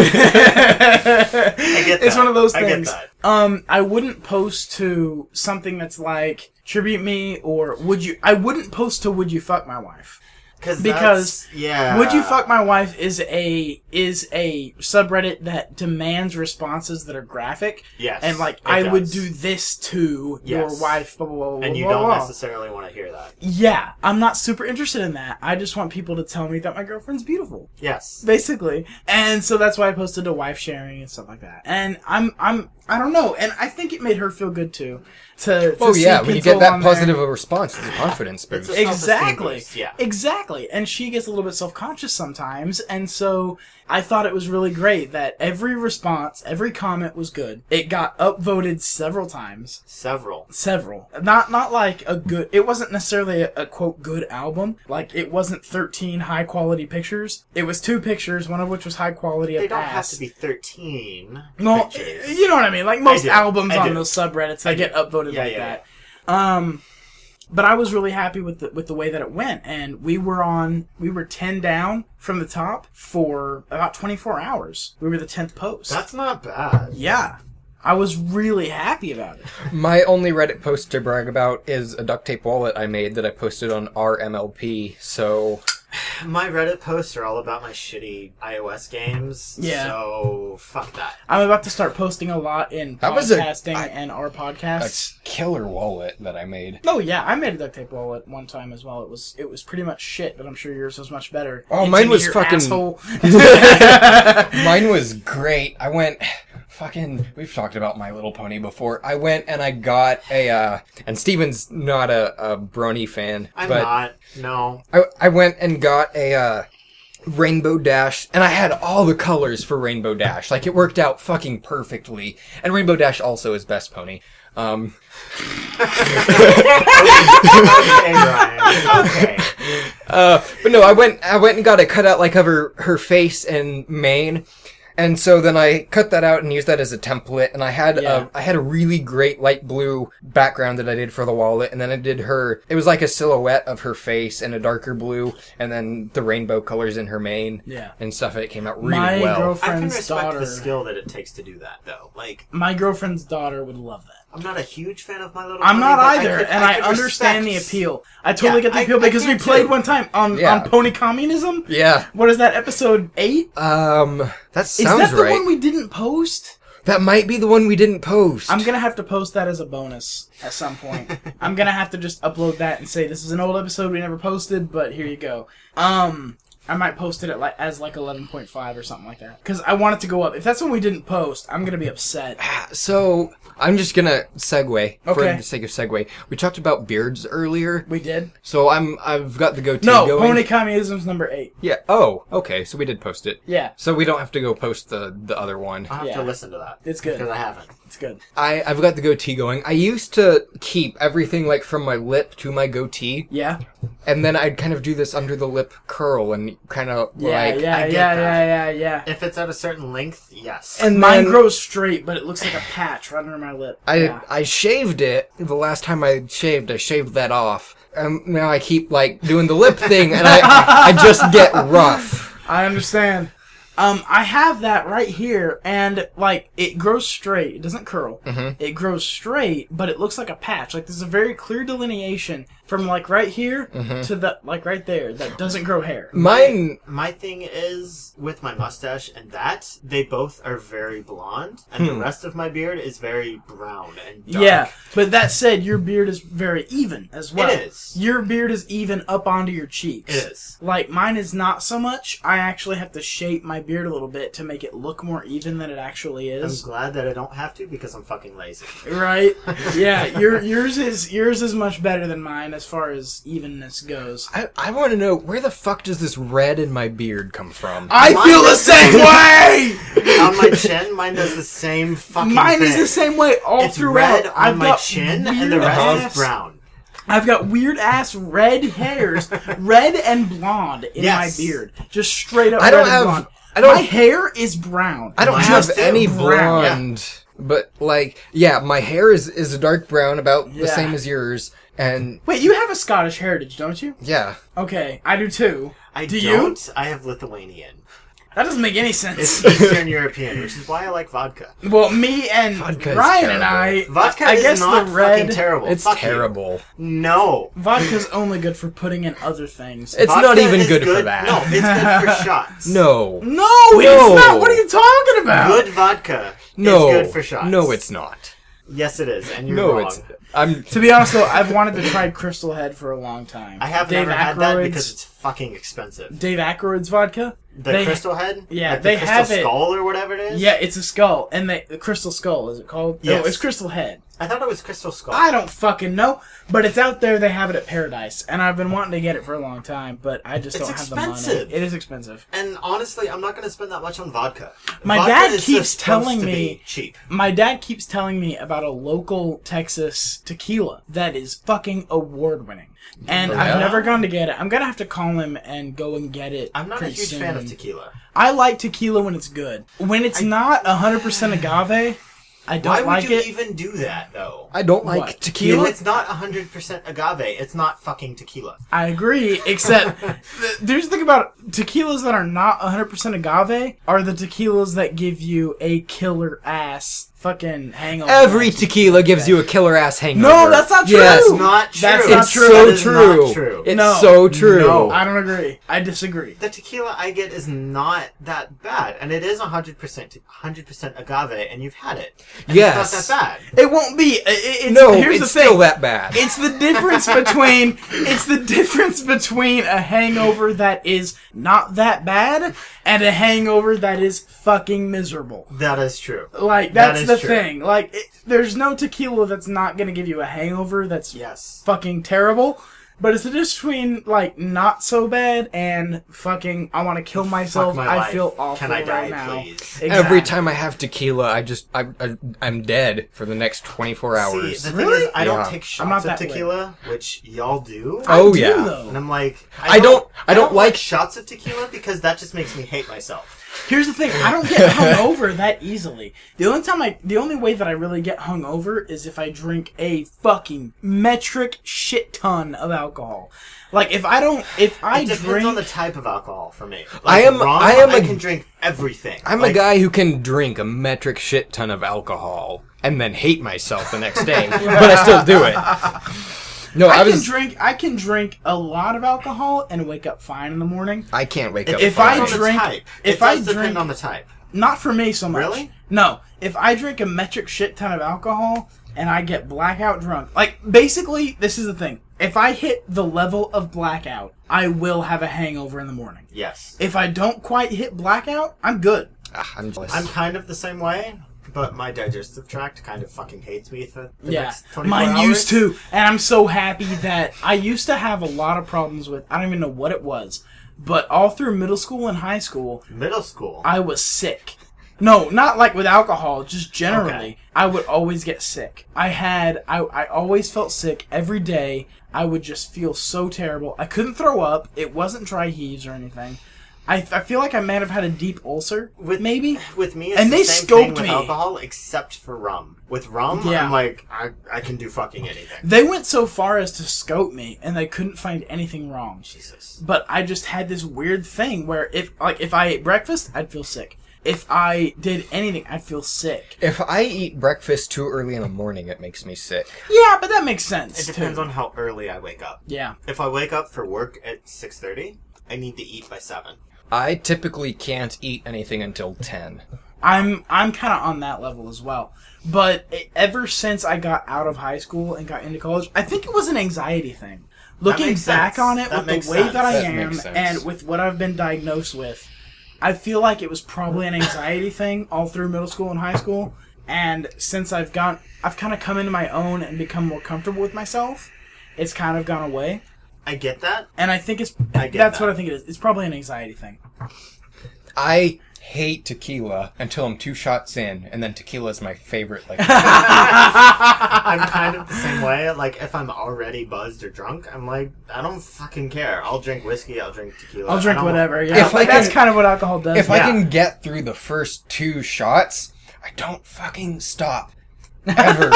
get it's that. one of those I get things. that. Um, I wouldn't post to something that's like tribute me or would you? I wouldn't post to would you fuck my wife Cause because that's- yeah, would you fuck my wife is a is a subreddit that demands responses that are graphic Yes, and like it i would does. do this to your Yes. wife blah blah blah blah, And you blah, don't blah. necessarily want to hear that. yeah i'm not super interested in that i just want people to tell me that my girlfriend's beautiful Yes. basically and so that's why i posted to wife sharing and stuff like that and i'm i'm i don't know and i think it made her feel good too to, to Oh see yeah, when you get Pinto that on there. positive a response, it's a confidence boost. a- self-esteem Exactly. boost, yeah. Exactly. And she gets a little bit self conscious sometimes. And so I thought it was really great that every response, every comment was good. It got upvoted several times. Several. Several. Not not like a good it wasn't necessarily a, a quote good album. Like it wasn't thirteen high quality pictures. It was two pictures, one of which was high quality of They don't have ass. to be thirteen. well, pictures. you know what I mean. Like most do. albums I on do. those subreddits, they get upvoted Yeah, like yeah, that. Um, but I was really happy with the with the way that it went, and we were on we were ten down from the top for about twenty four hours. We were the tenth post. That's not bad. yeah, I was really happy about it. My only Reddit post to brag about is a duct tape wallet I made that I posted on RMLP. So My Reddit posts are all about my shitty iOS games. Yeah. So fuck that. I'm about to start posting a lot in That was a- podcasting I- and our a podcasts. killer wallet that I made. Oh yeah, I made a duct tape wall at one time as well. It was it was pretty much shit, but I'm sure yours was much better. Oh, You mine Jimmy, was your fucking- asshole. Mine was great. I went fucking we've talked about my little pony before. I went and I got a uh and Steven's not a, a brony fan. I'm but not. No. I, I went and got a uh, Rainbow Dash, and I had all the colors for Rainbow Dash. Like, it worked out fucking perfectly. And Rainbow Dash also is Best Pony. Um, Okay, Ryan. Okay. uh, but no, I went, I went and got a cutout like of her, her face and mane. And so then I cut that out and used that as a template. And I had Yeah. a, I had a really great light blue background that I did for the wallet. And then I did her, it was like a silhouette of her face and a darker blue. And then the rainbow colors in her mane. Yeah. And stuff. And it came out really My well. I can girlfriend's respect daughter. the skill that it takes to do that, though. Like, My girlfriend's daughter would love that. I'm not a huge fan of My Little I'm Pony, not but either, could- and I, could understand respect- the appeal. I totally Yeah, get the I- appeal I because we can played too. one time on Yeah. on Pony Communism. Yeah. What is that episode eight? Um, that Is sounds that the right. one we didn't post? that might be the one we didn't post. I'm gonna have to post that as a bonus at some point. I'm gonna have to just upload that and say this is an old episode we never posted, but here you go. Um, I might post it at like as like 11.5 or something like that because I want it to go up. If that's when we didn't post, I'm gonna be upset. so I'm just gonna segue for Okay. the sake of segue. We talked about beards earlier, We did. so I'm I've got the goatee No, going. Pony Communism's number eight. yeah. Oh, okay. So we did post it. Yeah. Uh-huh. So we don't have to go post the the other one. I'll have Yeah. to listen to that. It's good. Because I haven't. It's good. I I've got the goatee going. I used to keep everything like from my lip to my goatee, Yeah. and then I'd kind of do this under the lip curl and kind of Yeah, like yeah, I get yeah, yeah, that. yeah, yeah. If it's at a certain length, yes. And Mine then- grows straight, but it looks like a patch right under my lip. I yeah. I shaved it the last time I shaved. I shaved that off, and now I keep like doing the lip thing, and I I just get rough. I understand. Um, I have that right here, and like it grows straight. It doesn't curl. Mm-hmm. It grows straight, but it looks like a patch. Like there's a very clear delineation from like right here Mm-hmm. to the like right there that doesn't grow hair. Mine My thing is with my mustache and that they both are very blonde, and the rest of my beard is very brown and dark. Hmm. Yeah, but that said, your beard is very even as well. is. Your beard is even up onto your cheeks. It is. Like mine is not so much. I actually have to shape my beard a little bit to make it look more even than it actually I'm is. glad that I don't have to because I'm fucking lazy. Right? Yeah, your yours is yours is much better than mine as far as evenness goes. I I want to know where the fuck does this red in my beard come from? I feel the same way. on my chin, mine does the same fucking Mine is thing. the same way all It's throughout. red on I've my got chin, weird and the rest ass- is brown. I've got weird ass red hairs, red and blonde in Yes. my beard, just straight up. I don't red and have- blonde. I don't- my hair is brown. I don't Mine have is too. any Brown, yeah. blonde, but like yeah, my hair is is a dark brown, about Yeah. the same as yours. And Wait, you have a Scottish heritage, don't you? yeah, Okay, I do too. I do you? not I have Lithuanian. That doesn't make any It's sense. Eastern European, which is why I like vodka. well, me and Vodka is Ryan and I, terrible. Vodka I is guess not the red fucking terrible. it's Fuck you. terrible. No. vodka's only good for putting in other things. It's Vodka not even is good, for that. No, it's good for shots. No. no, it's not. What are you talking about? Good vodka No. is good for shots. No, it's not. Yes, it is, and you're No, wrong. it's. I'm. To be honest, though, I've wanted to try Crystal Head for a long time. I have Dave never had that Aykroyd's- because it's fucking expensive. Dave Aykroyd's vodka. The They- crystal head? yeah, Like they the crystal have it. skull or whatever it is? Yeah, it's a skull, and they, the Crystal Skull is it called? No, Yes. it's Crystal Head. I thought it was crystal skull. I don't fucking know, but it's out there. They have it at Paradise, and I've been wanting to get it for a long time, but I just It's don't have the expensive. money. It is expensive. and honestly, I'm not going to spend that much on vodka. My Vodka dad is keeps supposed telling to be me- cheap. My dad keeps telling me about a local Texas tequila that is fucking award winning, and Oh, Yeah. I've never gone to get it. I'm gonna have to call him and go and get it. I'm not a pretty huge fan of soon. tequila. I like tequila when it's good. When it's not 100% agave, I Why don't would like you it. even do that though? I don't like What? If tequila. it's not 100% agave, it's not fucking tequila. I agree, except th- there's the thing about tequilas that are not 100% agave are the tequilas that give you a killer ass fucking hangover. Every tequila gives you a killer ass hangover. No, that's not true. Yes. Ooh, Not true. that's not It's true. so That is true. not true. It's No. so true. No, I don't agree. I disagree. the tequila I get is not that bad, and it is 100% 100% agave, and you've had it. And Yes. It's not that bad. It won't be. i- i- it's, No, here's it's the thing. still that bad. It's the difference between it's the difference between a hangover that is not that bad and a hangover that is fucking miserable. That is true. Like That that's is the true. thing. Like it, there's no tequila that's not going to give you a hangover that's Yes. fucking terrible. But it's the difference between like not so bad and fucking I want to kill myself. my I life. feel awful Can I die, right now. please? Every Exactly. time I have tequila, I just I, I I'm dead for the next 24 hours. See, the Really? thing is, I don't Yeah. take I'm not shots that of way. tequila, which y'all do. oh do, yeah. though. and I'm like, I don't- I don't like- shots of tequila because that just makes me hate myself. Here's the thing: I don't get hungover that easily. The only time I, the only way that I really get hungover is if I drink a fucking metric shit ton of alcohol. Like if I don't, if I It depends drink, on the type of alcohol for me. Like, I am- rum, I am I a- can drink everything. I'm a Like, guy who can drink a metric shit ton of alcohol and then hate myself the next day, but I still do it. No, I, I was can drink, I can drink a lot of alcohol and wake up fine in the morning. I can't wake up. It If I depends on the drink- type. if it I does drink- depend on the type. Not for me so much. Really? No. If I drink a metric shit ton of alcohol and I get blackout drunk, like basically, this is the thing: if I hit the level of blackout, I will have a hangover in the morning. Yes, If I don't quite hit blackout, I'm good. Ah, I'm jealous. I'm kind of the same way, but my digestive tract kind of fucking hates me for the Yeah, next 24 mine hours. used to, and I'm so happy that I used to have a lot of problems with. I don't even know what it was, but all through middle school and high school, Middle school. I was sick. No, not like with alcohol, just generally. Okay. I would always get sick. I had, I, I always felt sick every day. I would just feel so terrible. I couldn't throw up. It wasn't dry heaves or anything. I, I feel like I might have had a deep ulcer, with maybe. with me, it's And the they same thing scoped with me. alcohol, except for rum. With rum, Yeah. I'm like, I, I can do fucking anything. They went so far as to scope me, and they couldn't find anything wrong. Jesus. but I just had this weird thing where if like if I ate breakfast, I'd feel sick. If I did anything, I'd feel sick. if I eat breakfast too early in the morning, it makes me sick. Yeah, but that makes sense. It depends too. on how early I wake up. Yeah. If I wake up for work at six thirty, I need to eat by seven. I typically can't eat anything until 10. I'm I'm kind of on that level as well. But e- ever since I got out of high school and got into college, I think it was an anxiety thing. Looking makes back sense. on it That with makes the way sense. that I That am makes sense. and with what I've been diagnosed with, I feel like it was probably an anxiety thing all through middle school and high school. And since I've gone, I've kind of come into my own and become more comfortable with myself. It's kind of gone away, I get that. and I think it's I get that's that. what I think it is. It's probably an anxiety thing. I hate tequila until I'm two shots in, and then tequila is my favorite. Like, I'm kind of the same way. Like if I'm already buzzed or drunk, I'm like, I don't fucking care. I'll drink whiskey. I'll drink tequila. I'll I drink don't- whatever. Yeah, If I that's can- kind of what alcohol does. if I Yeah. can get through the first two shots, I don't fucking stop ever.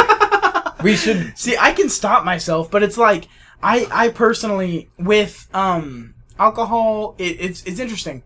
We should. See, I can stop myself, but it's like I I personally with um alcohol, it, it's it's interesting.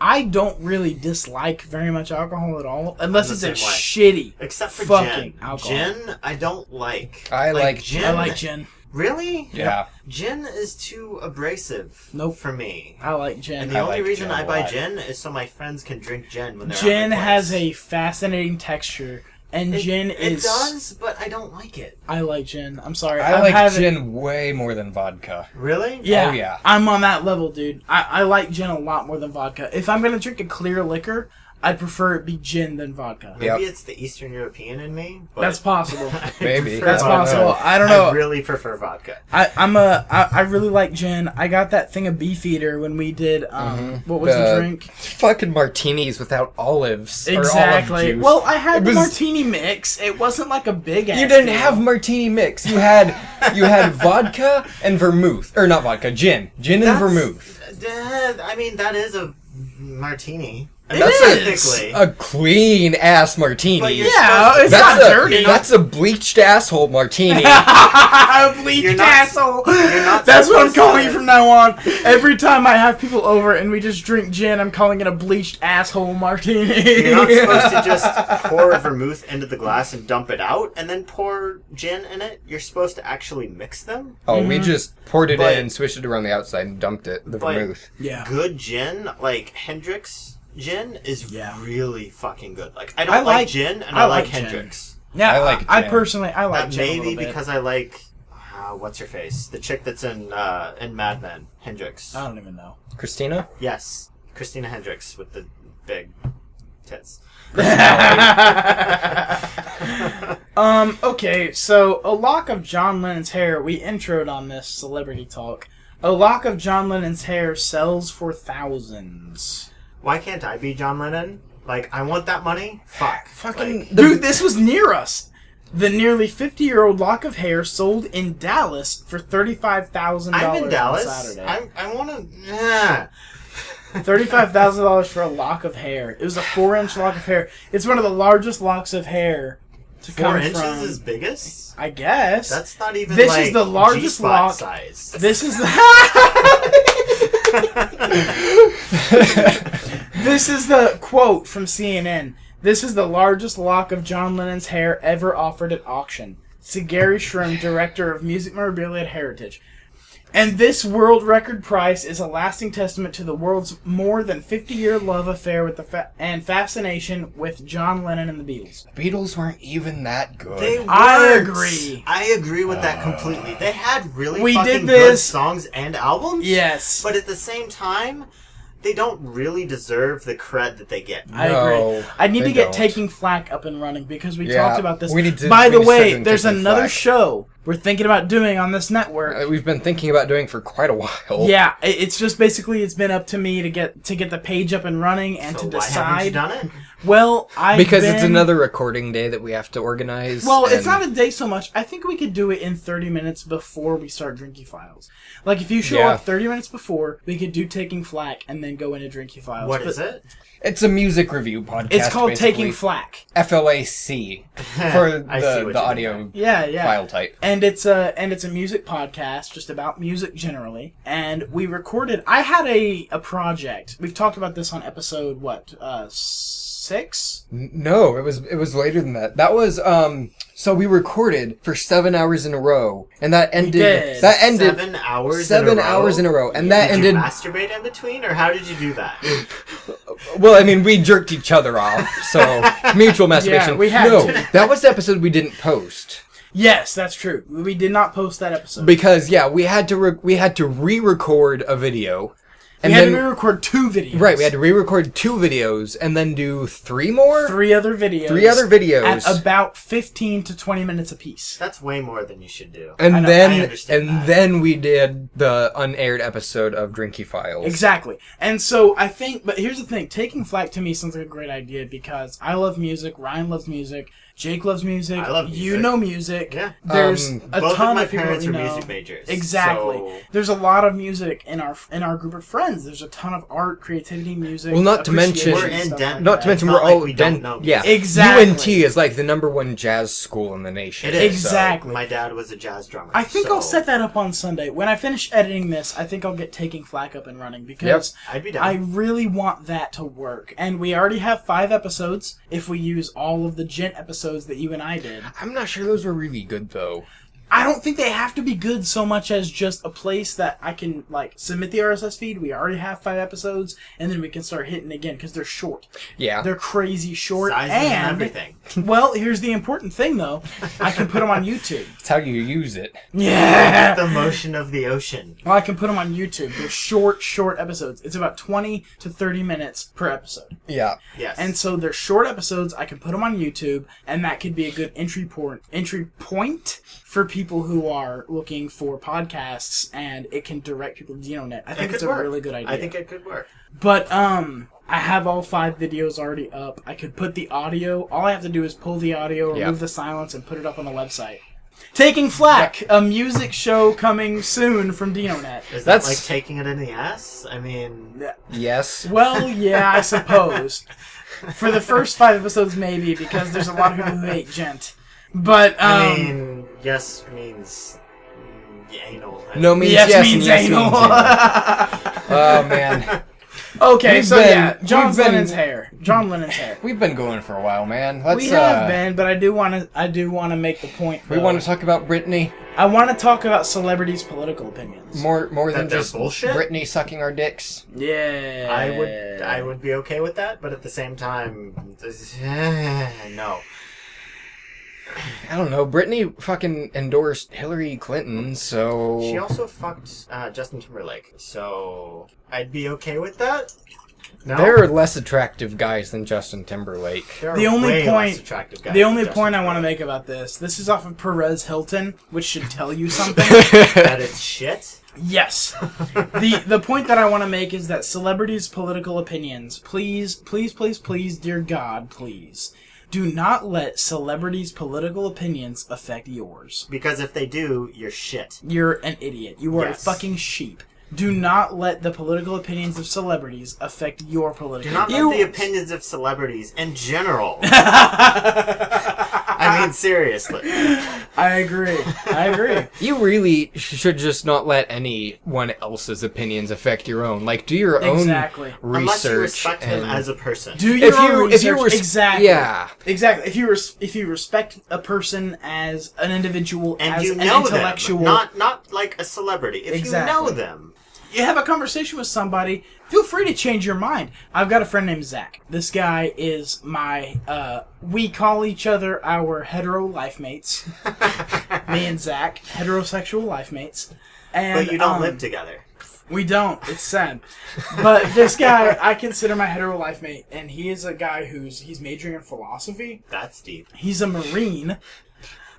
I don't really dislike very much alcohol at all, unless I'm it's the a same shitty Except for fucking gin. alcohol. Gin, I don't like. I like- gin. I like gin. Really? Yeah. Gin is too abrasive. Nope. For me. I like And gin. the I only like reason gin I a buy lot. gin is so my friends can drink gin when they're. at my Gin place. has a fascinating texture, and It- gin it is. does, but I don't like it. I like gin. I'm sorry. I I'm like having- gin way more than vodka. Really? Yeah, Oh, yeah. I'm on that level, dude. I, I like gin a lot more than vodka. If I'm gonna drink a clear liquor, I'd prefer it be gin than vodka. Maybe Yep. it's the Eastern European in me. But That's possible. Maybe. That's I don't know. possible. I don't know. I really prefer vodka. I, I'm a. I, I really like gin. I got that thing of Beefeater when we did. Um, What was the, Mm-hmm. The- drink? Fucking martinis without olives. Or olive Exactly. juice. Well, I had It the was- martini mix. It wasn't like a big. You didn't have martini mix. You had you had vodka and vermouth, or not vodka, gin, gin and That's- vermouth. Uh, I mean, that is a martini. That's technically. Uh, a, a clean ass martini. But you're- Yeah, it's That's not a dirty. that's a bleached asshole martini. I bleached You're not- asshole. not That's what I'm supposed to- calling you from now on. Every time I have people over and we just drink gin, I'm calling it a bleached asshole martini. You're not supposed to just pour vermouth into the glass and dump it out, and then pour gin in it. You're supposed to actually mix them. oh, Mm-hmm. we just poured it But- in, swished it around the outside, and dumped it. The But- vermouth. yeah. Good gin, like Hendrix gin, is Yeah. really fucking good. Like I don't I like, like- gin, and I I, like, like gin. Hendrix. Yeah, I I like like. I, gin. personally, I like That gin a little maybe bit. because I like uh, what's her face, the chick that's in uh, in Mad Men, Hendrix. I don't even know. Christina, Yes, Christina Hendricks with the big tits. Um, okay, so a lock of John Lennon's hair, we introed on this celebrity talk. A lock of John Lennon's hair sells for thousands. Why can't I be John Lennon? Like I want that money. Fuck. fucking Like, the- Dude, this was near us. The nearly 50 year old lock of hair sold in Dallas for $35,000 I'm in on Dallas. Saturday. I'm, I want to. Yeah. $35,000 for a lock of hair. It was a 4 inch lock of hair. It's one of the largest locks of hair to Four come inches from. is biggest. I guess. That's not even. This is like, the largest G-spot lock- size. This is the. this is the quote from CNN. This is the largest lock of John Lennon's hair ever offered at auction. said Gary Shrum, director of Music Memorabilia at Heritage. And this world record price is a lasting testament to the world's more than 50 year love affair with the fa- and fascination with John Lennon and the Beatles. Beatles weren't even that good. They I weren't. agree. I agree with that Uh, completely. They had really We fucking did this- good songs and albums. Yes. But at the same time, they don't really deserve the cred that they get. I No, agree. I need they to get don't. taking flack up and running because we Yeah, talked about this. we need to- By we the need to start way, doing there's taking another flack. show we're thinking about doing on this network. Uh, We've been thinking about doing for quite a while. yeah, i- it's just basically it's been up to me to get to get the page up and running and so to why haven't you decide. done it? Well, I Because it's another recording day that we have to organize. Well, it's and- not a day so much. I think we could do it in 30 minutes before we start drinking files. Like if you show Yeah. up 30 minutes before, we could do taking flack and then go into drinking files. What But is it? It's a music review podcast. It's called basically. taking flack. FLAC for I see the, what the you audio Yeah, yeah. file type. and it's a and it's a music podcast just about music generally and we recorded i had a a project we've talked about this on episode what uh six N- No, it was it was later than that. That was um so we recorded for 7 hours in a row and that ended did. that ended Seven hours. seven in a row? hours in a row and that Did ended you masturbate in between, or how did you do that? well I mean we jerked each other off. So mutual masturbation. we had no, to. that was the episode we didn't post. yes that's true we did not post that episode Because yeah, we had to re- we had to re-record a video and we had then to record two videos right, we had to re-record two videos and then do three more. three other videos Three other videos. at about 15 to 20 minutes apiece That's way more than you should do. And I know, I then understand and that. then we did the unaired episode of Drinky Files. Exactly. And so I think, but here's the thing taking flack to me sounds like a great idea because I love music, Ryan loves music, Jake loves music. I love You music. know music. Yeah. There's Um, a both of ton my of people parents that we are know. music majors, Exactly. so- There's a lot of music in our in our group of friends. There's a ton of art, creativity, music. Well, not to mention- appreciation, We're in stuff Denver. like Not that. to mention not we're like all we don't den- know. yeah. Exactly. UNT is like the number one jazz school in the nation. It is. Exactly. So my dad was a jazz drummer. I think I'll so set that up on Sunday. When I finish editing this, I think I'll get taking flack up and running because I'd be down. I really want that to work. And we already have five episodes if we use all of the gent episodes that you and I did. I'm not sure those were really good though. I don't think they have to be good so much as just a place that I can like submit the RSS feed. We already have five episodes, and then we can start hitting again because they're short. Yeah. They're crazy short Sizes and and everything. Well, here's the important thing though: I can put them on YouTube. That's how you use it. Yeah. the motion of the ocean. Well, I can put them on YouTube. They're short, short episodes. It's about 20 to 30 minutes per episode. Yeah. Yes. And so they're short episodes. I can put them on YouTube, and that could be a good entry point, entry point for people who are looking for podcasts, and it can direct people to DinoNet. I think could it's a work. really good idea. I think it could work. But um, I have all five videos already up. I could put the audio. All I have to do is pull the audio, remove Yeah. the silence, and put it up on the website. Taking Flack, a music show coming soon from DinoNet. Is That's- that like taking it in the ass? I mean, Yes. Well, yeah, I suppose. For the first five episodes, maybe because there's a lot of people who hate gent. But um, I mean, yes means mm, anal. I- No means yes, yes, and means yes anal. means anal. oh man, okay, We've so been- yeah, John we've been- Lennon's hair. John Lennon's hair. we've been going for a while, man. Let's. we have uh, been, but I do want to. I do want to make the point. We though. want to talk about Britney I want to talk about celebrities' political opinions. more more That than they're just bullshit? Britney sucking our dicks. Yeah, I would, I would be okay with that, but at the same time, no. I don't know. Britney fucking endorsed Hillary Clinton, so She also fucked uh, Justin Timberlake, so I'd be okay with that. No, there are less attractive guys than Justin Timberlake. There are The only way point- less attractive guys The than only Justin point I want to Timberlake. make about this, this is off of Perez Hilton, which should tell you something. that it's shit. Yes. the the point that I want to make is that celebrities' political opinions, please, please, please, please, dear God, please, do not let celebrities' political opinions affect yours. Because if they do, you're shit. You're an idiot. You are Yes. a fucking sheep. Do not let the political opinions of celebrities affect your political. Do not let You- the opinions of celebrities in general. I mean, seriously. I agree. I agree. You really sh- should just not let anyone else's opinions affect your own. Like, do your Exactly. own research. Unless you respect and them as a person. Do your if you own if you research. res- exactly yeah. exactly if you res- if you respect a person as an individual and as you an know intellectual them, not not like a celebrity. If Exactly. you know them, you have a conversation with somebody, feel free to change your mind. I've got a friend named Zach. This guy is my, uh, we call each other our hetero life mates. Me and Zach, heterosexual life mates. And, but you don't um, live together. we don't. It's sad. But this guy, I consider my hetero life mate, and he is a guy who's he's majoring in philosophy. That's deep. He's a marine,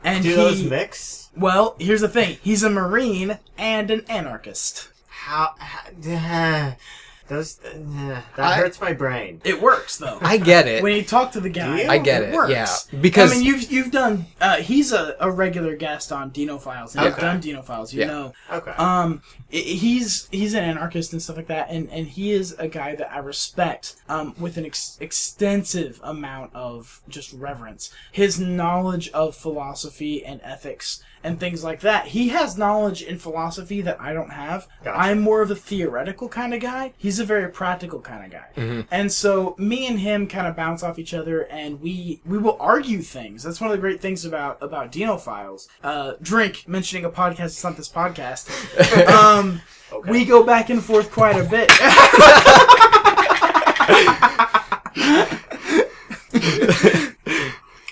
and Do he those mix? well. Here's the thing: he's a marine and an anarchist. How? how those uh, that I- hurts my brain. It works though. I get it. when you talk to the guy, I get it, works. yeah. Because- I mean, you've you've done. Uh, he's a, a regular guest on Dino Files. And You've Okay. done Dino Files. You Yeah. know, Okay. um, i- he's he's an anarchist and stuff like that, and and he is a guy that I respect um, with an ex- extensive amount of just reverence. His knowledge of philosophy and ethics and things like that. He has knowledge in philosophy that I don't have. Gotcha. I'm more of a theoretical kind of guy. He's a very practical kind of guy. And so me and him kind of bounce off each other, and we we will argue things. That's one of the great things about about Dino Files. Uh, drink mentioning a podcast. It's not this podcast. Um, Okay. We go back and forth quite a bit.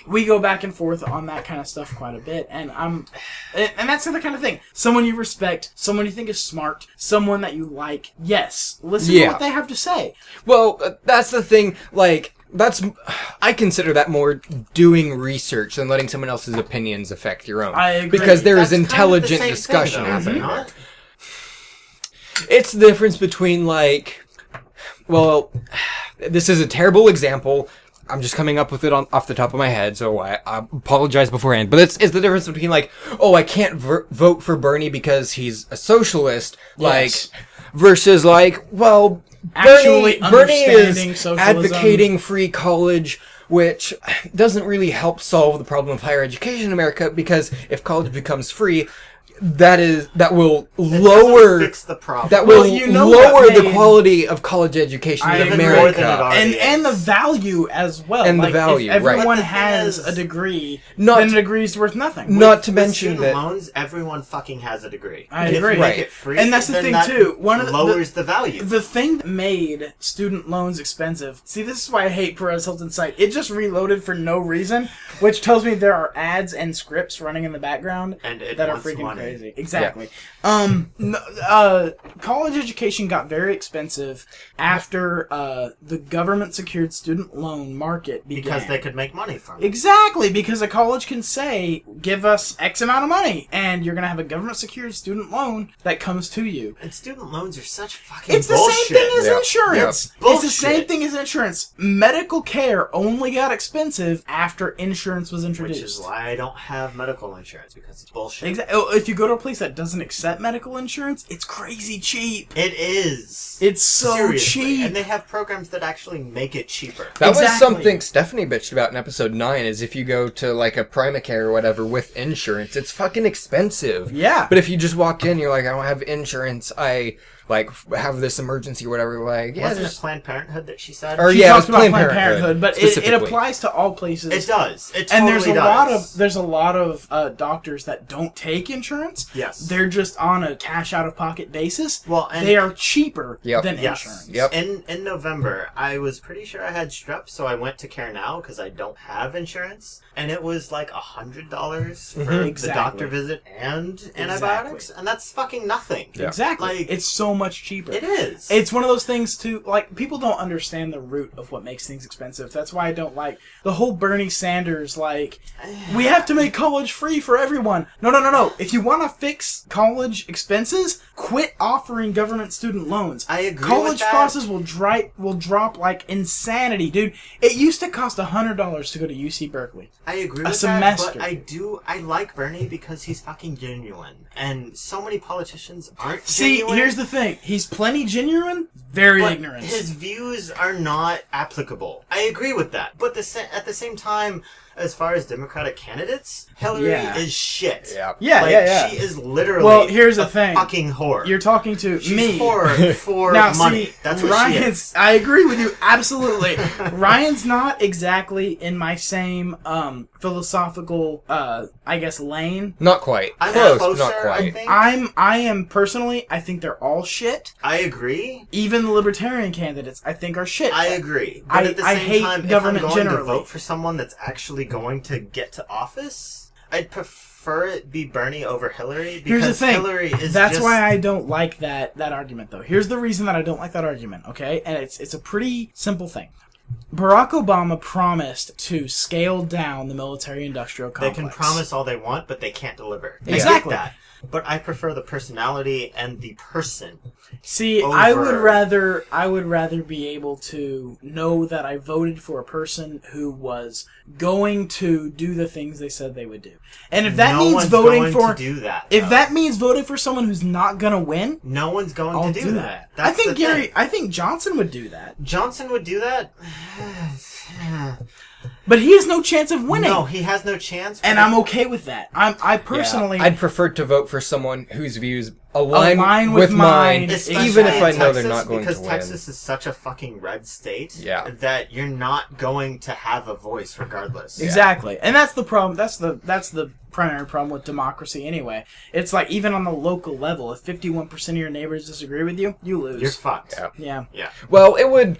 we go back and forth on that kind of stuff quite a bit and i'm and and that's the kind of thing someone you respect someone you think is smart someone that you like yes listen to Yeah. what they have to say Well, uh, that's the thing. Like, that's I consider that more doing research than letting someone else's opinions affect your own. I agree. Because there is That's kind of the same intelligent thing, discussion though, Mm-hmm. is it happening. not? It's the difference between like, well, this is a terrible example. I'm just coming up with it on, off the top of my head, so I, I apologize beforehand. But it's, it's the difference between like, oh, I can't ver- vote for Bernie because he's a socialist, Yes. like, versus like, well, Actually Bernie, Bernie understanding is socialism. advocating free college. Which doesn't really help solve the problem of higher education in America because if college becomes free, that is that will lower fix the problem. that will Well, you know what lower the made- quality of college education I in agree. More than it America. already and is. and the value as well. Ah, And the Like, if value, right. But everyone the thing has is- a degree, Not- then a degree's worth nothing. Not to With mention student that loans, everyone fucking has a degree. I And if agree. you make Right. it free, And that's the then thing, that too. One of the- lowers the, value. The thing that made student loans expensive. See, this is why I hate Perez Hilton's site. It just reloaded for no reason, which tells me there are ads and scripts running in the background And it that are wants freaking money. crazy. Exactly. Um, n- uh, college education got very expensive after uh, the government secured student loan market began. because they could make money from it. Exactly, because a college can say, give us X amount of money, and you're going to have a government secured student loan that comes to you. And student loans are such fucking It's the bullshit. same thing as Yeah. insurance. Yeah. It's the same Bullshit. thing as insurance. Medical care only got expensive after insurance was Which introduced. is why I don't have medical insurance because it's bullshit. Exa- oh, If you go to a place that doesn't accept medical insurance, it's crazy cheap. It is. It's so Seriously. cheap. And they have programs that actually make it cheaper. That was Exactly. something Stephanie bitched about in episode nine. Is if you go to like a Primacare or whatever with insurance, it's fucking expensive. Yeah. But if you just walk in, you're like, I don't have insurance. I like f- have this emergency or whatever. Like, yeah, Wasn't it just, Planned Parenthood that she said? Or- she yeah, it talks was about Planned Planned Parenthood, Parenthood, but it, it specifically. applies to all places. It does. It and totally there's a does. lot of there's a lot of uh, doctors that don't take insurance. Yes. they're just on a cash out of pocket basis. Well, and- they are cheaper Yep. than Yes. insurance. Yep. In in November, I was pretty sure I had strep, so I went to Care Now because I don't have insurance, and it was like a hundred dollars for the Exactly. doctor visit and antibiotics, and that's fucking nothing. Exactly, Like- it's so much cheaper. It is. It's one of those things too. Like people don't understand the root of what makes things expensive. That's why I don't like the whole Bernie Sanders like we have to make college free for everyone. No, no, no, no. If you want to fix college expenses, quit offering government student loans. I agree with College that. prices will dry will drop like insanity, dude. It used to cost hundred dollars to go to UC Berkeley. I agree with that, semester. but I do. I like Bernie because he's fucking genuine, and so many politicians aren't. See, genuine, here's the thing. He's plenty genuine, very but ignorant. His views are not applicable. I agree with that, but the sa- at the same time, as far as Democratic candidates, Hillary Yeah. is shit. Yeah. Yeah, Like, yeah, yeah. She is literally. Well, here's the a thing. Fucking whore. You're talking to She's me. Whore for now, money. see, That's what Ryan's. she is. I agree with you absolutely. Ryan's not exactly in my same um, philosophical, uh, I guess, lane. not quite. I'm Close, closer. but not I quite. think. I, I'm. I am personally. I think they're all shit. agree. Even the libertarian candidates, I think, are shit. I agree. But I- at the I same hate time, government if I'm going generally. to vote for someone that's actually going to get to office, I'd prefer it be Bernie over Hillary because Here's the thing. Hillary is That's just why I don't like that that argument though. Here's the reason that I don't like that argument, okay? And it's it's a pretty simple thing. Barack Obama promised to scale down the military industrial They complex. can promise all they want, but they can't deliver. I get Exactly. that. But I prefer the personality and the person. See, I would over- rather I would rather be able to know that I voted for a person who was going to do the things they said they would do. And if that no means one's voting going for to do that. if though. that means voting for someone who's not going to win, no one's going I'll to do, do, that. I That's think the Gary thing. I think Johnson would do that. Johnson would do that. But he has no chance of winning. No, he has no chance. and but- I'm okay with that. I'm I Yeah. personally I'd prefer to vote for someone whose views align, Align with, with mine, mine, Especially even if in I know Texas, they're not going because to Texas is such a fucking red state Yeah. that you're not going to have a voice regardless. exactly. And that's the problem. That's the that's the primary problem with democracy anyway. It's like even on the local level, if 51% of your neighbors disagree with you, you lose. You're fucked. Yeah. yeah. win. Well, it would.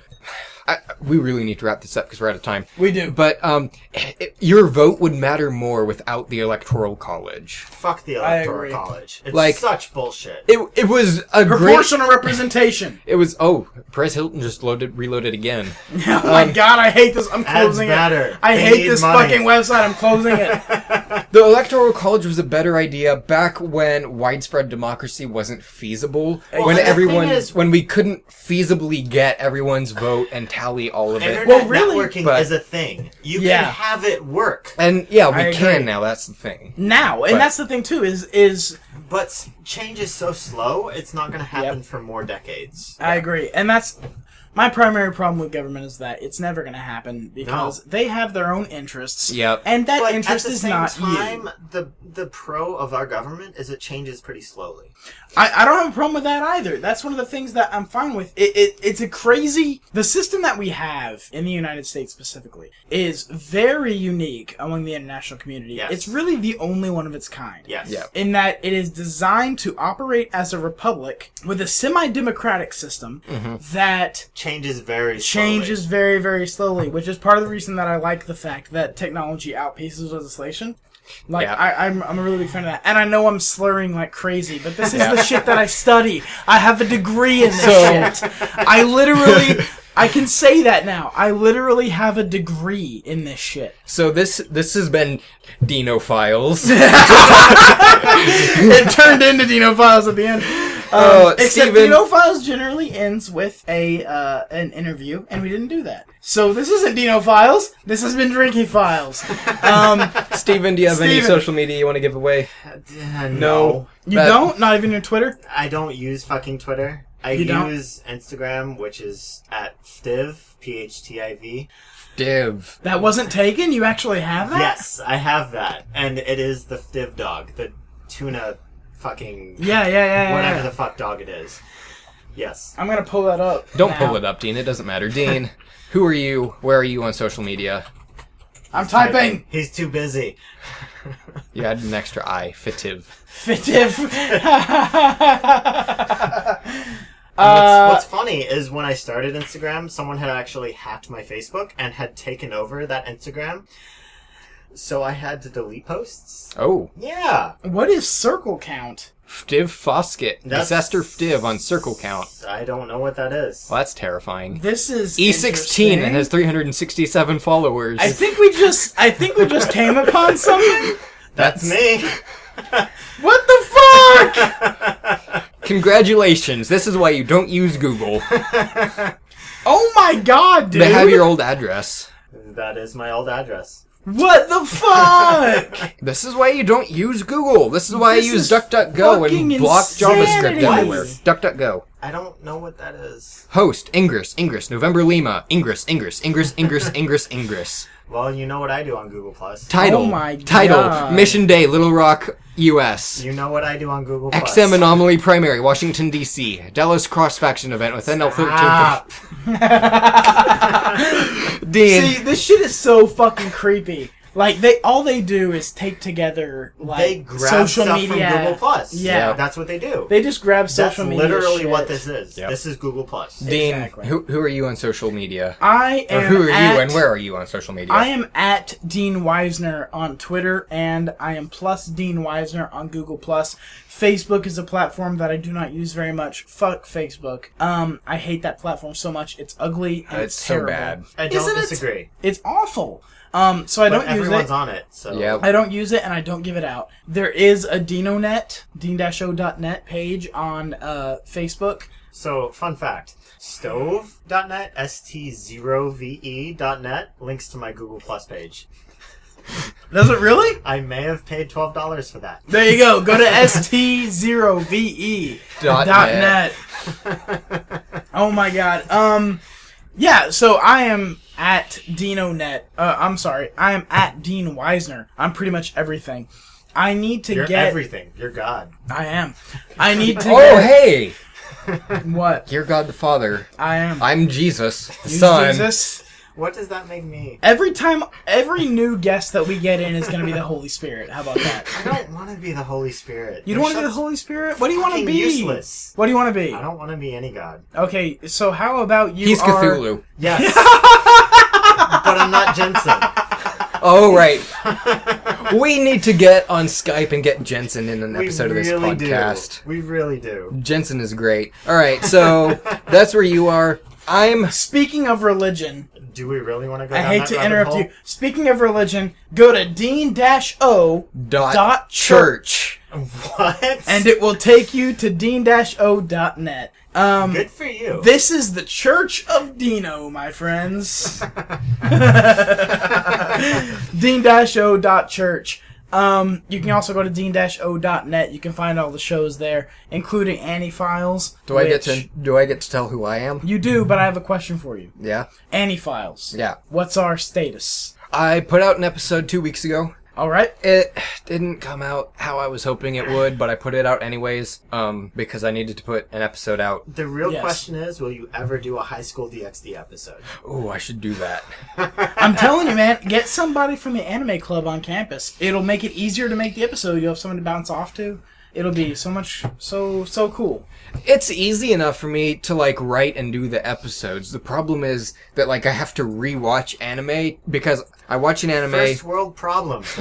I, we really need to wrap this up because we're out of time. We do. But um, it, your vote would matter more without the electoral college. Fuck the I electoral agree. college. It's Like- such bullshit. It, it was a great Proportional representation. It was oh, Perez Hilton just loaded reloaded again. oh my god, I hate this. I'm Ads closing it. matter. I Um, They hate need this money. fucking website. I'm closing it. the electoral college was a better idea back when widespread democracy wasn't feasible. Well, when and the thing everyone is- when we couldn't feasibly get everyone's vote and tally all of it. Internet Well, really, networking but- is a thing. You Yeah. can have it work, And yeah, I we agree. can now. That's the thing. now, and But- that's the thing too. Is is but s- change is so slow. It's not going to happen for more decades. I agree, and that's my primary problem with government is that it's never going to happen because they have their own interests. Yep. and that But interest at the is same not time, you. the the pro of our government is it changes pretty slowly. I, I don't have a problem with that either. That's one of the things that I'm fine with. It, it it's a crazy the system that we have in the United States specifically is very unique among the international community. Yes. It's really the only one of its kind. Yes. Yeah. in that it is designed to operate as a republic with a semi-democratic system Mm-hmm. that Changes very slowly. changes very very slowly which is part of the reason that i like the fact that technology outpaces legislation like Yeah. I, I'm, I'm a really big fan of that and i know i'm slurring like crazy but this is the shit that i study i have a degree in this shit i literally i can say that now i literally have a degree in this shit So this this has been Dino Files. it turned into Dino Files at the end. Oh, Um, Except Steven- Dino Files generally ends with a uh, an interview, and we didn't do that. So this isn't Dino Files. This has been Drinky Files. Um, Steven, do you have any Steven. social media you want to give away? Uh, you That- don't? Not even your Twitter? I don't use fucking Twitter. I You don't? use Instagram, which is at ftiv p h t i v. Div. That wasn't taken. You actually have that? Yes, I have that, and it is the ftiv dog, the tuna, fucking Yeah, yeah, yeah. yeah, whatever yeah. the fuck dog it is. Yes. I'm gonna pull that up. Don't now. pull it up, Dean. It doesn't matter. Dean, who are you? Where are you on social media? I'm typing He's too busy. You had an extra I. Fitiv. fittive. Uh, What's, what's funny is when I started Instagram, someone had actually hacked my Facebook and had taken over that Instagram. So I had to delete posts. Oh, Yeah. what is circle count? Ftiv Foskett. That's- Disaster Ftiv on circle count. I don't know what that is. Well, that's terrifying. This is E16 interesting. and E has 367 followers. I think we just. I think we just came upon something. That's me. What the fuck? Congratulations. This is why you don't use Google. Oh my god, dude! they have your old address. that is my old address. what the fuck? This is why you don't use Google. This is why This I use is DuckDuckGo fucking and block insanity. JavaScript everywhere. What? DuckDuckGo. I don't know what that is. Host, Ingress, Ingress, November Lima, Ingress, Ingress, Ingress, Ingress, Ingress, Ingress. Well, you know what I do on Google Plus. Title. Oh my Title. God. Mission Day, Little Rock, U.S. You know what I do on Google Plus. XM Anomaly Primary, Washington, D.C. Dallas Cross Faction Event with NL13. Stop. Dean. See, this shit is so fucking creepy. Like they, all they do is take together like They grab social stuff media. from Google Plus. Yeah. That's what they do. They just grab That's social media. literally shit. what this is. Yep. This is Google Plus. Dean, Exactly. who, who are you on social media? I am. Or who are at, you and where are you on social media? I am at Dean Weisner on Twitter, and I am plus Dean Weisner on Google Plus. Facebook is a platform that I do not use very much. Fuck Facebook. Um, I hate that platform so much. It's ugly. And It's it's, so terrible. bad. I don't Isn't it- disagree. It's awful. Um, so I don't But use everyone's it. on it, so Yep. I don't use it and I don't give it out. There is a DinoNet, dean-o.net page on uh, Facebook. So, fun fact stove.net, st0ve.net E links to my Google Plus page. Does it really? I may have paid $12 for that. There you go. Go to st0ve Dot dot net. net. oh my god. Um, yeah. So I am at DinoNet. Uh, I'm sorry. I am at Dean Weisner. I'm pretty much everything. I need to You're get. everything. You're God. I am. I need to. Oh, get, hey! What? Dear God the Father, I am. I'm Jesus, the Use Son. Jesus. What does that make me? Every time, every new guest that we get in is going to be the Holy Spirit. How about I that? don't want to be the Holy Spirit. You don't want to be the Holy Spirit? What do you want to Fucking be? useless. What do you want to be? I don't want to be any God. Okay, so how about you? He's are- Cthulhu. Yes. but I'm not Jensen. Oh, right. we need to get on Skype and get Jensen in an We episode really of this podcast. do. We really do. Jensen is great. All right, so that's where you are. I'm. Speaking of religion, Do we really want to go I down hate that to rabbit interrupt hole? you. Speaking of religion, go to dean o Dot, Dot church. What? and it will take you to dean o dot net. Um, Good for you. This is the Church of Dino, my friends. Dean-O.church. Um, you can also go to dean-o.net. You can find all the shows there, including Annie Files. Do I get to do I get to tell who I am? You do, but I have a question for you. Yeah. Annie Files. Yeah. What's our status? I put out an episode 2 weeks ago. All right. It didn't come out how I was hoping it would, but I put it out anyways um because I needed to put an episode out. the real Yes. question is, will you ever do a High School DxD episode? Ooh, I should do that. I'm telling you, man, get somebody from the anime club on campus. It'll make it easier to make the episode. You'll have someone to bounce off to. It'll be so much, so, so cool. it's easy enough for me to like write and do the episodes. The problem is that like I have to rewatch anime because I watch an anime. First world problem.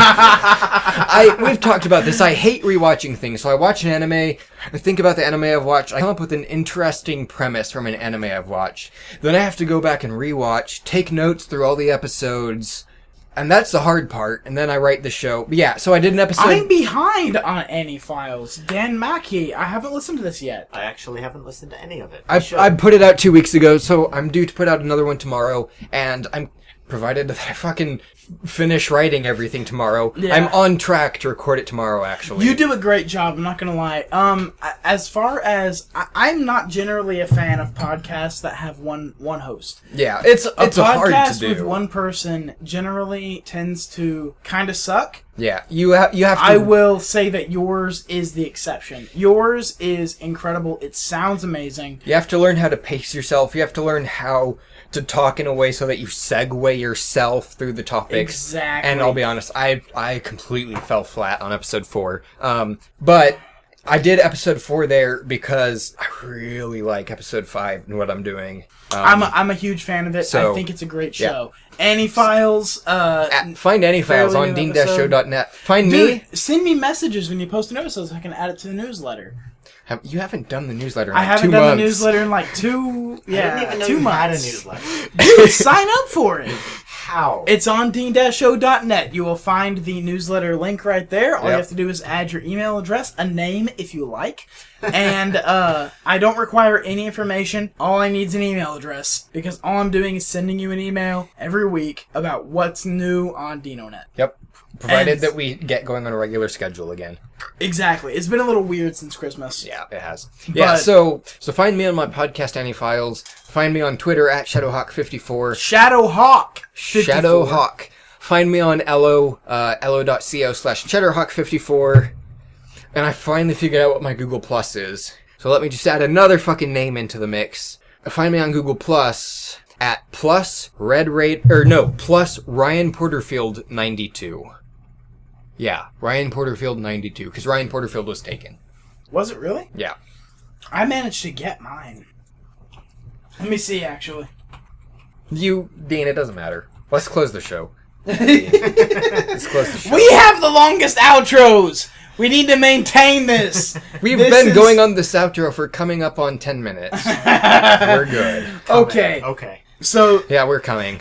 I we've talked about this. I hate rewatching things. So I watch an anime, I think about the anime I've watched, I come up with an interesting premise from an anime I've watched. Then I have to go back and rewatch, take notes through all the episodes, and that's the hard part. And then I write the show. But yeah, so I did an episode. I'm behind on Annie Files. Dan Mackey, I haven't listened to this yet. I actually haven't listened to any of it. I, should. I put it out two weeks ago, so I'm due to put out another one tomorrow, and I'm provided that I fucking f- finish writing everything tomorrow. Yeah. I'm on track to record it tomorrow, actually. You do a great job. I'm not gonna lie. Um, a- as far as I, I'm not generally a fan of podcasts that have one one host. Yeah, it's A it's hard podcast to do. with one person generally tends to kind of suck. yeah, you have you have to. I will say that yours is the exception. Yours is incredible. It sounds amazing. You have to learn how to pace yourself. You have to learn how to talk in a way so that you segue yourself through the topics. Exactly. And I'll be honest, I I completely fell flat on episode four. Um, but I did episode four there because I really like episode five and what I'm doing. Um, I'm a, I'm a huge fan of it. So- I think it's a great yeah. show. Annie Files. Uh, at- find any files Fairly on new dean-show.net. Find Dude, me. send me messages when you post an episode so I can add it to the newsletter. Have- you haven't done the newsletter. In I like haven't two done months. the newsletter in like two yeah I didn't even know two you had a months. newsletter. Dude, sign up for it. How? It's on dean-show.net. You will find the newsletter link right there. All you Yep. have to do is add your email address, a name if you like, and uh, I don't require any information. All I need is an email address because all I'm doing is sending you an email every week about what's new on DinoNet. Yep. Provided And- that we get going on a regular schedule again. Exactly. It's been a little weird since Christmas. Yeah, it has. Yeah, But- so so find me on my podcast Annie Files. Find me on Twitter at Shadowhawk54. Shadowhawk. 54. Shadowhawk. Find me on Elo, uh, elo.co slash Cheddarhawk54. And I finally figured out what my Google Plus is. So let me just add another fucking name into the mix. Find me on Google Plus at plus red rate, or no, plus Ryan Porterfield 92. Yeah, Ryan Porterfield 92, because Ryan Porterfield was taken. Was it really? Yeah. I managed to get mine. Let me see, actually. You, Dean, it doesn't matter. Let's close the show. Let's close the show. We have the longest outros! We need to maintain this! We've This been is- going on this outro for coming up on 10 minutes. we're good. Okay, Okay. so Yeah, we're coming.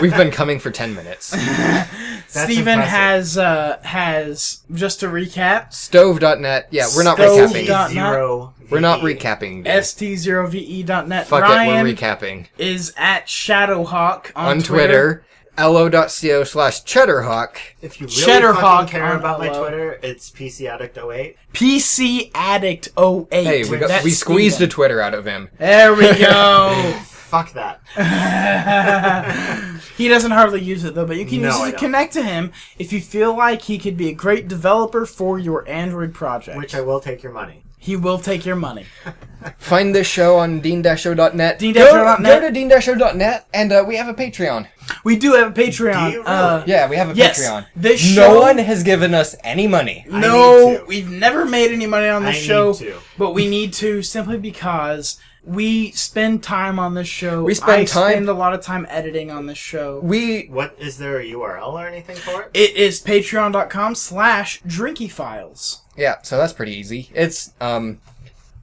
We've been coming for 10 minutes. Steven impressive. has, uh, has, just to recap, Stove.net. Yeah, we're not Stove recapping. dot- Zero. We're not VE. recapping. dude. st0ve.net. Fuck E Ryan it, we're recapping. is at Shadowhawk on, On Twitter, lo.co slash cheddarhawk. If you really Cheddar fucking Hawk care on about my Elo. Twitter, it's PC Addict 08. PC Addict 08. Hey, we, got, That's we squeezed Steven. a Twitter out of him. There we go! Fuck that. He doesn't hardly use it though, but you can No, use I it to don't. connect to him if you feel like he could be a great developer for your Android project. Which I will take your money. he will take your money. Find this show on dean-show.net. dean-show.net. Go, go to dean-show.net, and uh, we have a Patreon. We do have a Patreon. Do you uh, really? Yeah, we have a Yes, Patreon. this No show- one has given us any money. need No, to. we've never made any money on this I need show, to. but we need to simply because we spend time on this show. We spend I time- spend a lot of time editing on this show. We What is there a URL or anything for it? It is patreon.com slash drinkyfiles. Yeah, so that's pretty easy. It's um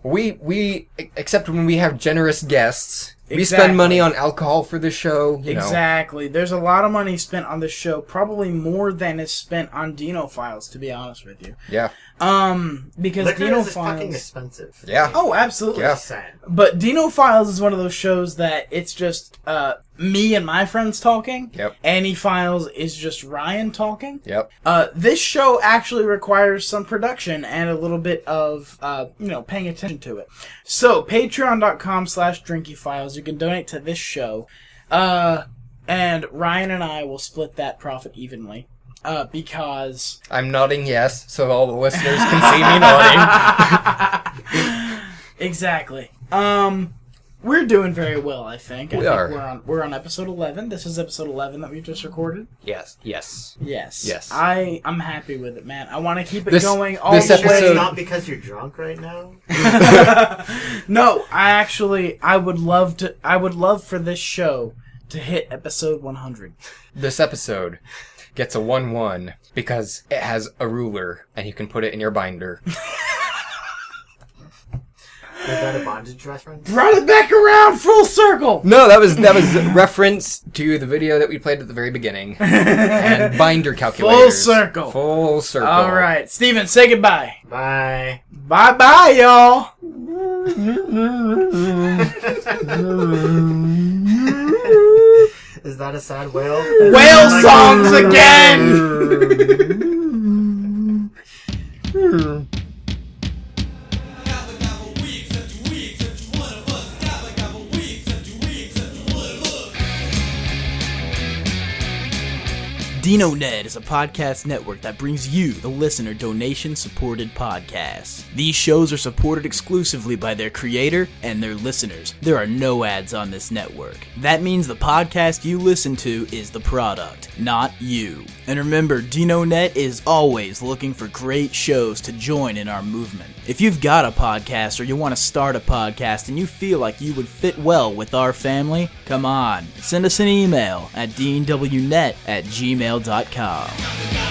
we we e-, except when we have generous guests, we Exactly. spend money on alcohol for the show, you know. Exactly. There's a lot of money spent on this show, probably more than is spent on Dino Files, to be honest with you. Yeah. Um, because Liquor Dino is fucking Files. expensive. Yeah. Oh, absolutely. Yeah. Sad. But Dino Files is one of those shows that it's just uh, me and my friends talking. Yep. Annie Files is just Ryan talking. Yep. Uh, this show actually requires some production and a little bit of, uh, you know, paying attention to it. So, patreon.com slash drinkyfiles. You can donate to this show. Uh, and Ryan and I will split that profit evenly. Uh, because I'm nodding yes, so all the listeners can see me nodding. Exactly. Um, we're doing very well, I think. I We think are. We're on, we're on episode eleven. This is episode eleven that we just recorded. Yes. Yes. Yes. Yes. I I'm happy with it, man. I want to keep it This- going all this the Sure, episode- way. it's not because you're drunk right now. No, I actually I would love to. I would love for this show to hit episode one hundred. This episode gets a 1 1 because it has a ruler and you can put it in your binder. Is that a bondage reference? Brought it back around full circle. No, that was that was a reference to the video that we played at the very beginning. and binder calculators. circle. Full circle. All right, Steven, say goodbye. Bye. Bye bye, y'all. Is that a sad whale? Oh Whale songs again. Dino Ned is a podcast network that brings you, the listener, donation supported podcasts. These shows are supported exclusively by their creator and their listeners. There are no ads on this network. That means the podcast you listen to is the product, not you. And remember, DinoNet is always looking for great shows to join in our movement. If you've got a podcast or you want to start a podcast and you feel like you would fit well with our family, come on, send us an email at dnwnet at gmail.com. Gobble,